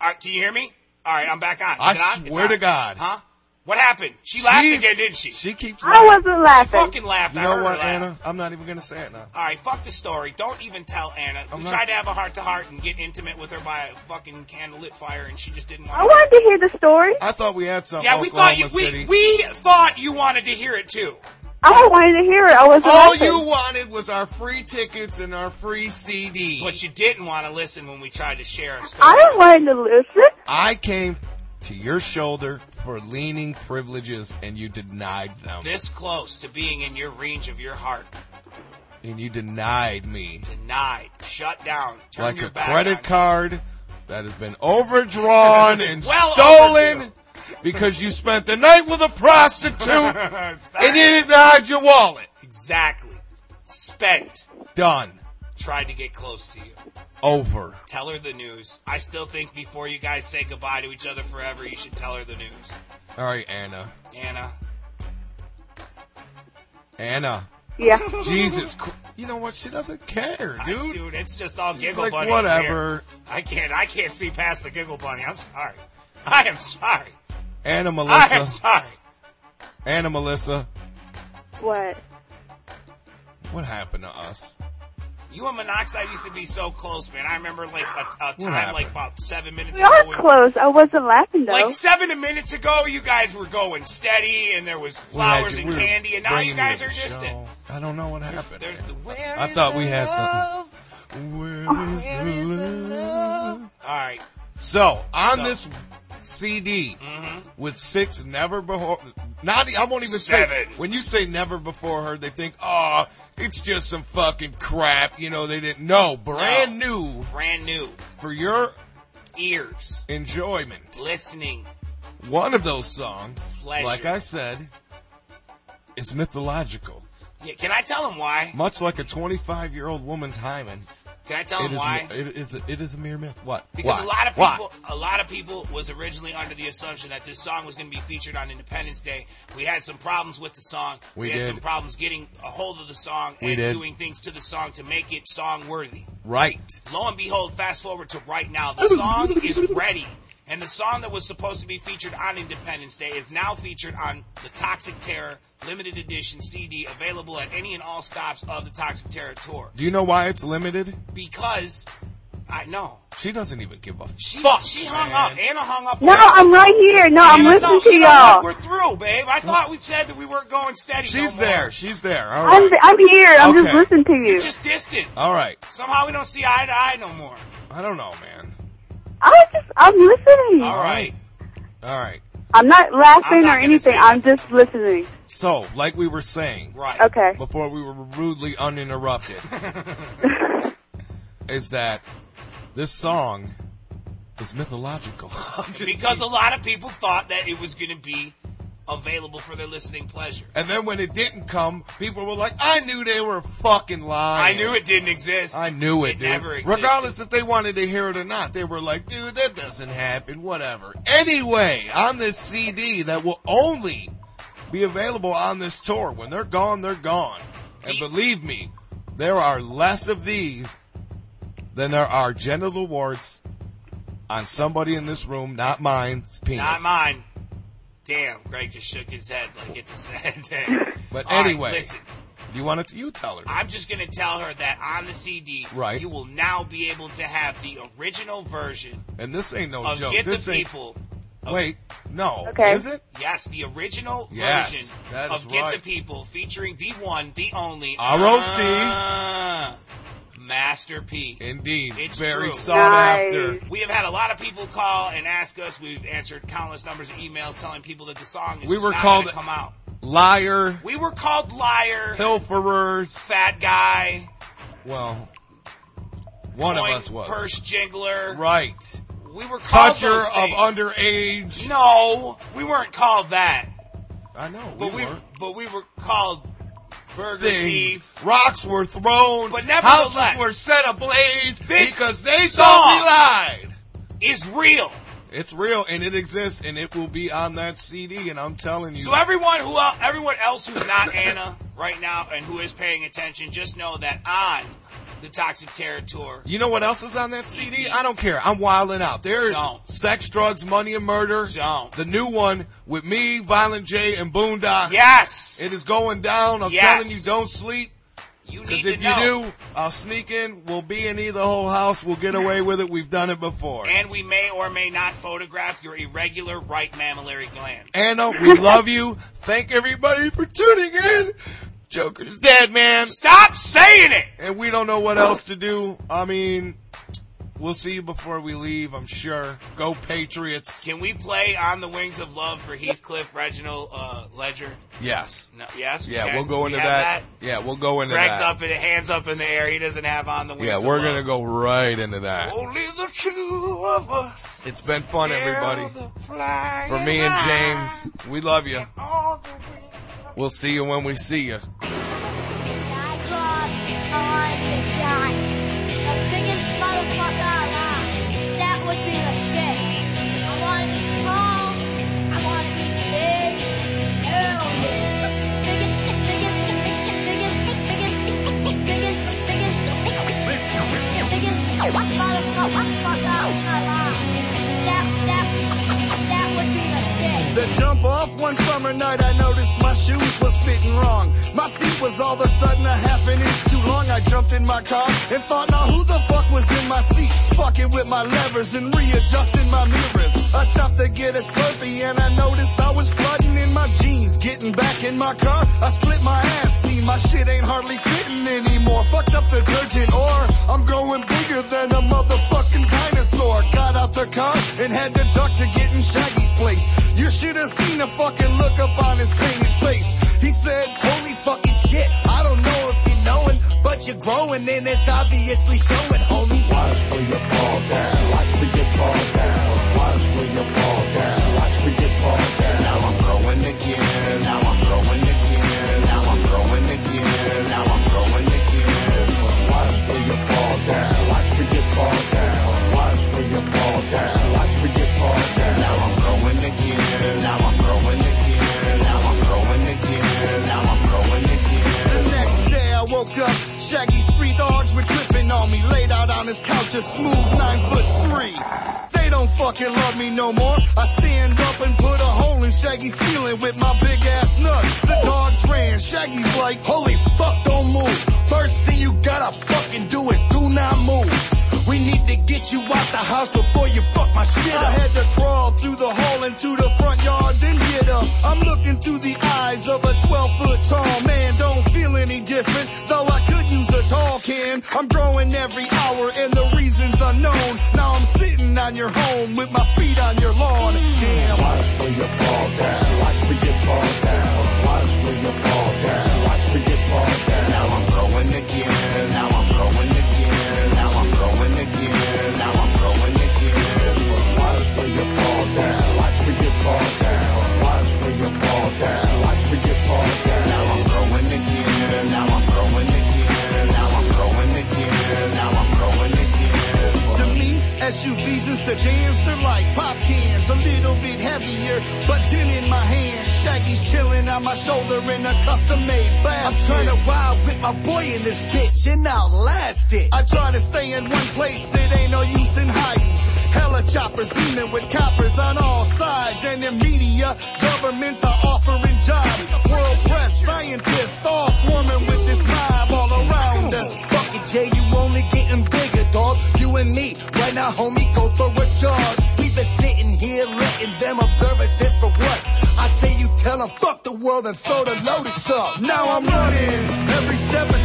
All right, can you hear me? All right, I'm back on. Is I it on? It's swear to on. God. Huh? What happened? She laughed again, didn't she? She keeps I wasn't laughing. She fucking laughed. You I know heard what, her laugh. Anna? I'm not even going to say it now. All right, fuck the story. Don't even tell Anna. we not- tried to have a heart to heart and get intimate with her by a fucking candlelit fire, and she just didn't want. I wanted to hear the story. I thought we had something. Yeah, we thought you. Oklahoma We, City. we thought you wanted to hear it too. I wanted to hear it. I wasn't All laughing. you wanted was our free tickets and our free CD. But you didn't want to listen when we tried to share a story. I didn't want to listen. I came to your shoulder for leaning privileges, and you denied them. This close to being in your range of your heart, And you denied me. denied, shut down, turn like your a back. credit card that has been overdrawn and Well stolen because you spent the night with a prostitute and you denied your wallet. exactly. Spent. Done. Tried to get close to you. Over. Tell her the news. I still think before you guys say goodbye to each other forever, you should tell her the news. All right, Anna. Anna, Anna. Yeah. Jesus. Cr- You know what? She doesn't care, I- dude. dude, it's just all She's giggle like, bunny. whatever. here. I can't. I can't see past the giggle bunny. I'm sorry. I am sorry. I Anna am Melissa. sorry. Anna Melissa. What? What happened to us? You and Monoxide used to be so close, man. I remember like a, a time, happened? like about seven minutes We ago. are when- close. I wasn't laughing though. Like seven minutes ago, you guys were going steady, and there was flowers you- and we were candy, and now bringing you you guys to are the distant. I don't know what happened. There's- Anna. where I is thought the we had love? something. Where is the love? All right. So on So- Mm. this CD with six never before, not I won't even say Seven. when you say never before heard, they think oh it's just some fucking crap, you know they didn't know brand new Brand new for your ears, enjoyment. listening, One of those songs, Pleasure. like I said, is mythological, Yeah, can I tell him why? much like a 25 year old woman's hymen. Can I tell It him is why? a- It is, a, it is a mere myth. What? Because Why? a lot of Why? people, a lot of people was originally under the assumption that this song was going to be featured on Independence Day. We had some problems with the song. We had did. some problems getting a hold of the song We and did. doing things to the song to make it song worthy. Right. Lo and behold, fast forward to right now, the song is ready. And the song that was supposed to be featured on Independence Day is now featured on the Toxic Terror limited edition CD available at any and all stops of the Toxic Terror tour. Do you know why it's limited? Because I know She doesn't even give a she, she hung up. Anna hung up. No, I'm right here. No, I'm Anna, listening no, to you know what? y'all. We're through, babe. I thought we said that we weren't going steady. She's there. She's there. All I'm- right. I'm here. I'm just listening to You're just distant. All right. Somehow we don't see eye to eye no more. I don't know, man. I was just, I'm listening. All right. All right. I'm not laughing I'm not or gonna anything. say I'm just listening. So, like we were saying, right? Okay. Before we were rudely uninterrupted, is that this song is mythological? because a lot of people thought that it was going to be available for their listening pleasure. and then when it didn't come, people were like, "I knew they were fucking I lying. knew it didn't exist. I knew it, It dude. never existed. Regardless if they wanted to hear it or not, they were like, dude, that doesn't happen, whatever. Anyway, on this CD that will only be available on this tour. When they're gone, they're gone. And believe me, there are less of these than there are genital warts on somebody in this room, not mine's penis. Not mine. Damn, Greg just shook his head like it's a sad day. But All right, anyway, listen. you want to, you tell her. I'm just going to tell her that on the CD, Right. you will now be able to have the original version And this ain't no of joke. Get this the ain't, People. wait, no. Is it? Yes, the original Yes, version that is of Get right. the People featuring the one, the only ROC. uh, Master P. Indeed. It's uh, very true. sought after. We have had a lot of people call and ask us. We've answered countless numbers of emails telling people that the song is We just were not called- gonna come out. Liar, We were called liar, pilferers. fat guy, Well, one of coin us was. purse jingler. right. We were called Toucher those of things. underage. No, we weren't called that. I know. But we, weren't. but we were called burger Things. thief. Rocks were thrown. But Houses nevertheless, were set ablaze This because they song thought we lied. is real. It's real and it exists and it will be on that CD and I'm telling you. So everyone who el- everyone else who's not Anna right now and who is paying attention, just know that on the Toxic Terror tour, you know what else is on that CD? I don't care. I'm wilding out. There's Don't. sex, drugs, money, and murder. Don't. The new one with me, Violent J, and Boondock. Yes. It is going down. I'm Yes. telling you, don't sleep. you need Because to if you know. do, I'll sneak in. We'll be in either whole house. We'll get away with it. We've done it before. And we may or may not photograph your irregular right mammillary gland. Anna, we love you. Thank everybody for tuning in. Joker's dead, man. Stop saying it. And we don't know what else to do. I mean, we'll see you before we leave, I'm sure. Go Patriots. Can we play on the wings of love for Heathcliff Reginald uh, Ledger? Yes. No, yes. we Yeah, can. we'll go We into have that. Yeah, we'll go into Greg's that. up and hands up in the air. He doesn't have on the wings. yeah, of we're love. going to go right into that. Only the two of us. It's been fun, everybody. For me and James, we love you. We'll see you when we see you. That would be the shit. I wanna be tall. I wanna be big. Hell yeah. Biggest, biggest, biggest, biggest, biggest, biggest, biggest, biggest motherfucker alive. That, that, that would be the shit. The jump off one summer night, I noticed my shoes was fitting wrong. My feet was all of a sudden a half an inch too long. I jumped in my car and thought, now who the fuck was in my seat? Fucking with my levers and readjusting my mirrors. I stopped to get a Slurpee and I noticed I was flooding in my jeans. Getting back in my car, I split my ass. See, my shit ain't hardly fitting anymore. Fucked up detergent or I'm growing bigger than a motherfucking dinosaur. Got out the car and had to duck to get in Shaggy's place. You should have seen the fucking look up on his painted face. He said, Holy fucking shit, I don't know if you knowin', but you're growing and it's obviously showing, homie. Watch where you fall down, watch where you fall down, watch where you fall down, watch where you fall down. Now I'm growing again, now I'm growing again, now I'm growing again, now I'm growing again. Watch where you fall down, Just count your smooth nine foot three. They don't fucking love me no more. I stand up and put a hole in Shaggy's ceiling with my big ass nut. The dogs ran. Shaggy's like, holy fuck, don't move. First thing you gotta fucking do is do not move. We need to get you out the house before you fuck my shit up. I had to crawl through the hall into the front yard, then get up. I'm looking through the eyes of a 12 foot tall man. Don't feel any different, though I could use a tall can. I'm growing every hour, and the reason's unknown. Now I'm sitting on your home with my feet on your lawn. Damn. Watch when you fall down. Watch when you fall down. Watch when you fall down. Watch when you fall down. Now I'm growing again. Now I'm growing again. Now I'm growing again. Now I'm growing again. Watch when you fall down. Watch when you fall down. Watch when you fall down. Watch when you fall down. Now I'm growing again. Now I'm growing again. Now I'm growing again. Now I'm growing again. To me, SUVs and sedans, they're like pop cans. A little bit heavier, but 10 in my hand. Shaggy's chilling on my shoulder in a custom made basket. I'm trying to ride with my boy in this bitch and outlast it. I try to stay in one place, it ain't no use in hiding. Hella choppers beaming with coppers on all sides. And in media, governments are offering jobs. World press, scientists, all swarming with this vibe all around us. Fuck it, Jay, you only getting bigger, dog. You and me, right now, homie, go for a jog. We've been sitting here letting them observe us and for what? I say you tell them fuck the world and throw the lotus up. Now I'm running, every step is